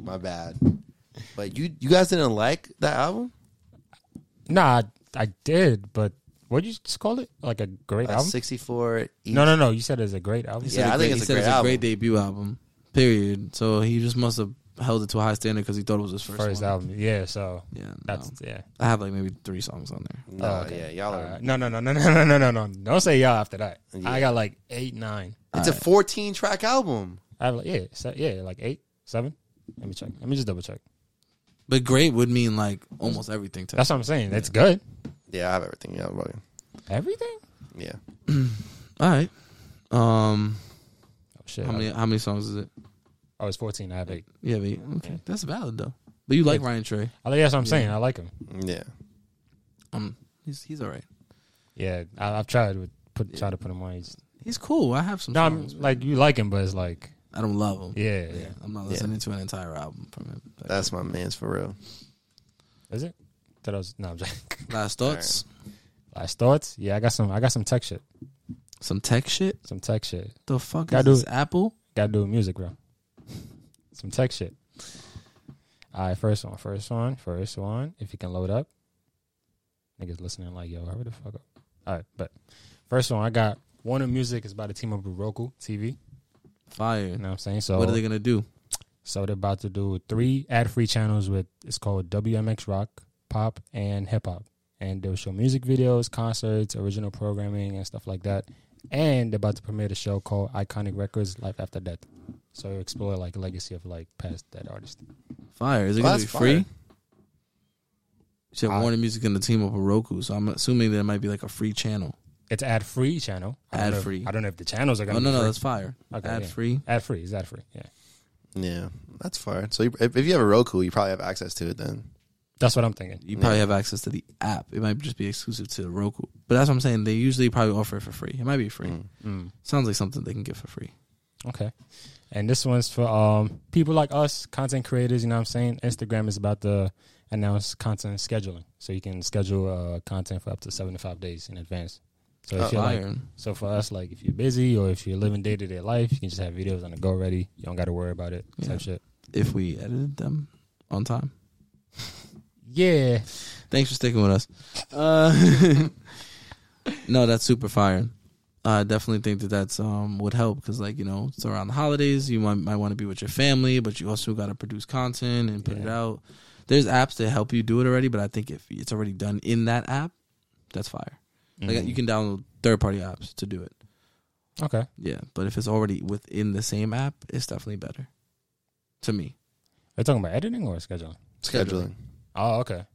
Speaker 2: my bad. But you, you guys didn't like that album?
Speaker 4: Nah, I, I did, but what did you just call it? Like a great
Speaker 2: Uh,
Speaker 4: album?
Speaker 2: 64. East.
Speaker 4: No, no, no. You said it's a great album.
Speaker 3: E He said
Speaker 2: Yeah, I
Speaker 3: a
Speaker 2: think it's
Speaker 3: great- he
Speaker 2: a
Speaker 3: said
Speaker 2: great
Speaker 3: it's a
Speaker 2: album.
Speaker 3: great debut album. Period. So he just must have held it to a high standard because he thought it was his first,
Speaker 4: First
Speaker 3: one.
Speaker 4: album. Yeah, so
Speaker 3: Yeah, no.
Speaker 4: that's yeah.
Speaker 3: I have like maybe three songs on there.
Speaker 2: no.
Speaker 4: Oh, okay.
Speaker 2: Yeah, y'all are.
Speaker 4: Uh, no, no, no, no, no, no, no, no. Don't say y'all after that.
Speaker 2: Yeah.
Speaker 4: I got like eight, nine.
Speaker 2: It's a 14 track album.
Speaker 4: I have like yeah, se- yeah, like eight, seven. Let me check. Let me just double check.
Speaker 3: But great would mean like almost everything to
Speaker 4: That's what I'm saying. It's good.
Speaker 2: Yeah, I have everything. Yeah, I'm bugging.
Speaker 4: Everything.
Speaker 2: yeah.
Speaker 3: All right. Um,
Speaker 4: Oh shit.
Speaker 3: how many how many songs is it?
Speaker 4: I was 14. I have eight.
Speaker 3: Yeah, but, okay, that's valid though. But you like Ryan Trey?
Speaker 4: I like, that's what I'm saying. I like him.
Speaker 2: Yeah.
Speaker 3: Um, he's he's all right.
Speaker 4: Yeah, I, I've tried with put try to put him on. He's,
Speaker 3: He's cool. I have some.
Speaker 4: no, I'm,
Speaker 3: songs, but
Speaker 4: like you like him, but it's like
Speaker 3: I don't love him.
Speaker 4: yeah, yeah.
Speaker 3: Yeah, I'm not
Speaker 2: Yeah.
Speaker 3: listening to an entire album from him. Like,
Speaker 2: That's my man's for real.
Speaker 4: Is it? That I was no. I'm joking.
Speaker 3: last thoughts.
Speaker 4: Last thoughts. Yeah, I got some. I got some tech shit.
Speaker 3: Some tech shit.
Speaker 4: Some tech shit.
Speaker 3: The fuck
Speaker 4: Gotta
Speaker 3: is
Speaker 4: do
Speaker 3: this?
Speaker 4: it.
Speaker 3: Apple.
Speaker 4: Gotta do music, bro. Some tech shit. All right, first one, first one, first one. If you can load up, niggas listening like, yo, hurry the fuck up. All right, but first one, I got Warner Music is about to team up with Roku TV.
Speaker 3: Fire.
Speaker 4: You know what I'm saying? So,
Speaker 3: What are they gonna do?
Speaker 4: so they're about to do three ad-free channels with it's called WMX Rock, Pop, and Hip Hop, and they'll show music videos, concerts, original programming, and stuff like that. And they're about to premiere the show called Iconic Records: Life After Death. So it'll explore like legacy of like past dead artists.
Speaker 3: Fire. Is it
Speaker 2: Well,
Speaker 3: gonna be
Speaker 2: that's
Speaker 3: free?
Speaker 2: fire.
Speaker 3: Shit,
Speaker 4: I-
Speaker 3: Warner Music and the team up with Roku, so I'm assuming there might be like a free channel.
Speaker 4: It's ad free channel. I don't know if-
Speaker 3: Ad-free.
Speaker 4: I don't know if the channels are
Speaker 3: Oh
Speaker 4: gonna.
Speaker 3: no,
Speaker 4: be
Speaker 3: no,
Speaker 4: free.
Speaker 3: that's fire.
Speaker 4: Okay, yeah.
Speaker 3: Ad free.
Speaker 4: ad free. It's ad free. Yeah,
Speaker 2: Yeah, that's far. So you, if, if you have a Roku, you probably have access to it then.
Speaker 4: that's what I'm thinking.
Speaker 3: You probably have access to the app. It might just be exclusive to Roku. But that's what I'm saying. They usually probably offer it for free. It might be free.
Speaker 4: Mm.
Speaker 3: Sounds like something they can get for free.
Speaker 4: Okay, and this one's for um people like us, content creators. You know what I'm saying? Instagram is about to announce content scheduling, so you can schedule uh content for up to seven to five days in advance. So if
Speaker 2: Oh,
Speaker 4: you're like,
Speaker 3: Fire.
Speaker 4: so for us, like if you're busy or if you're living day to day life, you can just have videos on the go ready. You don't got to worry about it.
Speaker 3: Yeah.
Speaker 4: Type shit.
Speaker 3: if we edited them on time.
Speaker 4: Yeah.
Speaker 3: Thanks for sticking with us. Uh, no, that's super fire. I definitely think that that's um would help because like you know it's around the holidays. You might might want to be with your family, but you also got to produce content and put it
Speaker 4: Yeah.
Speaker 3: out. There's apps that help you do it already, but I think if it's already done in that app, that's fire. Like
Speaker 4: Mhm.
Speaker 3: you can download third party apps to do it.
Speaker 4: Okay.
Speaker 3: Yeah, but if it's already within the same app, it's definitely better. To me,
Speaker 4: They're talking about editing or scheduling.
Speaker 2: Scheduling.
Speaker 4: Oh, okay.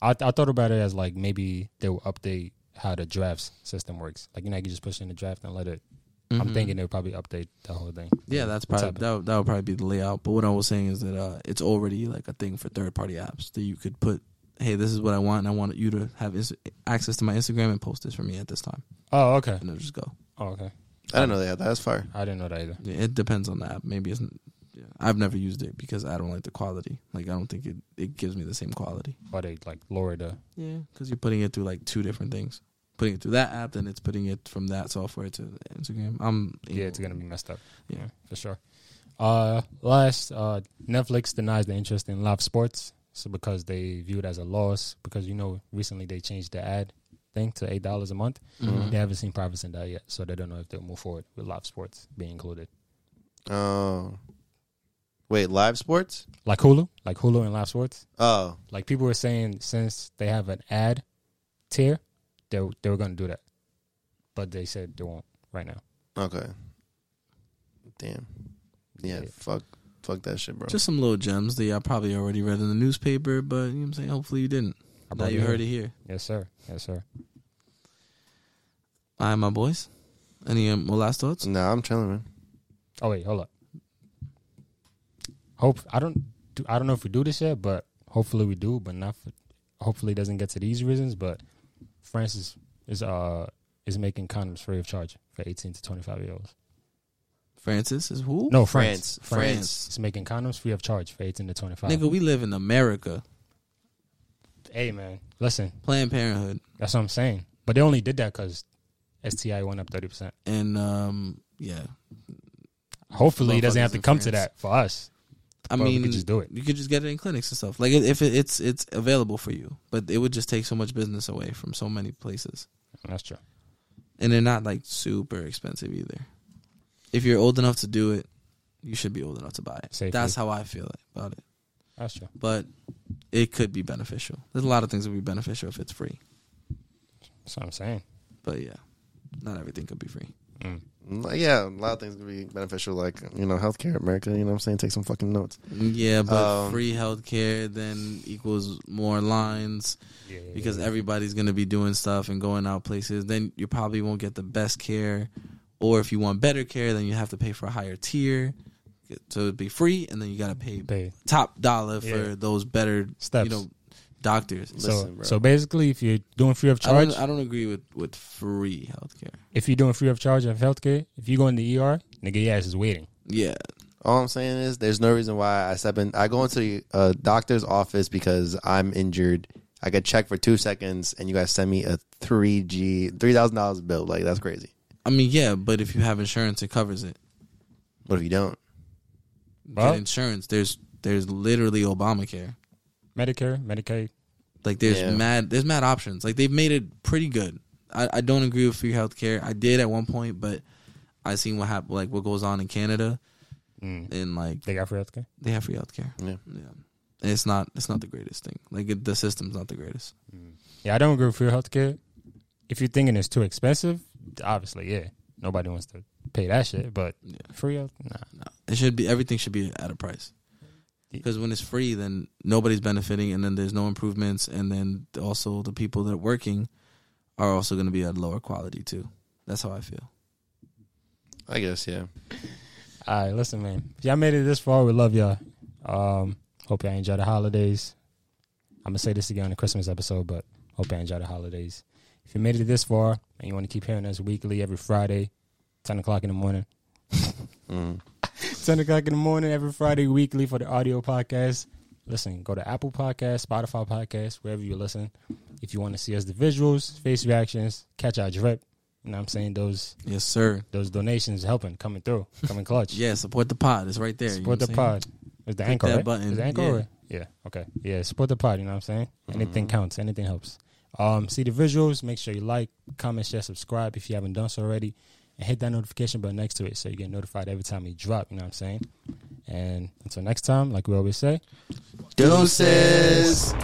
Speaker 4: I I thought about it as like maybe they will update how the drafts system works. Like you know, you just push in the draft and let it. I'm
Speaker 3: Mhm.
Speaker 4: thinking they'll probably update the whole thing.
Speaker 3: Yeah, that's
Speaker 4: What's
Speaker 3: probably
Speaker 4: up?
Speaker 3: that. would- That would probably be the layout. But what I was saying is that uh, it's already like a thing for third party apps that you could put. Hey, this is what I want, and I want you to have ins- access to my Instagram and post this for me at this time,
Speaker 4: Oh, okay.
Speaker 3: and it'll just go.
Speaker 4: Oh, okay.
Speaker 2: I didn't know they had that. That's fire.
Speaker 4: I didn't know that either.
Speaker 3: Yeah, it depends on the app. Maybe it's. n- Yeah, I've never used it because I don't like the quality. Like I don't think it it gives me the same quality.
Speaker 4: Or they like lower the.
Speaker 3: Yeah, because you're putting it through like two different things. Putting it through that app, then it's putting it from that software to Instagram. I'm
Speaker 4: Yeah, it's gonna be messed up.
Speaker 3: Yeah.
Speaker 4: for sure. Uh, last, uh, Netflix denies the interest in live sports. So because they view it as a loss, because you know recently they changed the ad thing to eight dollars a month.
Speaker 3: Mhm.
Speaker 4: They haven't seen profits in that yet, so they don't know if they'll move forward with live sports being included.
Speaker 2: Oh. Wait, live sports?
Speaker 4: Like Hulu, like Hulu and Live Sports.
Speaker 2: Oh,
Speaker 4: Like people were saying, since they have an ad tier, they w- they were going to do that, but they said they won't right now.
Speaker 2: okay. Damn. Yeah,
Speaker 4: Yeah.
Speaker 2: fuck, fuck that shit, bro.
Speaker 3: Just some little gems that y'all probably already read in the newspaper, but you know what I'm saying? Hopefully you didn't.
Speaker 4: I
Speaker 3: Now
Speaker 4: probably
Speaker 3: you heard
Speaker 4: am.
Speaker 3: it here.
Speaker 4: Yes, sir. Yes, sir.
Speaker 3: All right, my boys. Any um, more last thoughts?
Speaker 2: no, I'm chilling, man.
Speaker 4: Oh wait, hold up. Hope I don't do. I don't know if we do this yet, but hopefully we do. But not. For, hopefully it doesn't get to these reasons. But France is is uh is making condoms free of charge for eighteen to twenty five year olds.
Speaker 3: Francis is who?
Speaker 4: No,
Speaker 2: France.
Speaker 4: France.
Speaker 2: France.
Speaker 4: is making condoms free of charge for eighteen to twenty five.
Speaker 3: Nigga, we live in America.
Speaker 4: Hey man, listen,
Speaker 3: Planned Parenthood.
Speaker 4: that's what I'm saying. But they only did that because STI went up thirty percent.
Speaker 3: And um yeah.
Speaker 4: Hopefully it doesn't
Speaker 3: Motherfuckers
Speaker 4: have to
Speaker 3: in
Speaker 4: come to
Speaker 3: France.
Speaker 4: that for us.
Speaker 3: I
Speaker 4: But we
Speaker 3: mean
Speaker 4: could just do it.
Speaker 3: You could just get it in clinics and stuff. Like it- if it, it's it's available for you. But it would just take so much business away from so many places.
Speaker 4: That's true.
Speaker 3: And they're not like super expensive either. If you're old enough to do it, you should be old enough to buy it.
Speaker 4: Safely.
Speaker 3: That's how I feel about it.
Speaker 4: That's true.
Speaker 3: But it could be beneficial. There's a lot of things that would be beneficial if it's free.
Speaker 4: That's what I'm saying.
Speaker 3: But yeah. Not everything could be free.
Speaker 4: Mm.
Speaker 2: Like, Yeah, a lot of things can be beneficial, like you know, healthcare, America. You know, what I'm saying, take some fucking notes.
Speaker 3: Yeah, but
Speaker 2: Um,
Speaker 3: free healthcare then equals more lines
Speaker 4: Yeah,
Speaker 3: because everybody's going to be doing stuff and going out places. Then you probably won't get the best care, or if you want better care, then you have to pay for a higher tier. So it'd be free, and then you got to pay
Speaker 4: They-
Speaker 3: top dollar for
Speaker 4: Yeah.
Speaker 3: those better, you
Speaker 4: Steps.
Speaker 3: know, doctors.
Speaker 4: So,
Speaker 2: Listen, bro.
Speaker 4: so basically, if you're doing free of
Speaker 3: I
Speaker 4: charge,
Speaker 3: don't, I don't agree with with free healthcare.
Speaker 4: if you're doing free of charge of healthcare, if you go in the ER, nigga, your ass is waiting.
Speaker 3: Yeah,
Speaker 2: All I'm saying is, there's no reason why I step in. I go into a doctor's office because I'm injured. I get checked for two seconds, and you guys send me a three G three thousand dollars bill. Like that's crazy.
Speaker 3: I mean, yeah, but if you have insurance, it covers it.
Speaker 2: What if you don't?
Speaker 4: Well-
Speaker 3: Get insurance. There's there's literally Obamacare.
Speaker 4: Medicare, Medicaid.
Speaker 3: Like there's
Speaker 2: Yeah.
Speaker 3: mad there's mad options. Like they've made it pretty good. I, I don't agree with free healthcare. I did at one point, but I seen what happened like what goes on in Canada
Speaker 4: Mm.
Speaker 3: and like
Speaker 4: They got free healthcare.
Speaker 3: they have free healthcare.
Speaker 2: Yeah.
Speaker 3: Yeah. And it's not it's not the greatest thing. Like it, the system's not the greatest.
Speaker 4: Yeah, I don't agree with free healthcare. If you're thinking it's too expensive, obviously, yeah, nobody wants to pay that shit. But
Speaker 3: Yeah.
Speaker 4: free health, nah.
Speaker 3: No. It should be everything should be at a price. Because when it's free, then nobody's benefiting, and then there's no improvements, and then also the people that are working are also going to be at lower quality too. That's how I feel.
Speaker 2: I guess yeah.
Speaker 4: All right, listen, man. If y'all made it this far, we love y'all. Um, hope y'all enjoy the holidays. I'm gonna say this again on the Christmas episode, but hope y'all enjoy the holidays. If you made it this far and you want to keep hearing us weekly every Friday, ten o'clock in the morning.
Speaker 2: Mm.
Speaker 4: 10 o'clock in the morning every Friday weekly for the audio podcast. Listen, go to Apple Podcast, Spotify Podcast, wherever you listen. If you want to see us the visuals, face reactions, catch our drip. You know what I'm saying? Those
Speaker 3: Yes, sir.
Speaker 4: those donations helping, coming through, coming clutch.
Speaker 3: Yeah, support the pod. It's right there. you know
Speaker 4: Support
Speaker 3: what
Speaker 4: the
Speaker 3: I'm saying?
Speaker 4: pod. It's the anchor,
Speaker 3: that
Speaker 4: right?
Speaker 3: button.
Speaker 4: Is the anchor?
Speaker 3: Yeah. Mm-hmm.
Speaker 4: right? yeah. Okay. Yeah. Support the pod. You know what I'm saying? Anything counts. Anything helps. Um, see the visuals. Make sure you like, comment, share, subscribe if you haven't done so already, and hit that notification button next to it so you get notified every time we drop. You know what I'm saying? And until next time, like we always say.
Speaker 2: Deuces.